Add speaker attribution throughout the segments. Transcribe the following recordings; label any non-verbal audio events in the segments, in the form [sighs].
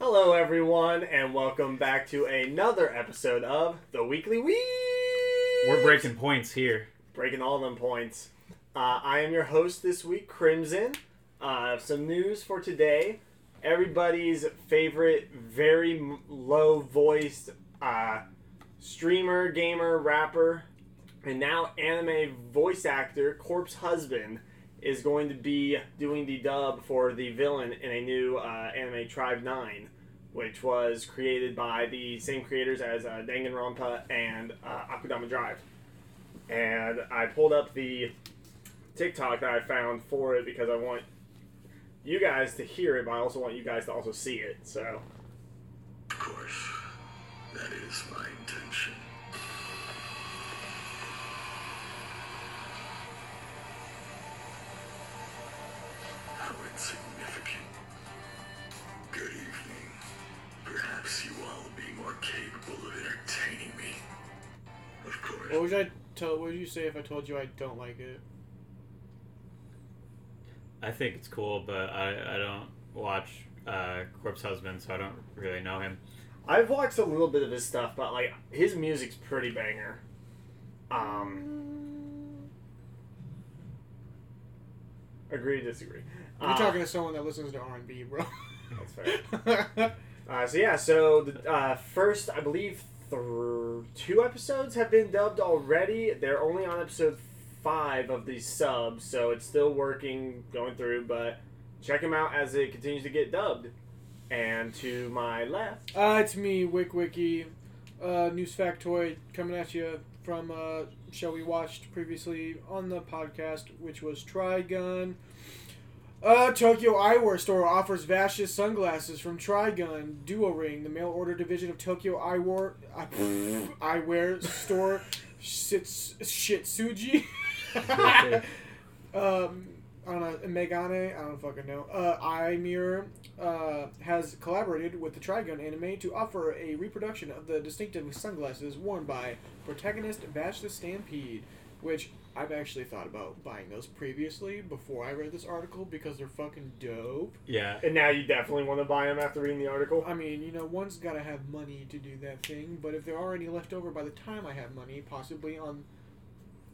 Speaker 1: Hello, everyone, and welcome back to another episode of the Weekly Wee.
Speaker 2: We're breaking points here.
Speaker 1: breaking all them points. Uh, I am your host this week, Crimson. Uh, some news for today. Everybody's favorite, very m- low-voiced uh, streamer, gamer, rapper, and now anime voice actor Corpse Husband is going to be doing the dub for the villain in a new uh, anime Tribe Nine, which was created by the same creators as uh, Danganronpa and uh, Akudama Drive and I pulled up the TikTok that I found for it because I want you guys to hear it, but I also want you guys to also see it. So
Speaker 3: Of course, that is my intention. How insignificant. Good evening. Perhaps you all will be more capable of entertaining me. Of course.
Speaker 4: What would I tell? What would you say if I told you I don't like it?
Speaker 2: I think it's cool, but I, I don't watch uh, Corpse Husband, so I don't really know him.
Speaker 1: I've watched a little bit of his stuff, but like his music's pretty banger. Um, agree, disagree.
Speaker 4: Mm. You're
Speaker 1: Uh,
Speaker 4: talking to someone that listens to R and B, bro.
Speaker 1: That's fair. Uh, so yeah, so the uh, first, I believe, thr two episodes have been dubbed already. They're only on episode five of the sub, so it's still working, going through. But check them out as it continues to get dubbed. And to my left,
Speaker 4: [laughs] uh, it's me, Wick Wiki, uh, news factoid coming at you from uh, show we watched previously on the podcast, which was Trigun. Uh, Tokyo Eyewear store offers Vash's sunglasses from Trigun Duo Ring, the mail order division of Tokyo Eyewear I, Eyewear store Shits, [laughs] Shitsuji. um, I don't know, Megane, I don't fucking know. Uh, iMirror uh, has collaborated with the Trigun anime to offer a reproduction of the distinctive sunglasses worn by protagonist Vash the Stampede, which I've actually thought about buying those previously before I read this article because they're fucking dope.
Speaker 2: Yeah.
Speaker 1: and now you definitely want to buy them after reading the article.
Speaker 4: I mean, you know, one's gotta have money to do that thing, but if there are any left over by the time I have money, possibly on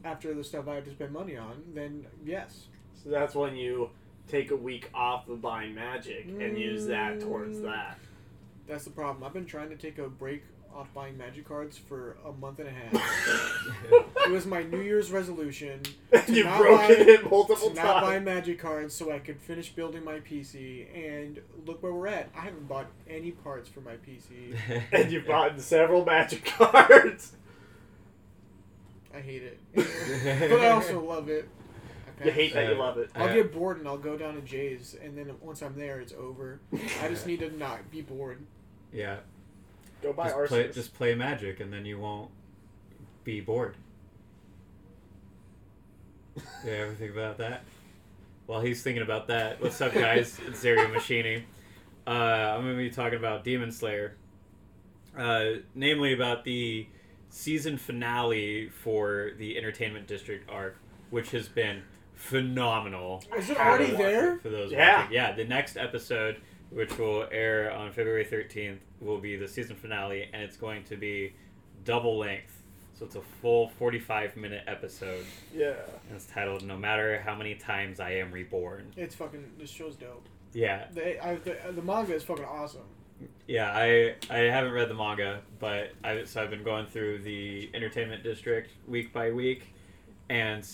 Speaker 4: after the stuff I have to spend money on, then yes.
Speaker 1: So that's when you take a week off of buying magic and use that towards that.
Speaker 4: That's the problem. I've been trying to take a break off buying magic cards for a month and a half.
Speaker 1: [laughs]
Speaker 4: it was my New Year's resolution to
Speaker 1: You've
Speaker 4: not
Speaker 1: broken
Speaker 4: buy-
Speaker 1: it multiple
Speaker 4: to not buy
Speaker 1: times.
Speaker 4: magic cards so I could finish building my PC. And look where we're at. I haven't bought any parts for my
Speaker 1: [laughs]
Speaker 4: PC.
Speaker 1: And you've bought several magic [laughs] cards.
Speaker 4: I hate it, [laughs] but I also love it. I
Speaker 1: You
Speaker 4: pass.
Speaker 1: hate that you
Speaker 2: Uh,
Speaker 1: love it.
Speaker 4: I'll
Speaker 2: Yeah.
Speaker 4: get bored and I'll go down to Jay's, and then once I'm there, it's over.
Speaker 1: [laughs]
Speaker 4: I just need to not be bored.
Speaker 2: Yeah.
Speaker 1: Go buy
Speaker 2: Just
Speaker 1: Arceus.
Speaker 2: play, just play Magic, and then you won't
Speaker 1: [laughs]
Speaker 2: be bored. Yeah, ever think about that? While he's thinking about that, what's up,
Speaker 1: [laughs]
Speaker 2: guys? it's Zerio Machini. Uh, I'm going to be talking about Demon Slayer, uh, namely about the season finale for the Entertainment District arc, which has been phenomenal.
Speaker 4: Is it
Speaker 2: For
Speaker 4: already
Speaker 2: those-
Speaker 4: there?
Speaker 2: For those
Speaker 1: Yeah.
Speaker 2: watching. Yeah, the next episode, which will air on February 13th, will be the season finale, and it's going to be double length. So it's a full 45 minute episode,
Speaker 1: yeah.
Speaker 2: and it's titled No Matter How Many Times I Am Reborn.
Speaker 4: It's fucking. This show's dope.
Speaker 2: Yeah,
Speaker 4: The, I, the, the manga is fucking awesome.
Speaker 2: yeah, I, I haven't read the manga, but I, so I've been going through the entertainment district week by week, and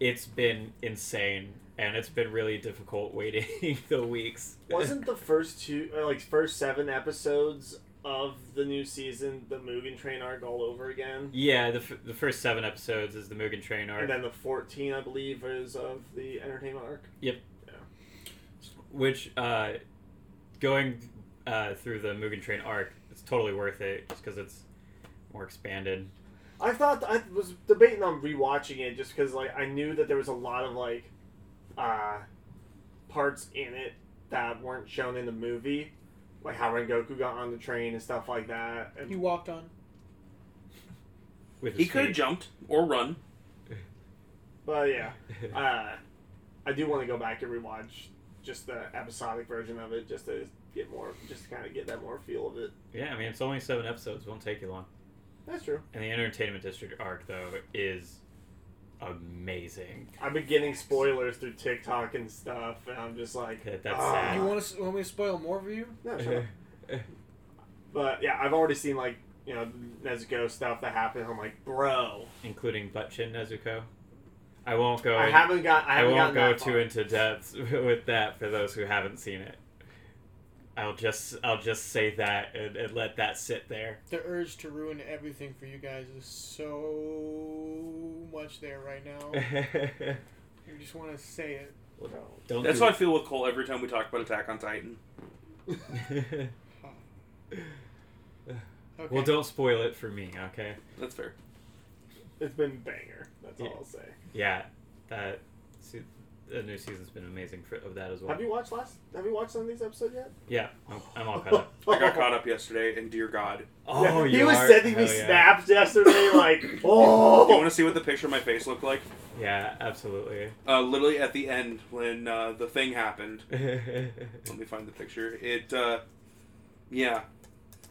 Speaker 2: it's been insane. And it's been really difficult waiting [laughs] the weeks.
Speaker 1: Wasn't the first two, or like first seven episodes of the new season, the Mugen Train arc all over again,
Speaker 2: Yeah, the, f- the first seven episodes is the Mugen Train arc,
Speaker 1: and then the fourteen, I believe, is of the entertainment arc.
Speaker 2: which uh, going uh, through the Mugen Train arc, it's totally worth it just because it's more expanded.
Speaker 1: I thought I was debating on rewatching it just because like I knew that there was a lot of like uh, parts in it that weren't shown in the movie, like how Rengoku got on the train and stuff like that. And
Speaker 4: He walked on.
Speaker 2: With
Speaker 5: He
Speaker 2: his
Speaker 5: could have
Speaker 2: feet.
Speaker 5: jumped or run.
Speaker 1: But yeah, uh, I do want to go back and rewatch just the episodic version of it just to get more, just to kind of get that more feel of it.
Speaker 2: yeah, I mean it's only seven episodes. It won't take you long.
Speaker 1: That's true.
Speaker 2: And the Entertainment District arc though is amazing.
Speaker 1: I've been getting spoilers through TikTok and stuff, and I'm just like,
Speaker 2: That- that's
Speaker 1: "Ah."
Speaker 2: sad.
Speaker 4: You want, to, want me to spoil more for you?
Speaker 1: No, shut up. But yeah, I've already seen like you know Nezuko stuff that happened. I'm like, bro,
Speaker 2: [laughs] Including Butt Chin Nezuko. I won't go.
Speaker 1: I
Speaker 2: in-
Speaker 1: haven't got. I,
Speaker 2: I
Speaker 1: haven't
Speaker 2: won't go
Speaker 1: gotten that
Speaker 2: too
Speaker 1: far.
Speaker 2: into depth [laughs] with that for those who haven't seen it. I'll just I'll just say that and, and let that sit there.
Speaker 4: The urge to ruin everything for you guys is so much there right
Speaker 2: [laughs]
Speaker 4: now. you just want to say it.
Speaker 2: Don't
Speaker 5: That's
Speaker 2: do
Speaker 5: how I feel with Cole every time we talk about Attack on Titan.
Speaker 2: it. [laughs]
Speaker 4: Okay.
Speaker 2: well, don't spoil it for me, okay?
Speaker 5: That's fair.
Speaker 1: It's been banger. That's all
Speaker 2: Yeah.
Speaker 1: I'll say.
Speaker 2: Yeah, that se- the new season's been amazing for, of that as well.
Speaker 1: Have you watched last? Have you watched some of these episodes yet?
Speaker 2: Yeah, I'm, I'm all
Speaker 1: [laughs]
Speaker 2: caught
Speaker 5: [laughs]
Speaker 2: up.
Speaker 5: I got caught up yesterday, and dear God,
Speaker 2: Oh,
Speaker 1: he
Speaker 2: you
Speaker 1: was
Speaker 2: are?
Speaker 1: sending me
Speaker 2: Hell yeah.
Speaker 1: snaps [coughs] yesterday, like,
Speaker 5: you want
Speaker 1: oh,
Speaker 5: to see what the picture of my face looked like?
Speaker 2: Yeah, absolutely. [laughs]
Speaker 5: Uh, literally at the end when uh, the thing happened. Let me find the picture. It, uh, yeah.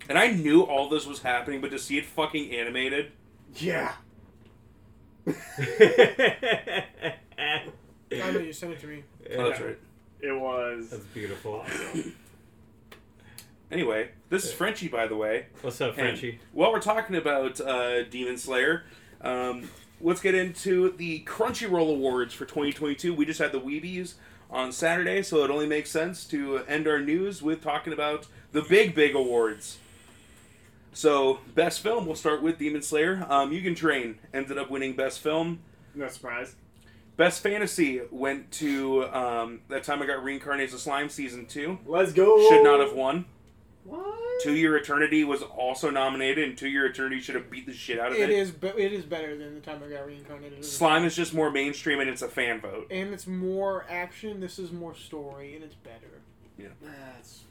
Speaker 5: And I knew all this was happening, but to see it fucking animated,
Speaker 1: yeah.
Speaker 4: I know you sent it to me.
Speaker 5: oh, that's right.
Speaker 1: It was.
Speaker 2: That's beautiful.
Speaker 5: Anyway, this is Frenchie, by the way.
Speaker 2: What's up,
Speaker 5: And
Speaker 2: Frenchie?
Speaker 5: While we're talking about uh, Demon Slayer, um, let's get into the Crunchyroll Awards for 2022. We just had the Weebies on Saturday, so it only makes sense to end our news with talking about the big, big awards. So, best film, we'll start with Demon Slayer. Um, Mugen Train ended up winning best film.
Speaker 1: No surprise.
Speaker 5: Best fantasy went to um, that time I got reincarnated as a slime season two.
Speaker 1: Let's go.
Speaker 5: Should not have won.
Speaker 1: What?
Speaker 5: Two Year Eternity was also nominated, and Two Year Eternity should have beat the shit out of
Speaker 4: It
Speaker 5: it.
Speaker 4: is, be- it is better than the time I got reincarnated. as a-
Speaker 5: Slime is just more mainstream, and it's a fan vote.
Speaker 4: And it's more action. This is more story, and it's better.
Speaker 1: That's.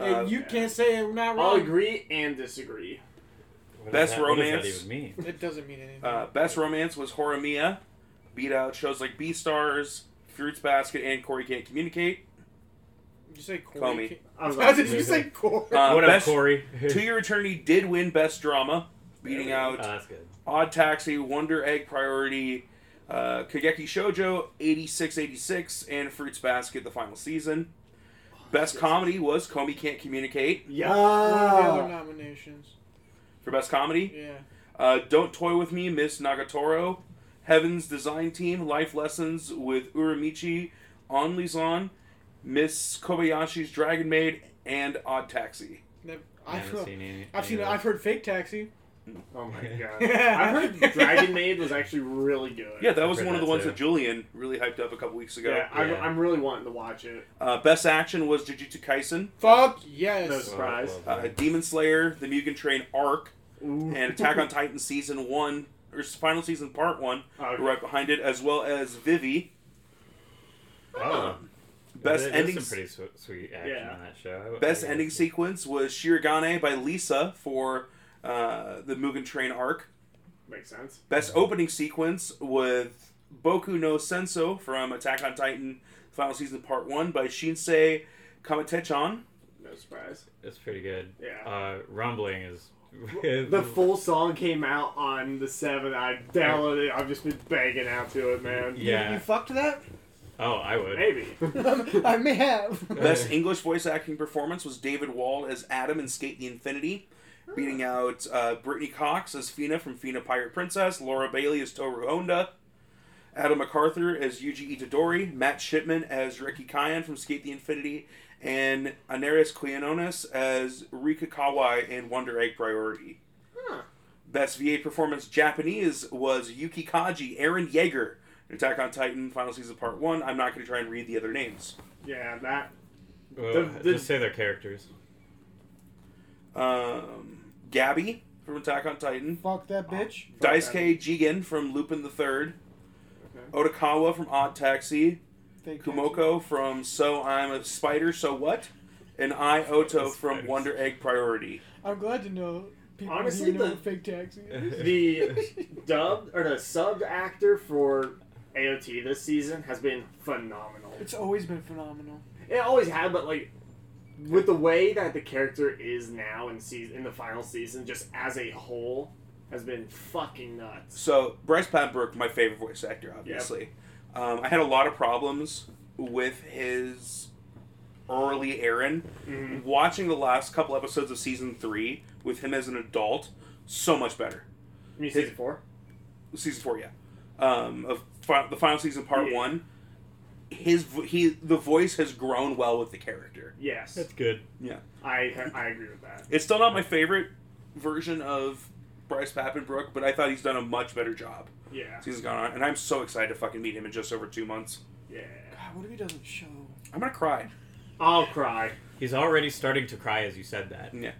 Speaker 5: Uh,
Speaker 4: and you can't say I'm not
Speaker 1: I'll
Speaker 4: wrong.
Speaker 1: agree and disagree.
Speaker 2: What does
Speaker 5: Best
Speaker 2: that- what does
Speaker 5: romance.
Speaker 2: that even mean?
Speaker 4: It doesn't mean anything.
Speaker 5: Uh, best romance was Horimiya, beat out shows like B Stars, Fruits Basket, and Corey Can't Communicate.
Speaker 4: Did you say Corey?
Speaker 5: call me.
Speaker 4: Ki- [laughs]
Speaker 1: I was
Speaker 4: How
Speaker 1: like,
Speaker 4: did you say Corey?
Speaker 5: Uh,
Speaker 2: what up,
Speaker 5: best-
Speaker 2: Corey? [laughs]
Speaker 5: Two Year Eternity did win Best Drama, beating
Speaker 2: Oh,
Speaker 5: out
Speaker 2: that's good.
Speaker 5: Odd Taxi, Wonder Egg Priority, uh, Kageki Shoujo, 8686, and Fruits Basket, the final season. Best comedy was Comey Can't Communicate.
Speaker 1: Uh,
Speaker 4: What were the
Speaker 1: [laughs]
Speaker 4: other
Speaker 1: yeah.
Speaker 4: nominations?
Speaker 5: For best comedy,
Speaker 4: Yeah.
Speaker 5: Uh, Don't Toy With Me, Miss Nagatoro, Heaven's Design Team, Life Lessons with Uramichi, On Lizan, Miss Kobayashi's Dragon Maid, and Odd Taxi.
Speaker 4: Nev-
Speaker 2: I
Speaker 4: I've,
Speaker 2: haven't seen any.
Speaker 4: I've seen.
Speaker 2: any
Speaker 4: it.
Speaker 2: of
Speaker 4: I've heard Fake Taxi.
Speaker 1: Oh my god.
Speaker 4: Yeah.
Speaker 1: I heard Dragon Maid was actually really good.
Speaker 5: Yeah, that was
Speaker 2: I've heard
Speaker 5: one of the
Speaker 2: that
Speaker 5: ones
Speaker 2: too.
Speaker 5: that Julian really hyped up a couple weeks ago.
Speaker 1: Yeah, I'm,
Speaker 2: Yeah.
Speaker 1: I'm really wanting to watch it.
Speaker 5: Uh, best action was Jujutsu Kaisen,
Speaker 4: Fuck
Speaker 1: No
Speaker 4: yes.
Speaker 2: those.
Speaker 1: surprise.
Speaker 2: Well, well
Speaker 5: uh,
Speaker 2: done.
Speaker 5: Demon Slayer, The Mugen Train Arc,
Speaker 1: Ooh.
Speaker 2: [laughs]
Speaker 5: and Attack
Speaker 1: [laughs]
Speaker 5: on Titan Season 1, or Final Season Part 1,
Speaker 1: Okay.
Speaker 5: right behind it, as well as Vivi.
Speaker 2: Oh.
Speaker 5: Best
Speaker 2: There- there's
Speaker 5: ending
Speaker 2: Some pretty sw- sweet action
Speaker 1: Yeah.
Speaker 2: on that show. I-
Speaker 5: Best
Speaker 2: I-
Speaker 5: ending sequence was Shirigane by Lisa for uh, the Mugen Train arc.
Speaker 1: Makes sense.
Speaker 5: Best opening sequence with Boku no Senso from Attack on Titan Final Season Part 1 by Shinsei Kamatechan.
Speaker 1: No surprise.
Speaker 2: It's pretty good.
Speaker 1: Yeah.
Speaker 2: Uh, rumbling is. [laughs]
Speaker 1: The full song came out on the 7th. I downloaded it. I've just been banging out to it, man.
Speaker 4: You, you
Speaker 2: Yeah.
Speaker 4: fucked that?
Speaker 2: Oh, I would.
Speaker 1: Maybe.
Speaker 4: [laughs]
Speaker 1: [laughs]
Speaker 4: I may have. [laughs]
Speaker 5: [laughs] Best English voice acting performance was David Wall as Adam in Skate the Infinity, beating out uh, Brittany Cox as Fina from Fina Pirate Princess, Laura Bailey as Toru Honda, Adam MacArthur as Yuji Itadori, Matt Shipman as Ricky Kyan from Skate the Infinity, and Anaris Cleononis as Rika Kawai in Wonder Egg Priority.
Speaker 1: Huh.
Speaker 5: Best VA performance Japanese was Yuki Kaji, Aaron Yeager, Attack on Titan, Final Season Part 1. I'm not going to try and read the other names.
Speaker 1: Yeah, that.
Speaker 2: Well,
Speaker 1: The- the-
Speaker 2: just say their characters.
Speaker 5: um, Gabby from Attack on Titan,
Speaker 4: Fuck that bitch.
Speaker 5: Dice K Jigen from Lupin the Third, Otakawa from Odd Taxi,
Speaker 4: Fake
Speaker 5: Kumoko from So I'm a Spider, So What, and I Oto from
Speaker 2: Spiders.
Speaker 5: Wonder Egg Priority.
Speaker 4: I'm glad to know people
Speaker 1: Honestly,
Speaker 4: Honestly, here know
Speaker 1: the-
Speaker 4: what fake taxi
Speaker 1: [laughs]
Speaker 4: is.
Speaker 1: The dubbed or the subbed actor for AOT this season has been phenomenal.
Speaker 4: It's always been phenomenal.
Speaker 1: It always had, but like with the way that the character is now in season in the final season, just as a whole, has been fucking nuts.
Speaker 5: So Bryce Padbrook, my favorite voice actor, obviously. Um, I had a lot of problems with his early Aaron.
Speaker 1: Mhm.
Speaker 5: Watching the last couple episodes of season three with him as an adult, so much better.
Speaker 1: You mean season four?
Speaker 5: Season four, yeah, um, of fi- the final season, part
Speaker 1: Yeah.
Speaker 5: one. His vo- he the voice has grown well with the character.
Speaker 1: Yes,
Speaker 2: That's good.
Speaker 5: Yeah,
Speaker 1: I I agree with that.
Speaker 5: it's still not my favorite version of Bryce Papenbrook, but I thought he's done a much better job.
Speaker 1: Yeah,
Speaker 5: Season's gone on, and I'm so excited to fucking meet him in just over two months.
Speaker 1: yeah.
Speaker 4: God, what if he doesn't show?
Speaker 5: I'm gonna cry.
Speaker 1: I'll cry.
Speaker 2: He's already starting to cry as you said that.
Speaker 1: Mm.
Speaker 5: Yeah.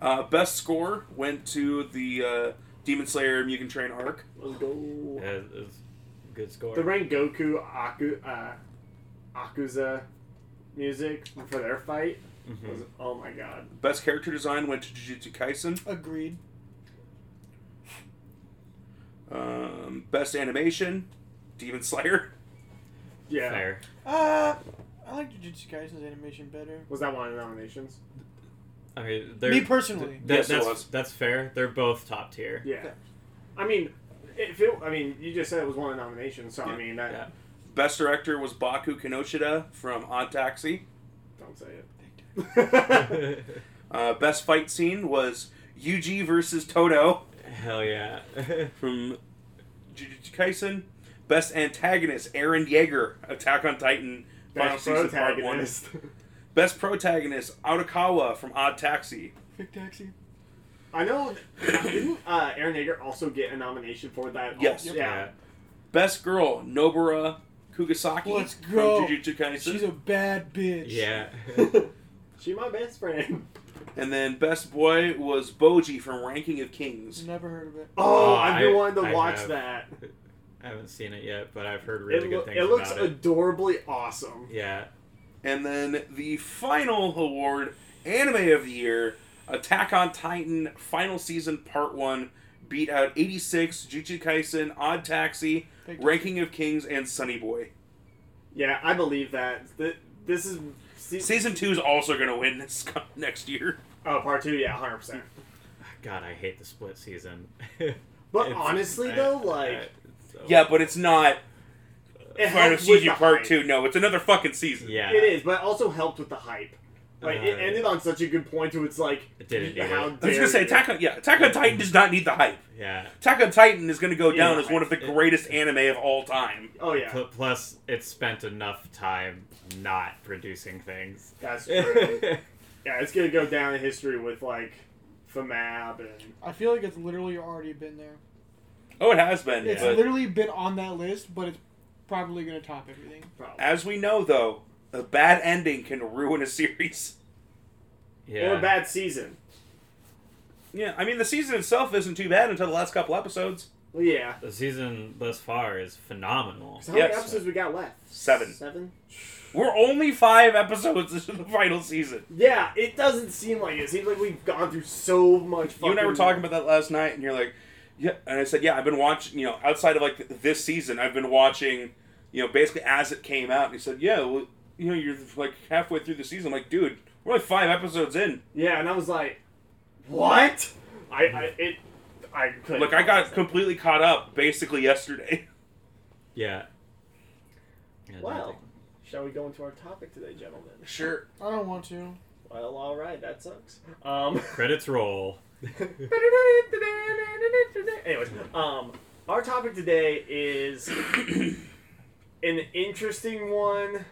Speaker 5: Uh, best score went to the uh, Demon Slayer Mugen Train arc.
Speaker 1: Let's go.
Speaker 2: Yeah, it was a good score.
Speaker 1: The Rengoku Aku uh, Akuza music for their fight was
Speaker 2: Mhm.
Speaker 1: oh my god.
Speaker 5: Best character design went to Jujutsu Kaisen.
Speaker 4: Agreed.
Speaker 5: Um, best animation, Demon Slayer.
Speaker 1: Yeah,
Speaker 2: Fair.
Speaker 4: Uh, I like Jujutsu Kaisen's animation better.
Speaker 1: was that one of the nominations?
Speaker 2: I mean, they're,
Speaker 4: Me personally.
Speaker 2: that-
Speaker 5: Yes, it
Speaker 2: that's,
Speaker 5: was.
Speaker 2: that's fair. They're both top tier.
Speaker 1: Yeah, I mean, if it, I mean, you just said it was one of the nominations, so
Speaker 5: Yeah.
Speaker 1: I mean that.
Speaker 2: Yeah.
Speaker 5: Best director was Baku Kinoshita from Odd Taxi.
Speaker 1: Don't say it. [laughs]
Speaker 5: Uh, best fight scene was Yuji versus Toto
Speaker 2: [laughs] Hell yeah. [laughs]
Speaker 5: from Jujutsu Kaisen. Best antagonist, Aaron Yeager, Attack on Titan, Final
Speaker 1: Best
Speaker 5: Season Part 1.
Speaker 1: protagonist.
Speaker 5: Best protagonist, Aotakawa from Odd Taxi.
Speaker 4: Fake taxi.
Speaker 1: I know. Didn't uh, Aaron Yeager also get a nomination for that?
Speaker 5: Yes.
Speaker 1: Yeah.
Speaker 5: Best girl, Nobara Kugasaki
Speaker 4: Let's
Speaker 5: from
Speaker 4: go.
Speaker 5: Jujutsu Kaisen.
Speaker 4: She's a bad
Speaker 1: [laughs]
Speaker 4: bitch.
Speaker 2: Yeah.
Speaker 1: she my best friend.
Speaker 5: and then best boy was Boji from Ranking of Kings.
Speaker 4: Never heard of it.
Speaker 1: Oh,
Speaker 2: Oh,
Speaker 1: I've been
Speaker 2: I-
Speaker 1: wanting to
Speaker 2: I
Speaker 1: watch
Speaker 2: have
Speaker 1: that.
Speaker 2: I haven't seen it yet, but I've heard really
Speaker 1: it,
Speaker 2: good
Speaker 1: loo-
Speaker 2: things
Speaker 1: it looks
Speaker 2: about it.
Speaker 1: adorably awesome.
Speaker 2: Yeah.
Speaker 5: And then the final award, Anime of the Year, Attack on Titan Final Season Part 1 beat out 86, Jujutsu Kaisen, Odd Taxi,
Speaker 4: Thank you.
Speaker 5: Ranking of Kings, and Sunny Boy.
Speaker 1: Yeah, I believe that. Th- This is se-
Speaker 5: Season 2 is also going to win this [laughs] co- next year.
Speaker 1: oh, part two. Yeah, hundred percent.
Speaker 2: God, I hate the split season. [laughs]
Speaker 1: But
Speaker 2: It's-
Speaker 1: honestly,
Speaker 2: I-
Speaker 1: though,
Speaker 2: I-
Speaker 1: like
Speaker 2: it's so-
Speaker 5: Yeah, but it's not
Speaker 1: it
Speaker 5: Final
Speaker 1: helped with
Speaker 5: Season
Speaker 1: the
Speaker 5: Part
Speaker 1: hype.
Speaker 5: 2. No, it's another fucking season.
Speaker 2: Yeah.
Speaker 1: It is, but it also helped with the hype. Like it
Speaker 2: Uh,
Speaker 1: ended on such a good point to it's like
Speaker 2: It didn't need
Speaker 1: how
Speaker 2: it. I
Speaker 5: I was
Speaker 1: dare
Speaker 5: gonna say
Speaker 1: you.
Speaker 5: Attack on yeah, Attack on Titan does not need the hype.
Speaker 2: Yeah.
Speaker 5: Attack on Titan is gonna go
Speaker 1: Yeah,
Speaker 5: down as one of the
Speaker 2: it-
Speaker 5: greatest anime of all time.
Speaker 1: Oh yeah,
Speaker 2: Pl- Plus, it spent enough time not producing things.
Speaker 1: that's
Speaker 5: [laughs]
Speaker 1: true.
Speaker 2: [laughs] yeah.
Speaker 1: yeah, it's gonna go down in history with like FMAB and
Speaker 4: I feel like it's literally already been there.
Speaker 5: Oh, it has been.
Speaker 4: It's
Speaker 5: but
Speaker 4: literally been on that list, but it's probably gonna top everything.
Speaker 1: probably.
Speaker 5: as we know, though, a bad ending can ruin a series.
Speaker 1: or a bad season.
Speaker 5: Yeah, I mean the season itself isn't too bad until the last couple episodes.
Speaker 1: Well, yeah.
Speaker 2: The season thus far is phenomenal.
Speaker 1: So how many
Speaker 5: Yes.
Speaker 1: episodes we got left?
Speaker 5: Seven.
Speaker 1: Seven.
Speaker 5: We're only five episodes [laughs] into the final season.
Speaker 1: Yeah, it doesn't seem like it. It seems like we've gone through so much. Fucking
Speaker 5: You and I were talking about that last night, and you're like, "Yeah," and I said, "Yeah, I've been watching. You know, outside of like th- this season, I've been watching. You know, basically as it came out." And he said, "Yeah, well, you know, you're like halfway through the season. I'm like, dude, we're like five episodes in.
Speaker 1: Yeah, and I was like, what? I, I it I couldn't.
Speaker 5: Like, I got completely caught up basically yesterday.
Speaker 2: Yeah. Yeah,
Speaker 1: Well,
Speaker 2: nothing.
Speaker 1: shall we go into our topic today, gentlemen?
Speaker 5: Sure.
Speaker 4: I don't want to.
Speaker 1: Well, all right, that sucks. Um.
Speaker 2: Credits roll.
Speaker 1: Anyways, um, our topic today is an interesting one.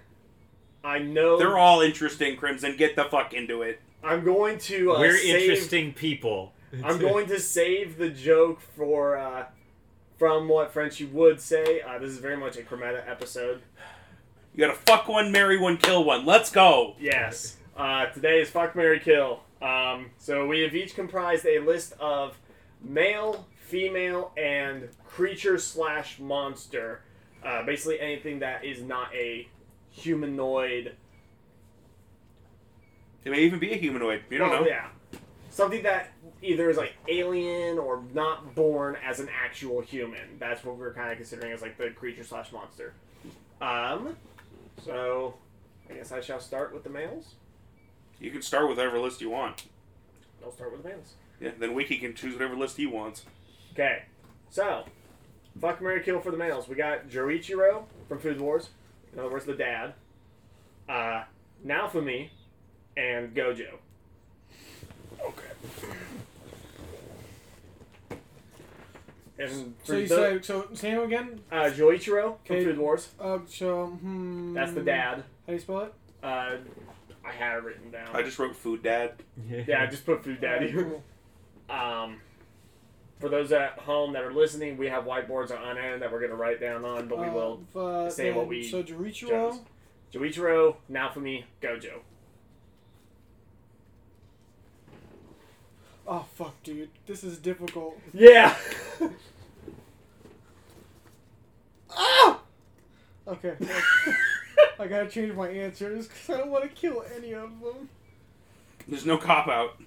Speaker 1: I know
Speaker 5: [laughs] They're all interesting. Crimson, get the fuck into it.
Speaker 1: I'm going to. Uh,
Speaker 2: We're
Speaker 1: save,
Speaker 2: interesting people.
Speaker 1: I'm going to save the joke for uh, from what Frenchie would say. Uh, this is very much a Cremetta episode.
Speaker 5: You gotta fuck one, marry one, kill one. Let's go.
Speaker 1: Yes. Uh, today is fuck Mary Kill. Um, Um, so we have each comprised a list of male, female, and creature slash monster. Uh, basically, anything that is not a humanoid.
Speaker 5: It may even be a humanoid. You don't
Speaker 1: Well,
Speaker 5: know.
Speaker 1: Oh, Yeah. Something that either is like alien or not born as an actual human. That's what we're kind of considering as like the creature slash monster. Um, so I guess I shall start with the males.
Speaker 5: You can start with whatever list you want.
Speaker 1: I'll start with the males.
Speaker 5: Yeah, then Wiki can choose whatever list he wants.
Speaker 1: Okay, so fuck Mary Kill for the males. We got Jorichiro from Food Wars. In other words, the dad. Uh, Naofumi and Gojo.
Speaker 5: Okay.
Speaker 1: And for
Speaker 4: So you
Speaker 1: the-
Speaker 4: say so Sam again?
Speaker 1: uh, Jorichiro from
Speaker 4: Okay.
Speaker 1: Food Wars.
Speaker 4: Uh, so hmm.
Speaker 1: That's the dad.
Speaker 4: How do you spell it?
Speaker 1: Uh, I had it written down.
Speaker 5: I just wrote food, Dad.
Speaker 1: yeah,
Speaker 2: [laughs]
Speaker 1: I just put food daddy.
Speaker 4: Alright, cool.
Speaker 1: [laughs] Um, for those at home that are listening, we have whiteboards on end that we're gonna write down on, but we
Speaker 4: Uh,
Speaker 1: will.
Speaker 4: f- uh,
Speaker 1: say what
Speaker 4: then-
Speaker 1: we
Speaker 4: So Jurichiro.
Speaker 1: chose. Jorichiro, Naofumi, Gojo.
Speaker 4: Oh fuck, dude, this is difficult.
Speaker 1: Yeah. [laughs]
Speaker 4: Okay, I gotta change my answers because I don't want to kill any of them.
Speaker 5: There's no cop out.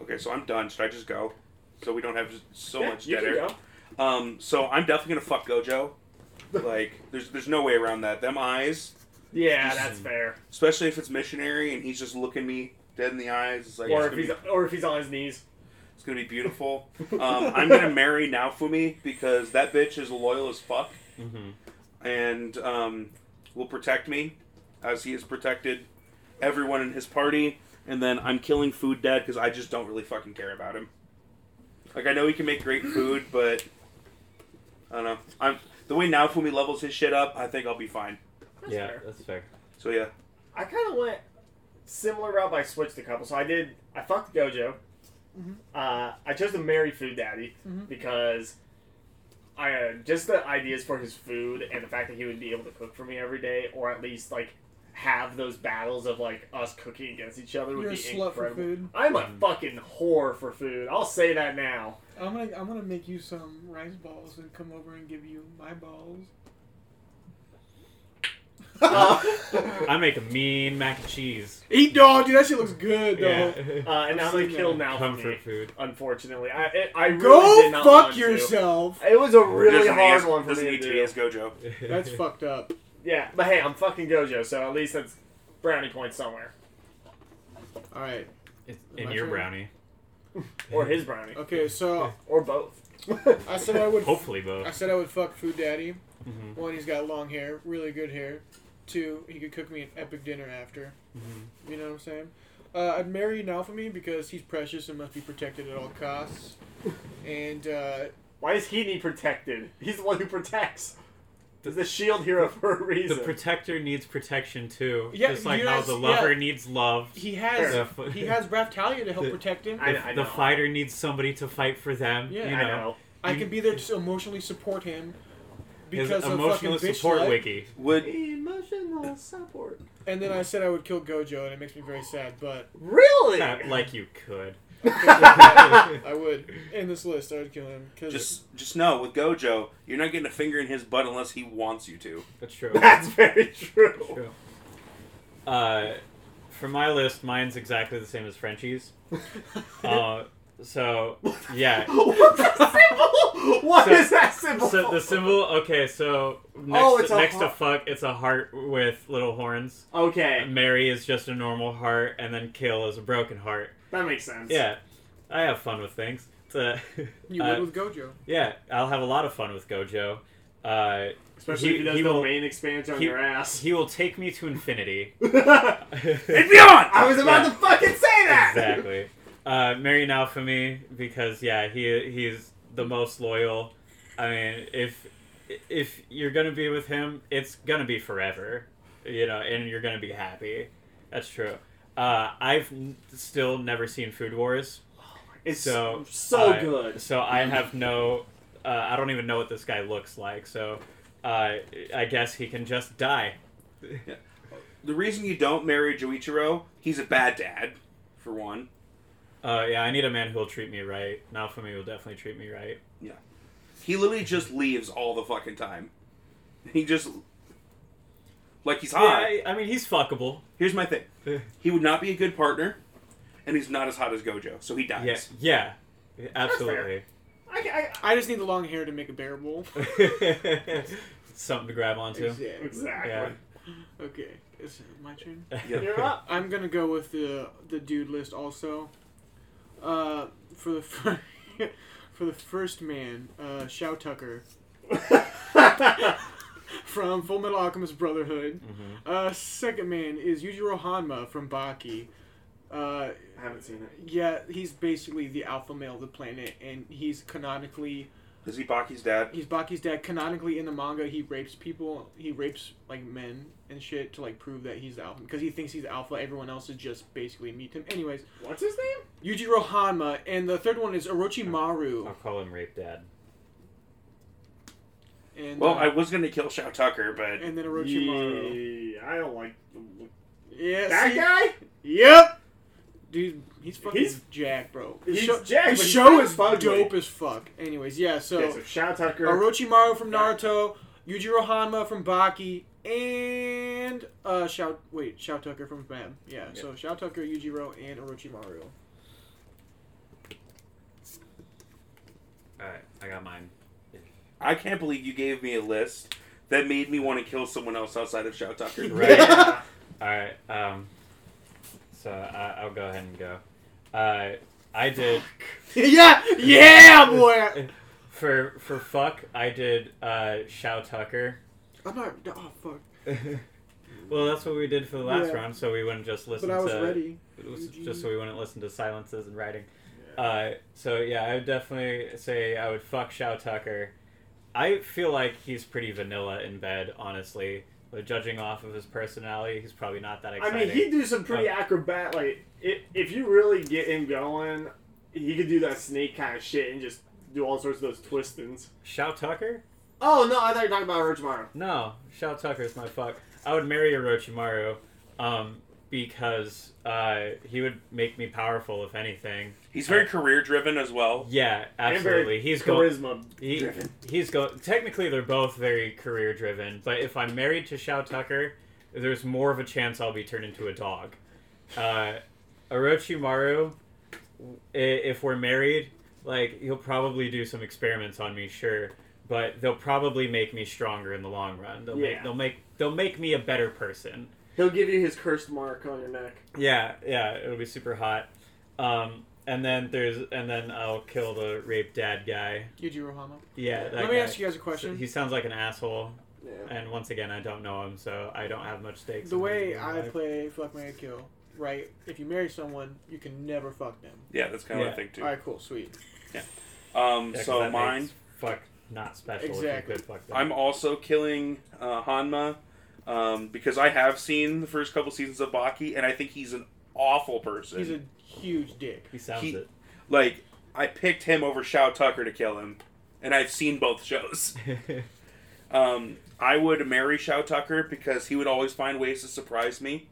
Speaker 5: Okay, so I'm done. Should I just go? So we don't have so
Speaker 1: Yeah,
Speaker 5: much
Speaker 1: you
Speaker 5: dead
Speaker 1: can
Speaker 5: air.
Speaker 1: go.
Speaker 5: Um, so I'm definitely gonna fuck
Speaker 1: [laughs]
Speaker 5: Gojo. like, there's there's no way around that. Them eyes,
Speaker 1: Yeah, that's fair.
Speaker 5: especially if it's missionary and he's just looking me dead in the eyes. It's like
Speaker 1: Or
Speaker 5: it's,
Speaker 1: if
Speaker 5: gonna
Speaker 1: he's
Speaker 5: be,
Speaker 1: or if he's on his knees.
Speaker 5: it's gonna be
Speaker 1: [laughs]
Speaker 5: beautiful. um, I'm gonna marry Naofumi because that bitch is loyal as fuck.
Speaker 1: Mm-hmm.
Speaker 2: hmm
Speaker 5: and um, will protect me as he has protected everyone in his party. And then I'm killing Food Dad because I just don't really fucking care about him. Like I know he can make great food, but I don't know. I'm the way now Fumi levels his shit up. I think I'll be fine.
Speaker 1: That's
Speaker 2: Yeah,
Speaker 1: fair.
Speaker 2: that's fair.
Speaker 5: So yeah,
Speaker 1: I kind of went similar route, but I switched a couple. So I did. I fucked Gojo.
Speaker 4: Mhm.
Speaker 1: Uh, I chose to marry Food Daddy
Speaker 4: Mhm.
Speaker 1: because I uh, just the ideas for his food and the fact that he would be able to cook for me every day, or at least like have those battles of like us cooking against each other would
Speaker 4: You're a
Speaker 1: be
Speaker 4: slut for
Speaker 1: incredible.
Speaker 4: food.
Speaker 1: I'm a
Speaker 2: Mm.
Speaker 1: fucking whore for food. I'll say that now.
Speaker 4: I'm gonna I'm gonna make you some rice balls and come over and give you my balls.
Speaker 1: uh,
Speaker 2: I make a mean mac and cheese.
Speaker 4: Eat dog, dude. That shit looks good though.
Speaker 1: uh, and now they
Speaker 4: Seen
Speaker 1: kill
Speaker 4: that.
Speaker 1: now
Speaker 2: Comfort food.
Speaker 1: Unfortunately, I it, I really
Speaker 4: Go
Speaker 1: did not want
Speaker 4: fuck
Speaker 1: to.
Speaker 4: yourself.
Speaker 1: It was a really
Speaker 5: Doesn't need
Speaker 1: hard
Speaker 5: his-
Speaker 1: one for
Speaker 5: doesn't
Speaker 1: me to
Speaker 5: need to
Speaker 1: do.
Speaker 5: be his
Speaker 2: [laughs]
Speaker 5: Gojo.
Speaker 4: That's fucked up.
Speaker 1: Yeah, but hey, I'm fucking Gojo, so at least that's brownie points somewhere.
Speaker 4: All right.
Speaker 2: It's
Speaker 4: My
Speaker 2: in your
Speaker 4: turn.
Speaker 2: brownie.
Speaker 1: Or his brownie.
Speaker 4: Okay, so
Speaker 1: Or both.
Speaker 4: I said I would.
Speaker 2: Hopefully
Speaker 4: I
Speaker 2: both.
Speaker 4: said I would fuck Food Daddy.
Speaker 2: Mhm.
Speaker 4: One, he's got long hair, really good hair. Two, he could cook me an epic dinner after.
Speaker 2: Mm-hmm.
Speaker 4: You know what I'm saying? Uh, I'd marry Nalfami because he's precious and must be protected at all costs. And uh,
Speaker 1: Why is Heaney protected? He's the one who protects. He's the shield hero for a
Speaker 2: The
Speaker 1: reason.
Speaker 2: protector needs protection too.
Speaker 4: Yeah,
Speaker 2: just like
Speaker 4: you
Speaker 2: how
Speaker 4: guys-
Speaker 2: the lover
Speaker 4: yeah.
Speaker 2: needs love.
Speaker 4: he has
Speaker 2: Fair.
Speaker 4: he has Raftalia to help protect him.
Speaker 1: I-
Speaker 2: the, the
Speaker 1: know.
Speaker 2: fighter needs somebody to fight for them.
Speaker 4: Yeah.
Speaker 2: you
Speaker 1: I know.
Speaker 4: I can be there to emotionally support him
Speaker 2: His
Speaker 4: because of fucking
Speaker 2: emotional
Speaker 4: bitch
Speaker 2: support
Speaker 4: slut.
Speaker 2: wiki.
Speaker 5: Would
Speaker 1: Emotional support.
Speaker 4: And then I said I would kill Gojo, and it makes me very sad, but
Speaker 1: Really?
Speaker 2: Not [laughs] like you could.
Speaker 1: [laughs]
Speaker 4: I would. In this list, I would kill him because
Speaker 5: just just know with Gojo, you're not getting a finger in his butt unless he wants you to.
Speaker 2: That's true.
Speaker 1: That's very true.
Speaker 2: true. Uh, for my list, mine's exactly the same
Speaker 1: [laughs]
Speaker 2: as Frenchie's. Uh, so yeah.
Speaker 1: What's that symbol? What
Speaker 2: So-
Speaker 1: is that symbol?
Speaker 2: So the symbol. Okay, so next,
Speaker 1: Oh, it's a
Speaker 2: next to
Speaker 1: heart.
Speaker 2: fuck, it's a heart with little horns.
Speaker 1: okay,
Speaker 2: Mary is just a normal heart, and then kill is a broken heart.
Speaker 1: that makes sense.
Speaker 2: Yeah, I have fun with things. It's a-
Speaker 4: [laughs] you
Speaker 2: uh,
Speaker 4: would with Gojo.
Speaker 2: yeah, I'll have a lot of fun with Gojo. Uh,
Speaker 1: Especially
Speaker 2: He-
Speaker 1: if he does
Speaker 2: he
Speaker 1: the
Speaker 2: will-
Speaker 1: main expansion on
Speaker 2: he-
Speaker 1: your [laughs] ass.
Speaker 2: he will take me to
Speaker 4: [laughs]
Speaker 2: infinity.
Speaker 1: and beyond! I was about
Speaker 2: Yeah.
Speaker 1: to fucking say that!
Speaker 2: exactly. Uh, Mary now for me because yeah, he he's the most loyal. I mean, if if you're gonna be with him, it's gonna be forever, you know, and you're gonna be happy. That's true. Uh, I've n- still never seen Food Wars,
Speaker 1: It's
Speaker 2: So,
Speaker 1: so, so
Speaker 2: I-
Speaker 1: good.
Speaker 2: so I have no. Uh, I don't even know what this guy looks like. So uh, uh, I guess he can just die.
Speaker 5: The reason you don't marry Joichiro, he's a bad dad, for one.
Speaker 2: Uh, yeah, I need a man who will treat me right. Naofumi will definitely treat me right.
Speaker 5: He literally just leaves all the fucking time. He just like he's hot.
Speaker 2: Yeah, I, I mean, he's fuckable.
Speaker 5: Here's my thing. He would not be a good partner, and he's not as hot as Gojo, so he dies.
Speaker 2: Yes, yeah, absolutely.
Speaker 1: I, I,
Speaker 4: I just need the long hair to make a bearable.
Speaker 2: [laughs] Something to grab
Speaker 4: [laughs]
Speaker 2: onto.
Speaker 1: exactly.
Speaker 2: Yeah.
Speaker 4: Okay, is it my turn? [laughs]
Speaker 1: You're up.
Speaker 4: I'm gonna go with the the dude list also. Uh, for the fir- [laughs] for the first man, uh, Shao Tucker from Full Metal Alchemist Brotherhood.
Speaker 2: Mhm.
Speaker 4: Uh, second man is Yujiro Hanma from Baki. Uh,
Speaker 1: I haven't seen it.
Speaker 4: yeah, he's basically the alpha male of the planet, and he's canonically
Speaker 5: Is he Baki's dad?
Speaker 4: he's Baki's dad. Canonically in the manga, he rapes people. He rapes like men and shit to like prove that he's the alpha because he thinks he's alpha. Everyone else is just basically meet him. Anyways,
Speaker 1: What's his name?
Speaker 4: Yujiro Hanma, and the third one is Orochimaru.
Speaker 2: I'll
Speaker 1: Oh.
Speaker 2: call him Rape Dad.
Speaker 4: And
Speaker 5: Well,
Speaker 4: uh,
Speaker 5: I was gonna kill Shao Tucker, but
Speaker 4: and then Orochimaru.
Speaker 1: Yeah, I don't like
Speaker 4: Yeah,
Speaker 1: that
Speaker 4: see?
Speaker 1: guy.
Speaker 4: Yep. Dude, he's fucking
Speaker 1: He's-
Speaker 4: Jack, bro.
Speaker 1: he's
Speaker 4: show,
Speaker 1: jacked,
Speaker 4: his
Speaker 1: but he's
Speaker 4: show
Speaker 1: fucking
Speaker 4: is
Speaker 1: ugly.
Speaker 4: dope as fuck. Anyways, yeah. So,
Speaker 1: Okay, so Shout Tucker.
Speaker 4: Orochimaru from
Speaker 1: Yeah.
Speaker 4: Naruto, Yujiro Hanma from Baki, and uh, Shout wait, Shout Tucker from Bam. Yeah, So Shout Tucker, Yujiro, and Orochimaru.
Speaker 2: All right, I got mine.
Speaker 5: I can't believe you gave me a list that made me want to kill someone else outside of
Speaker 2: [laughs]
Speaker 5: Shao Tucker.
Speaker 2: Right.
Speaker 1: Yeah.
Speaker 2: All right. Um, so I, I'll go ahead and go. Uh, I did
Speaker 4: [laughs] yeah, yeah, boy.
Speaker 2: for for fuck. I did uh, Shao Tucker.
Speaker 4: I'm not. Oh fuck.
Speaker 2: Well, that's what we did for the last
Speaker 4: Yeah.
Speaker 2: round, so we wouldn't just listen
Speaker 4: But I was
Speaker 2: to
Speaker 4: ready. E
Speaker 2: just so we wouldn't listen to silences and writing. Uh, so yeah, I would definitely say I would fuck Shao Tucker. I feel like he's pretty vanilla in bed, honestly. But judging off of his personality, he's probably not that
Speaker 1: I
Speaker 2: exciting.
Speaker 1: mean, he'd do some pretty acrobat. Like, if, if you really get him going, he could do that snake kind of shit and just do all sorts of those twistings.
Speaker 2: Shao Tucker?
Speaker 1: Oh no, I thought you were talking about Orochimaru.
Speaker 2: No, Shao Tucker is my fuck. I would marry Orochimaru, um, because uh, he would make me powerful, if anything.
Speaker 5: He's very career driven as well.
Speaker 2: Yeah,
Speaker 1: And very
Speaker 2: absolutely. He's going.
Speaker 1: charisma.
Speaker 2: He, he's go. Technically, they're both very career driven, but if I'm married to Shao Tucker, there's more of a chance I'll be turned into a dog. Uh, Orochimaru, i- if we're married, like he'll probably do some experiments on me, sure, but they'll probably make me stronger in the long run. They'll
Speaker 1: Yeah.
Speaker 2: make they'll make they'll make me a better person.
Speaker 1: He'll give you his cursed mark on your neck.
Speaker 2: Yeah, yeah, it'll be super hot. Um, and then there's and then I'll kill the rape dad guy.
Speaker 4: Yujiro Hanma.
Speaker 2: Yeah, that
Speaker 4: Let me
Speaker 2: guy.
Speaker 4: ask you guys a question.
Speaker 2: He sounds like an asshole,
Speaker 1: Yeah.
Speaker 2: and once again, I don't know him, so I don't have much stakes.
Speaker 4: The
Speaker 2: in
Speaker 4: way
Speaker 2: his
Speaker 4: I
Speaker 2: life.
Speaker 4: play Fuck Marry Kill, right? If you marry someone, you can never fuck them.
Speaker 5: Yeah, that's kind of
Speaker 2: Yeah.
Speaker 5: what I think too.
Speaker 4: All right, cool, sweet.
Speaker 5: Um,
Speaker 2: Yeah, 'cause
Speaker 5: so
Speaker 2: that
Speaker 5: mine.
Speaker 2: makes fuck, not special.
Speaker 4: Exactly.
Speaker 2: If you could fuck them.
Speaker 5: I'm also killing uh, Hanma um, because I have seen the first couple seasons of Baki, and I think he's an awful person.
Speaker 4: He's a huge dick.
Speaker 2: He sounds
Speaker 5: he-
Speaker 2: it.
Speaker 5: like I picked him over Shao Tucker to kill him, and I've seen both shows.
Speaker 2: [laughs]
Speaker 5: Um, I would marry Shao Tucker because he would always find ways to surprise me.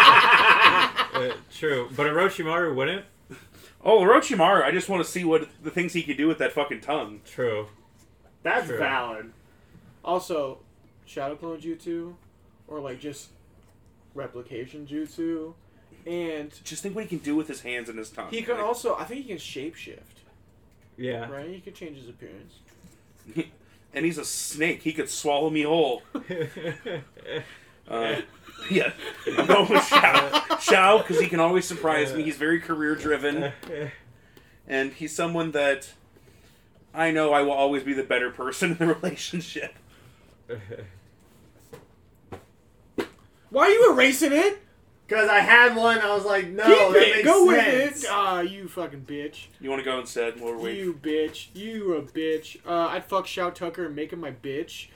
Speaker 2: Uh, true, but Orochimaru wouldn't.
Speaker 5: Oh, Orochimaru! I just want to see what the things he could do with that fucking tongue.
Speaker 2: True.
Speaker 1: That's
Speaker 2: True.
Speaker 1: valid.
Speaker 4: Also, Shadow Clone Jutsu, or like just replication Jutsu, and
Speaker 5: Just think what he can do with his hands and his tongue.
Speaker 4: he can
Speaker 5: Like,
Speaker 4: also. I think he can shapeshift,
Speaker 2: Yeah.
Speaker 4: right? He could change his appearance.
Speaker 5: and he's a snake. He could swallow me whole.
Speaker 2: [laughs]
Speaker 5: Uh, yeah, I'm going with [laughs] Shao. Shao, because he can always surprise me. He's very career driven, and he's someone that I know I will always be the better person in the [laughs] relationship.
Speaker 4: Why are you erasing it?
Speaker 1: Cause I had one, I was like, no,
Speaker 4: Keep
Speaker 1: Oh, that
Speaker 4: it.
Speaker 1: makes
Speaker 4: Go
Speaker 1: sense.
Speaker 4: with it. Ah, you fucking bitch.
Speaker 5: You want to go instead? We'll wait.
Speaker 4: You bitch. You a bitch. Uh, I'd fuck Shao Tucker and make him my bitch.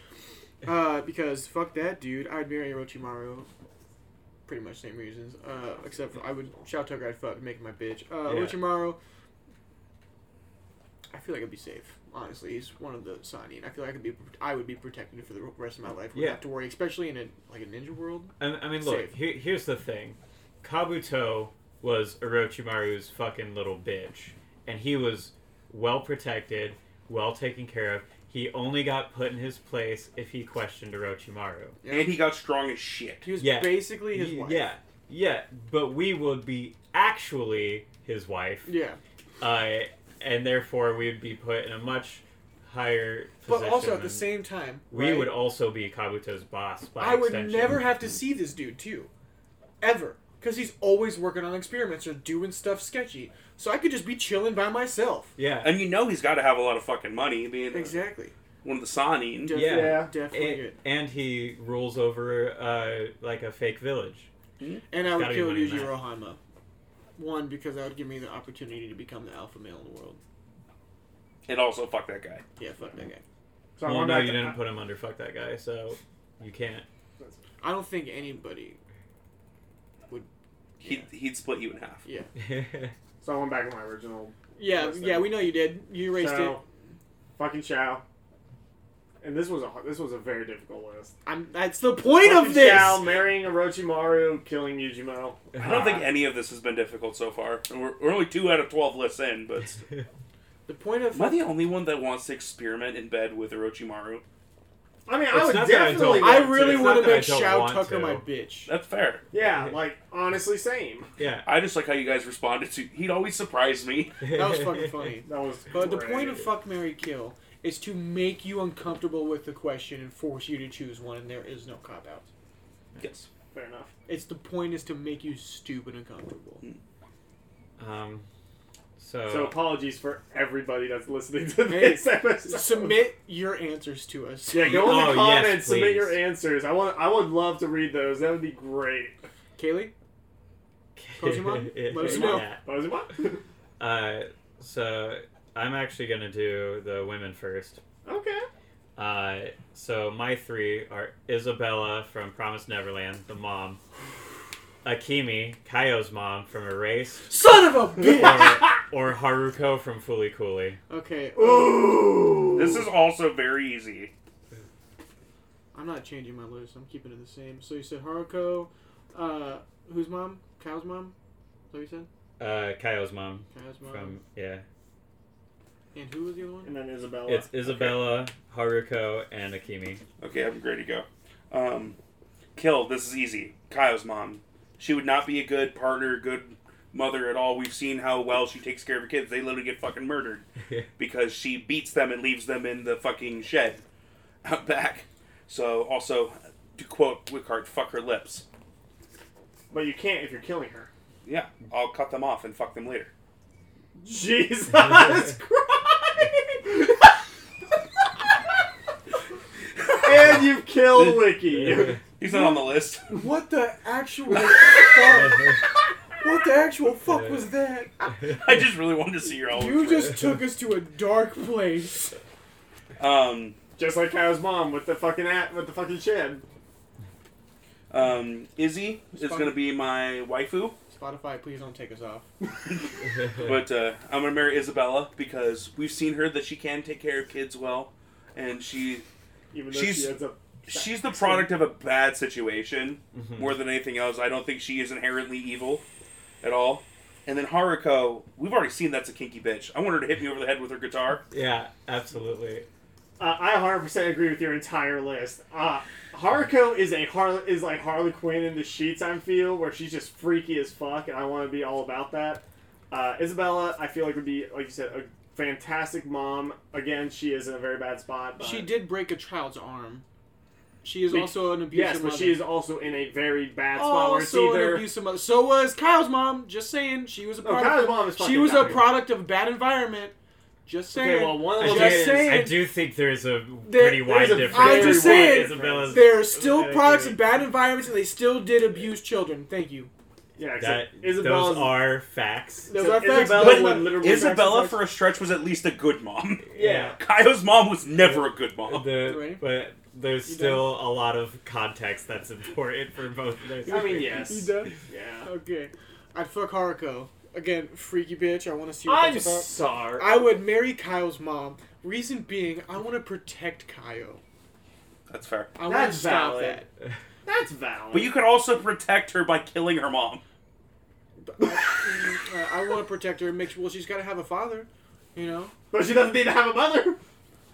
Speaker 4: Uh, because fuck that dude. I'd marry Orochimaru. Pretty much same reasons. Uh, except for I would Shao Tucker I'd fuck and make him my bitch. Uh,
Speaker 2: Yeah.
Speaker 4: Orochimaru. I feel like I'd be safe. Honestly, he's one of the signing. I feel like I'd be I would be protected for the rest of my life. Wouldn't
Speaker 2: Yeah.
Speaker 4: have to worry, especially in a like a ninja world.
Speaker 2: I, I mean, look.
Speaker 4: Safe.
Speaker 2: Here, here's the thing. Kabuto was Orochimaru's fucking little bitch, and he was well protected, well taken care of. He only got put in his place if he questioned Orochimaru.
Speaker 5: And he got strong as shit.
Speaker 4: He was
Speaker 2: Yeah.
Speaker 4: basically his
Speaker 2: Y-
Speaker 4: wife.
Speaker 2: Yeah, yeah. But we would be actually his wife,
Speaker 4: Yeah.
Speaker 2: uh, and therefore we would be put in a much higher
Speaker 4: But
Speaker 2: position.
Speaker 4: also at the
Speaker 2: and
Speaker 4: same time,
Speaker 2: we
Speaker 4: right,
Speaker 2: would also be Kabuto's boss. By
Speaker 4: I would
Speaker 2: extension.
Speaker 4: never have to see this dude too, ever, because he's always working on experiments or doing stuff sketchy. So I could just be chilling by myself.
Speaker 2: Yeah,
Speaker 5: And you know he's got to have a lot of fucking money, being
Speaker 4: Exactly.
Speaker 5: one of the Sanin.
Speaker 4: Definitely,
Speaker 2: Yeah.
Speaker 1: Yeah.
Speaker 4: Definitely
Speaker 2: and,
Speaker 4: good.
Speaker 2: and he rules over uh, like a fake village.
Speaker 4: And I would
Speaker 2: gotta be
Speaker 4: kill
Speaker 2: money in
Speaker 4: Yuji
Speaker 2: that.
Speaker 4: Rohama. One because that would give me the opportunity to become the alpha male in the world.
Speaker 5: And also, fuck that guy.
Speaker 4: Yeah, fuck that guy.
Speaker 1: So I
Speaker 2: well,
Speaker 1: went
Speaker 2: no,
Speaker 1: back
Speaker 2: you
Speaker 1: to-
Speaker 2: didn't put him under fuck that guy, so you can't.
Speaker 4: I don't think anybody.
Speaker 5: He'd, he'd split you in half.
Speaker 4: Yeah.
Speaker 1: So I went back to my original.
Speaker 4: Yeah.
Speaker 1: Yes,
Speaker 4: Yeah.
Speaker 1: then.
Speaker 4: We know you did. You erased
Speaker 1: so,
Speaker 4: it.
Speaker 1: Fucking Chow. And this was a this was a very difficult list.
Speaker 4: I'm. That's the point of
Speaker 1: Fucking
Speaker 4: this.
Speaker 1: Chow marrying Orochimaru, killing Yujimo.
Speaker 5: I
Speaker 1: [sighs]
Speaker 5: don't
Speaker 1: Ah.
Speaker 5: think any of this has been difficult so far. And we're, we're only two out of 12 lists in, but.
Speaker 2: [laughs]
Speaker 4: The point of.
Speaker 5: Am I the only one that wants to experiment in bed with Orochimaru?
Speaker 1: I mean, I
Speaker 2: It's
Speaker 1: would
Speaker 2: not that I
Speaker 1: definitely.
Speaker 2: don't
Speaker 4: I
Speaker 1: want to.
Speaker 4: really
Speaker 2: It's not
Speaker 4: want to
Speaker 2: that I
Speaker 4: make
Speaker 2: don't
Speaker 4: Shao
Speaker 2: want
Speaker 4: Tucker
Speaker 2: to.
Speaker 4: my
Speaker 1: [laughs]
Speaker 4: bitch.
Speaker 5: That's fair.
Speaker 1: Yeah, like honestly, same.
Speaker 2: yeah.
Speaker 5: I just like how you guys responded to. He'd always surprise me.
Speaker 4: That was fucking funny.
Speaker 1: That was.
Speaker 4: But the
Speaker 1: great.
Speaker 4: point of fuck Mary Kill is to make you uncomfortable with the question and force you to choose one, and there is no cop out.
Speaker 5: Yes.
Speaker 1: Fair enough.
Speaker 4: It's the point is to make you stupid uncomfortable.
Speaker 2: [laughs] Um. So.
Speaker 1: So apologies for everybody that's listening to
Speaker 4: Hey,
Speaker 1: this [laughs] episode.
Speaker 4: Submit your answers to us.
Speaker 1: Yeah, go in
Speaker 2: Oh,
Speaker 1: the
Speaker 2: yes,
Speaker 1: comments. submit
Speaker 2: please.
Speaker 1: your answers. I want. I would love to read those. That would be great.
Speaker 4: Kaylee,
Speaker 2: [laughs]
Speaker 4: Pokemon? Let us know.
Speaker 2: Yeah.
Speaker 1: What was it, what?
Speaker 2: [laughs] Uh, so I'm actually gonna do the women first.
Speaker 1: okay.
Speaker 2: Uh, so my three are Isabella from Promised Neverland, the mom. Akimi, Kaio's mom from Erased,
Speaker 4: son of a bitch.
Speaker 2: or, or Haruko from Fooly Cooly.
Speaker 4: okay, um,
Speaker 1: Ooh.
Speaker 5: This is also very easy.
Speaker 4: I'm not changing my list. I'm keeping it the same. So you said Haruko, uh, whose mom? Kyle's mom. Is that what you said?
Speaker 2: Uh, Kaio's mom
Speaker 4: Kyle's mom.
Speaker 2: from yeah.
Speaker 4: And who was the other one?
Speaker 1: And then Isabella.
Speaker 2: It's Isabella, Haruko, and Akimi.
Speaker 5: Okay, I'm ready to go. Um, kill. This is easy. Kaio's mom. She would not be a good partner, good mother at all. We've seen how well she takes care of her kids. They literally get fucking murdered because she beats them and leaves them in the fucking shed out back. So also, to quote Wickard, "Fuck her lips."
Speaker 1: But you can't if you're killing her.
Speaker 5: Yeah, I'll cut them off and fuck them later.
Speaker 1: Jesus Christ! and you've killed
Speaker 2: [laughs]
Speaker 1: Wiki.
Speaker 5: He's not on the list.
Speaker 4: [laughs]
Speaker 5: [laughs]
Speaker 4: What the [laughs] actual fuck? What the actual fuck was that?
Speaker 5: I just really wanted to see your all.
Speaker 4: You just took us to a dark place.
Speaker 5: Um,
Speaker 1: Just like Kyle's mom with the fucking at with the fucking shed.
Speaker 5: um, Izzy is
Speaker 4: fine.
Speaker 5: gonna be my waifu,
Speaker 4: Spotify, please don't take us off.
Speaker 5: but uh, I'm gonna marry Isabella because we've seen her that she can take care of kids well, and she
Speaker 1: Even though
Speaker 5: She's-
Speaker 1: she ends up.
Speaker 5: she's the product of a bad situation
Speaker 1: Mm-hmm.
Speaker 5: more than anything else. I don't think she is inherently evil at all. And then Haruko, we've already seen that's a kinky bitch. I want her to hit me over the head with her guitar.
Speaker 2: Yeah, absolutely.
Speaker 1: Uh, I 100% agree with your entire list. Uh, Haruko is a Har- is like Harley Quinn in the sheets. I feel where she's just freaky as fuck, and I want to be all about that. Uh, Isabella, I feel like would be like you said a fantastic mom. Again, she is in a very bad spot. But
Speaker 4: She did break a child's arm. She is
Speaker 1: Be-
Speaker 4: also an abusive
Speaker 1: Yes, but
Speaker 4: mother.
Speaker 1: she is also in a very bad spot where it's
Speaker 4: also an
Speaker 1: either
Speaker 4: abusive mother. So was Kyle's mom. Just saying, she was a
Speaker 1: No,
Speaker 4: product.
Speaker 1: Kyle's
Speaker 4: of-
Speaker 1: mom is
Speaker 4: she
Speaker 1: fucking
Speaker 4: was a
Speaker 1: valuable.
Speaker 4: product of a bad environment. Just saying.
Speaker 1: Okay, well, one
Speaker 2: I
Speaker 1: of
Speaker 4: Well,
Speaker 2: do,
Speaker 1: them
Speaker 4: that's
Speaker 1: is
Speaker 4: just saying-
Speaker 2: I do think there's a
Speaker 4: There-
Speaker 2: pretty
Speaker 4: there's
Speaker 2: wide
Speaker 1: a
Speaker 2: difference.
Speaker 1: very
Speaker 4: I'm just
Speaker 1: wide
Speaker 4: saying,
Speaker 1: difference.
Speaker 2: Isabella's
Speaker 4: They're still
Speaker 1: Okay,
Speaker 4: products
Speaker 1: dude.
Speaker 4: of bad environments, and they still did abuse children. Thank you.
Speaker 1: yeah,
Speaker 2: that,
Speaker 1: except
Speaker 2: those
Speaker 1: Isabella's
Speaker 2: are facts.
Speaker 4: Those
Speaker 1: So
Speaker 4: are facts.
Speaker 1: Isabella
Speaker 4: but-
Speaker 1: would literally-
Speaker 5: Isabella, for a stretch, was at least a good mom. [laughs]
Speaker 1: yeah.
Speaker 5: Kaio's mom was never a good mom.
Speaker 2: The-
Speaker 4: Right.
Speaker 2: but there's
Speaker 4: You
Speaker 2: still a lot of context that's important for both of those.
Speaker 1: I mean,
Speaker 2: things.
Speaker 1: yes.
Speaker 4: You done?
Speaker 1: Yeah.
Speaker 4: Okay. I'd fuck Haruko. Again, freaky bitch. I want to see what
Speaker 1: I'm
Speaker 4: that's about.
Speaker 1: sorry.
Speaker 4: I would marry Kyle's mom. Reason being, I want to protect Kyle.
Speaker 5: That's fair.
Speaker 4: I want to
Speaker 1: That's
Speaker 4: stop
Speaker 1: valid.
Speaker 4: that.
Speaker 1: That's valid.
Speaker 5: But you could also protect her by killing her mom.
Speaker 4: Uh, I want to protect her. and Make well, she's got to have a father. You know,
Speaker 1: But she doesn't need to have a mother.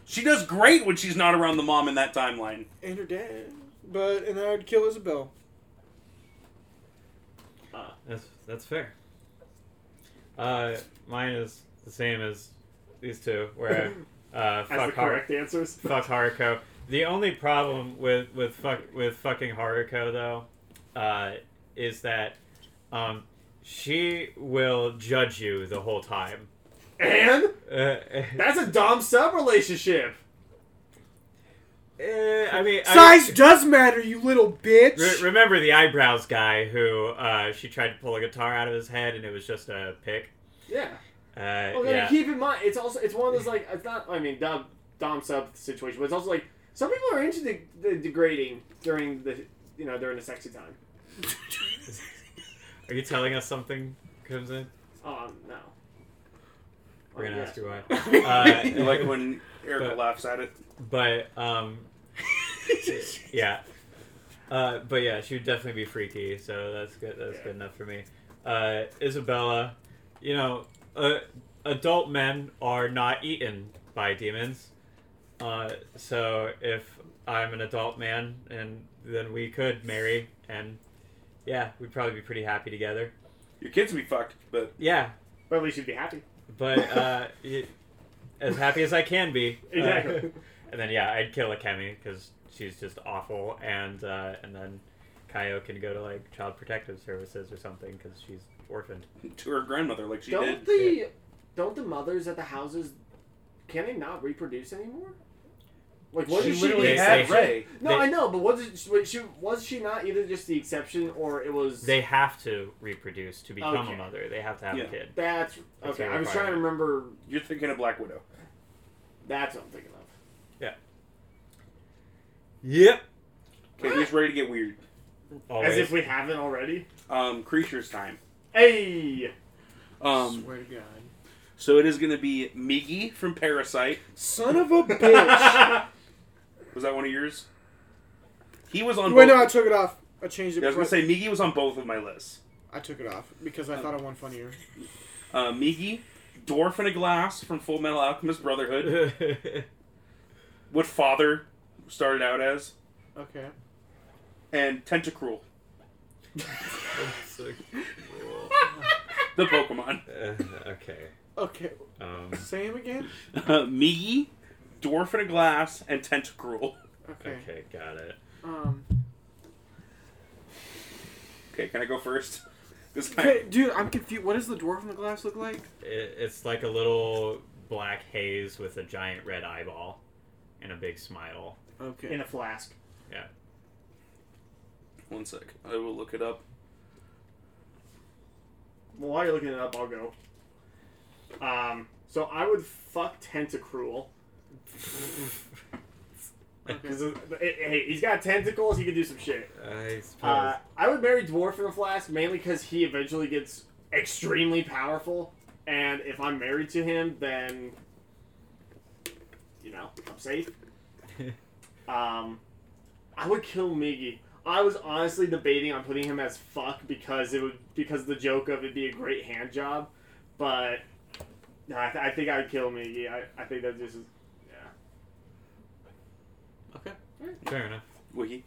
Speaker 5: She does great when she's not around the mom in that timeline.
Speaker 4: and her dad. But and I would kill Isabel.
Speaker 2: That's that's fair. Uh, mine is the same as these two, where I, uh,
Speaker 1: That's the
Speaker 2: fuck Har-
Speaker 1: correct answers.
Speaker 2: fuck Haruko. The only problem with with fuck with fucking Haruko though, uh, is that um, she will judge you the whole time.
Speaker 1: And
Speaker 2: Uh, [laughs] eh,
Speaker 1: that's a dom sub relationship.
Speaker 2: eh, I mean, I-
Speaker 4: Size does matter, you little bitch.
Speaker 2: Re- remember the eyebrows guy who uh, she tried to pull a guitar out of his head and it was just a pick.
Speaker 1: Yeah.
Speaker 2: Uh,
Speaker 1: Well, then
Speaker 2: yeah.
Speaker 1: keep in mind, it's also it's one of those like it's not. I mean, dom dom sub situation, but it's also like some people are into the, the degrading during the you know during the sexy time.
Speaker 2: Are you telling us something comes in?
Speaker 1: Um, no.
Speaker 2: We're
Speaker 1: Um,
Speaker 2: gonna
Speaker 1: yeah.
Speaker 2: ask you why. Uh,
Speaker 5: like when Erica
Speaker 2: But-
Speaker 5: laughs at it.
Speaker 2: but um, yeah. Uh, but yeah, she would definitely be freaky, so that's good. That's good enough for me. Uh, Isabella, you know, uh, adult men are not eaten by demons. Uh, so if I'm an adult man, and then we could marry, and yeah, we'd probably be pretty happy together.
Speaker 5: Your kids would be fucked, but
Speaker 2: Yeah,
Speaker 1: But at least you'd be
Speaker 2: [laughs]
Speaker 1: happy.
Speaker 2: but uh, y- as happy as I can be. Uh,
Speaker 1: Exactly.
Speaker 2: and then yeah, I'd kill Akemi because she's just awful, and uh, and then Kaio can go to like child protective services or something because she's orphaned.
Speaker 5: to her grandmother, like she
Speaker 1: don't
Speaker 5: did.
Speaker 1: the don't the mothers at the houses can they not reproduce anymore? Like what
Speaker 5: She
Speaker 1: did she
Speaker 5: literally
Speaker 2: They-
Speaker 5: had
Speaker 2: they-
Speaker 5: Ray.
Speaker 1: No,
Speaker 2: they-
Speaker 1: I know, but was it, was she was she not either just the exception or it was
Speaker 2: They have to reproduce to become
Speaker 1: Okay.
Speaker 2: a mother. They have to have
Speaker 5: Yeah.
Speaker 2: a kid.
Speaker 1: that's
Speaker 2: That's
Speaker 1: okay.
Speaker 2: a
Speaker 1: I was trying to
Speaker 2: requirement.
Speaker 1: remember.
Speaker 5: You're thinking of Black Widow.
Speaker 1: That's what I'm thinking of.
Speaker 2: Yep.
Speaker 5: Okay, he's ready to get weird.
Speaker 2: Always.
Speaker 1: As if
Speaker 2: [laughs]
Speaker 1: we haven't already.
Speaker 5: Um, creatures time.
Speaker 1: Hey,
Speaker 5: Um,
Speaker 4: Swear to God.
Speaker 5: so it is going to be Miggy from Parasite.
Speaker 4: Son of a bitch.
Speaker 5: Was that one of yours? He was
Speaker 4: [laughs]
Speaker 5: on.
Speaker 4: Wait,
Speaker 5: both.
Speaker 4: no, I took it off. I changed it.
Speaker 5: I was
Speaker 4: before-
Speaker 5: going to say Miggy was on both of my lists.
Speaker 4: I took it off because I thought I won funnier.
Speaker 5: Uh, Miggy, dwarf in a glass from Full Metal Alchemist Brotherhood.
Speaker 2: [laughs]
Speaker 5: what father started out as,
Speaker 4: Okay.
Speaker 5: and Tentacruel, the Pokemon.
Speaker 2: Uh, okay.
Speaker 4: Okay.
Speaker 2: Um,
Speaker 4: Say him again.
Speaker 5: [laughs] Uh, Miggy, dwarf in a glass, and Tentacruel.
Speaker 4: Okay.
Speaker 2: okay, got it.
Speaker 4: Um.
Speaker 5: Okay, can I go first? This guy.
Speaker 4: Okay, dude, I'm confused. What does the dwarf in the glass look like?
Speaker 2: It, it's like a little black haze with a giant red eyeball and a big smile.
Speaker 4: Okay.
Speaker 1: in a flask.
Speaker 2: Yeah.
Speaker 5: One sec. I will look it up.
Speaker 1: Well, while you're looking it up, I'll go. Um, so I would fuck Tentacruel.
Speaker 2: [laughs]
Speaker 1: [laughs] Because hey, he's got tentacles. He can do some shit.
Speaker 2: I suppose. [laughs]
Speaker 1: Uh, I would marry Dwarf in a Flask mainly because he eventually gets extremely powerful, and if I'm married to him, then you know I'm safe. um, I would kill Miggy. I was honestly debating on putting him as fuck because it would because the joke of it'd be a great hand job, but no, I, th- I think I'd kill Miggy. I, I think that just is, yeah.
Speaker 2: okay. Fair enough.
Speaker 5: Wiki.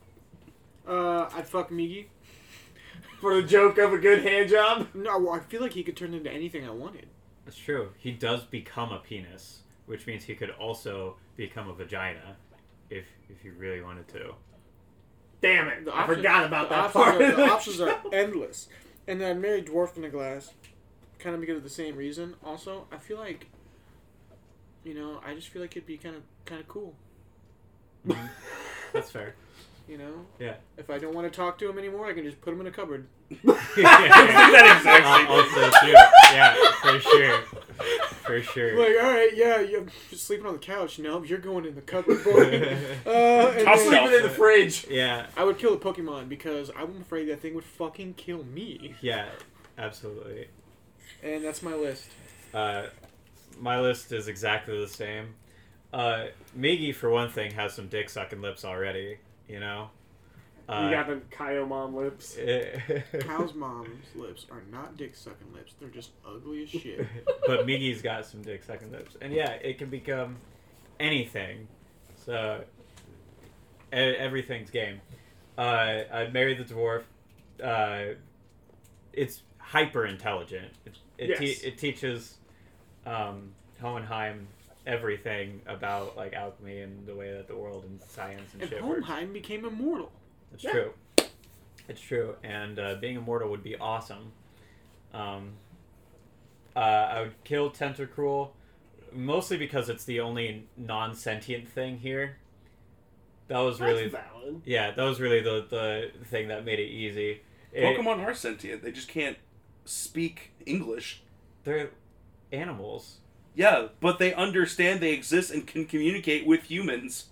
Speaker 4: Uh, I'd fuck Miggy.
Speaker 1: for the joke of a good hand job.
Speaker 4: No, I feel like he could turn into anything I wanted.
Speaker 2: That's true. He does become a penis, which means he could also become a vagina if if you really wanted to.
Speaker 1: Damn it!
Speaker 4: The
Speaker 1: I
Speaker 4: options-
Speaker 1: forgot about
Speaker 4: the
Speaker 1: that
Speaker 4: options
Speaker 1: part. [laughs]
Speaker 4: Are, the options are endless. And then I married Dwarf in a Glass, kind of because of the same reason. Also, I feel like, you know, I just feel like it'd be kind of kind of cool.
Speaker 2: That's fair.
Speaker 4: You know,
Speaker 2: Yeah.
Speaker 4: if I don't want to talk to him anymore, I can just put him in a cupboard.
Speaker 5: That exactly.
Speaker 2: Uh, also
Speaker 1: [laughs]
Speaker 2: too. Yeah, for sure. For sure.
Speaker 4: Like, all right, yeah, you're sleeping on the couch. No, you're going in the
Speaker 2: [laughs]
Speaker 4: cupboard, boy. uh, and
Speaker 5: I'll
Speaker 4: then-
Speaker 5: sleep
Speaker 1: Even in the fridge.
Speaker 2: yeah,
Speaker 4: I would kill the Pokemon because I'm afraid that thing would fucking kill me.
Speaker 2: yeah, absolutely.
Speaker 4: And that's my list.
Speaker 2: Uh, my list is exactly the same. Uh, Miggy, for one thing, has some dick sucking lips already. You know. Uh,
Speaker 1: you got the Kaio mom lips.
Speaker 2: [laughs]
Speaker 4: Cow's mom's lips are not dick sucking lips. They're just ugly as [laughs] shit.
Speaker 2: but Miggy's got some dick sucking lips, and yeah, it can become anything. So e- everything's game. Uh, I married the dwarf. Uh, it's hyper intelligent. It, it,
Speaker 1: Yes.
Speaker 2: te- it teaches um, Hohenheim everything about like alchemy and the way that the world and science and,
Speaker 4: and
Speaker 2: shit works.
Speaker 4: Hohenheim became immortal.
Speaker 2: It's true. It's true. And uh, being immortal would be awesome. Um, uh, I would kill Tentacruel, mostly because it's the only non sentient thing here. That was really,
Speaker 1: That's valid.
Speaker 2: yeah, that was really the, the thing that made it easy. It-
Speaker 5: Pokemon are sentient. They just can't speak English.
Speaker 2: They're animals.
Speaker 5: Yeah, but they understand they exist and can communicate with humans.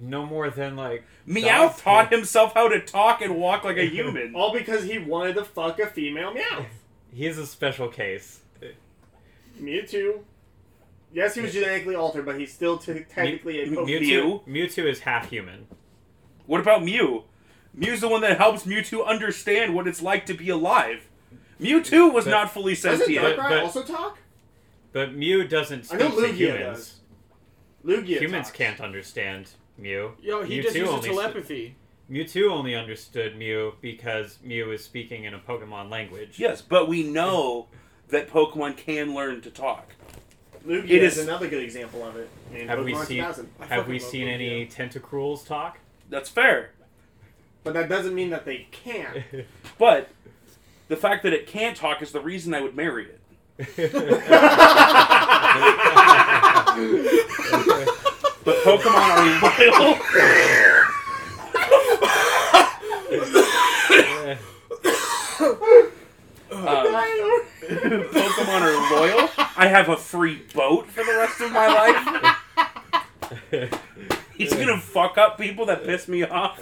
Speaker 2: No more than like
Speaker 5: Meowth
Speaker 2: Dogs
Speaker 5: taught
Speaker 2: can-
Speaker 5: himself how to talk and walk like a human.
Speaker 1: All because he wanted to fuck a female meow.
Speaker 2: he's a special case.
Speaker 1: Mewtwo. Yes, he was genetically altered, but he's still t- technically a
Speaker 5: Mew-
Speaker 1: Pokemon.
Speaker 2: Mewtwo, Mewtwo is half human.
Speaker 5: What about Mew? Mew's the one that helps Mewtwo understand what it's like to be alive. Mewtwo was
Speaker 2: But-
Speaker 5: not fully
Speaker 1: Doesn't
Speaker 5: sentient.
Speaker 2: But-
Speaker 1: Darkrai
Speaker 2: but-
Speaker 1: also talk?
Speaker 2: But Mew doesn't
Speaker 1: I
Speaker 2: speak
Speaker 1: know
Speaker 2: to
Speaker 1: Lugia
Speaker 2: humans.
Speaker 1: does. Lugia.
Speaker 2: Humans
Speaker 1: talks.
Speaker 2: can't understand Mew.
Speaker 4: Yo, he
Speaker 2: Mewtwo
Speaker 4: just uses
Speaker 2: only st-
Speaker 4: telepathy.
Speaker 2: Mewtwo only understood Mew because Mew is speaking in a Pokemon language.
Speaker 5: Yes, but we know that Pokemon can learn to talk.
Speaker 1: Lugia
Speaker 5: It
Speaker 1: is
Speaker 5: is-
Speaker 1: another good example of it. In
Speaker 2: Have
Speaker 1: Pokemon
Speaker 2: we seen-
Speaker 1: 2000.
Speaker 4: I
Speaker 2: Have
Speaker 4: fucking
Speaker 2: we
Speaker 4: love
Speaker 2: seen
Speaker 4: Lugia.
Speaker 2: any Tentacruels talk? [laughs]
Speaker 5: That's fair.
Speaker 1: But that doesn't mean that they can't.
Speaker 2: [laughs]
Speaker 5: But the fact that it can't talk is the reason I would marry it. But Pokemon are loyal. Uh, Pokemon are loyal. I have a free boat for the rest of my life. He's gonna fuck up people that piss me off.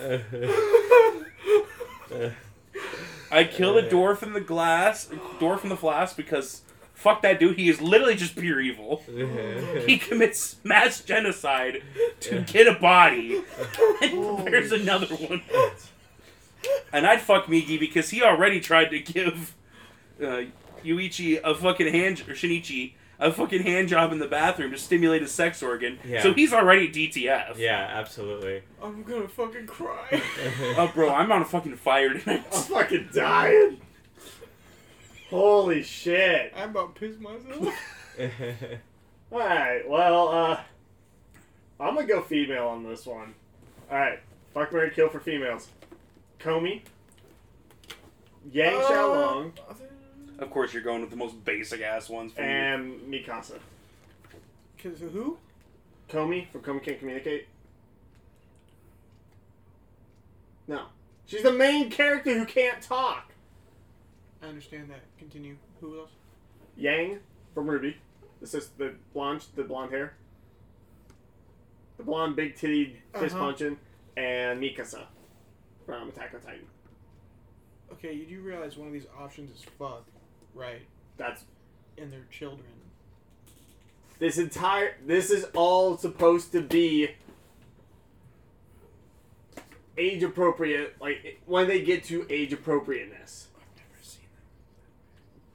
Speaker 5: I kill the dwarf in the glass, dwarf in the flask because fuck that dude. He is literally just pure evil.
Speaker 2: [laughs]
Speaker 5: He commits mass genocide to get a body. [laughs] And there's another one. And I'd fuck Migi because he already tried to give uh, Yuichi a fucking hand or Shinichi a fucking hand job in the bathroom to stimulate his sex organ.
Speaker 2: Yeah.
Speaker 5: So he's already DTF.
Speaker 2: yeah, absolutely.
Speaker 4: I'm gonna fucking cry.
Speaker 5: Oh, bro, I'm on a fucking fire tonight. [laughs]
Speaker 1: I'm fucking dying. Holy shit.
Speaker 4: I'm about to piss myself.
Speaker 1: Alright, well, uh, I'm gonna go female on this one. Alright, fuck Mary Kill for females. Comey. Yang
Speaker 4: Uh,
Speaker 1: Xiaolong.
Speaker 5: Of course, you're going with the most basic ass ones. From
Speaker 2: Eh.
Speaker 5: your-
Speaker 1: And Mikasa.
Speaker 4: [laughs] Cause who?
Speaker 1: Comey from Comey Can't Communicate. No. She's the main character who can't talk.
Speaker 4: I understand that. Continue. Who else?
Speaker 1: Yang from Ruby. This is the blonde, the blonde hair. The blonde, big titty, fist
Speaker 4: Uh-huh.
Speaker 1: punching, and Mikasa from Attack on Titan.
Speaker 4: Okay, you do realize one of these options is fuck, right?
Speaker 1: That's
Speaker 4: And they're children.
Speaker 1: this entire. This is all supposed to be age appropriate. Like when they get to age appropriateness.
Speaker 5: I've never seen that.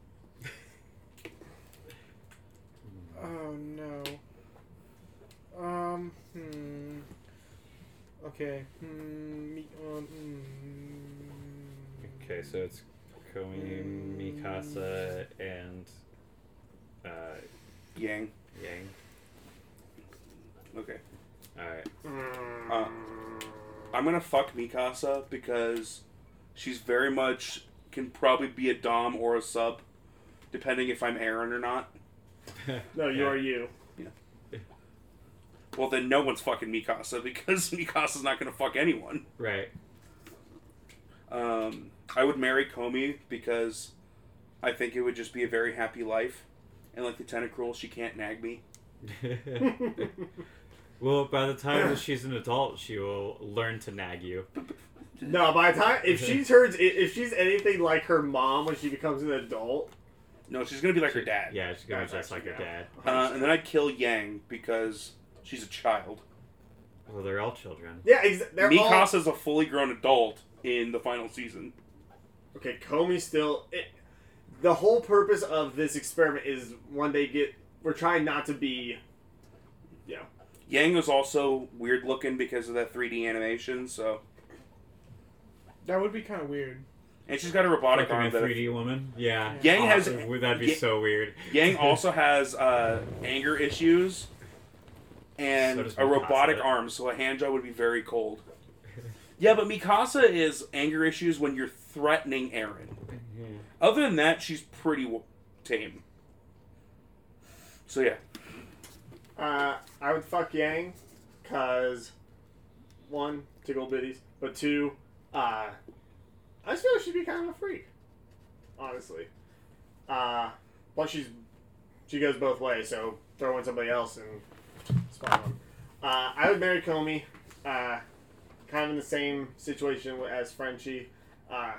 Speaker 4: Oh no. Um. Hmm. Okay. Hmm. Me, um, hmm.
Speaker 2: Okay, so it's Komi, Mikasa, and uh,
Speaker 5: Yang.
Speaker 2: Yang.
Speaker 5: Okay.
Speaker 2: Alright.
Speaker 5: Uh, I'm gonna fuck Mikasa because she's very much can probably be a dom or a sub, depending if I'm Aaron or not.
Speaker 1: No, you
Speaker 2: Yeah.
Speaker 1: are you.
Speaker 5: Well, then no one's fucking Mikasa [laughs] because Mikasa's not gonna fuck anyone.
Speaker 4: [laughs]
Speaker 2: Right. [laughs]
Speaker 5: Um, I would marry Komi because I think it would just be a very happy life. And like the Tentacruel, she can't nag me.
Speaker 2: well, by the time that she's an adult, she will learn to nag you.
Speaker 1: No, by the time if she turns, if she's anything like her mom when she becomes an adult,
Speaker 5: No, she's gonna be like her dad.
Speaker 2: Yeah, she's gonna
Speaker 1: That's
Speaker 2: dress like her
Speaker 1: actually
Speaker 2: dad.
Speaker 5: Uh, and then I'd kill Yang because she's a child.
Speaker 2: Well, they're all children.
Speaker 1: Yeah, ex- they're all
Speaker 5: Mikasa is a fully grown adult in the final season.
Speaker 1: Okay, Comey's still. It, the whole purpose of this experiment is when they get. We're trying not to be. Yeah.
Speaker 5: Yang was also weird looking because of that 3D animation. So,
Speaker 4: That would be kind of weird.
Speaker 5: and she's got a robotic
Speaker 2: Like a
Speaker 5: arm that
Speaker 2: 3D woman. Yeah.
Speaker 5: Yang has-
Speaker 2: Awesome. Would that be
Speaker 5: Yang-
Speaker 2: so weird?
Speaker 5: [laughs]
Speaker 2: [laughs]
Speaker 5: Yang also has uh, anger issues
Speaker 2: So
Speaker 5: and
Speaker 2: does
Speaker 5: a robotic
Speaker 2: Mikasa.
Speaker 5: arm, so a hand job would be very cold. Yeah, but Mikasa is anger issues when you're threatening Aaron.
Speaker 2: Mm-hmm.
Speaker 5: Other than that, she's pretty w- tame. So yeah,
Speaker 1: Uh, I would fuck Yang, cause one tickle bitties, but two, uh, I just feel she'd be kind of a freak, honestly. Uh, plus she's she goes both ways, so throw in somebody else and spot them. Uh, I would marry Comey, uh, kind of in the same situation as Frenchie. Uh,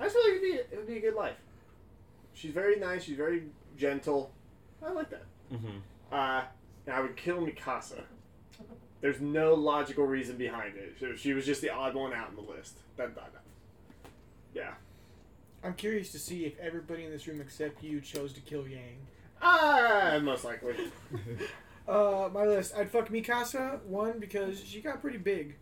Speaker 1: I just feel like it'd be it would be a good life. She's very nice. She's very gentle. I like that.
Speaker 2: Mhm.
Speaker 1: Uh, and I would kill Mikasa. There's no logical reason behind it. She, she was just the odd one out in the list. That, that, that. Yeah.
Speaker 4: I'm curious to see if everybody in this room except you chose to kill Yang.
Speaker 1: Ah, most likely.
Speaker 4: Uh, my list. I'd fuck Mikasa one because she got pretty big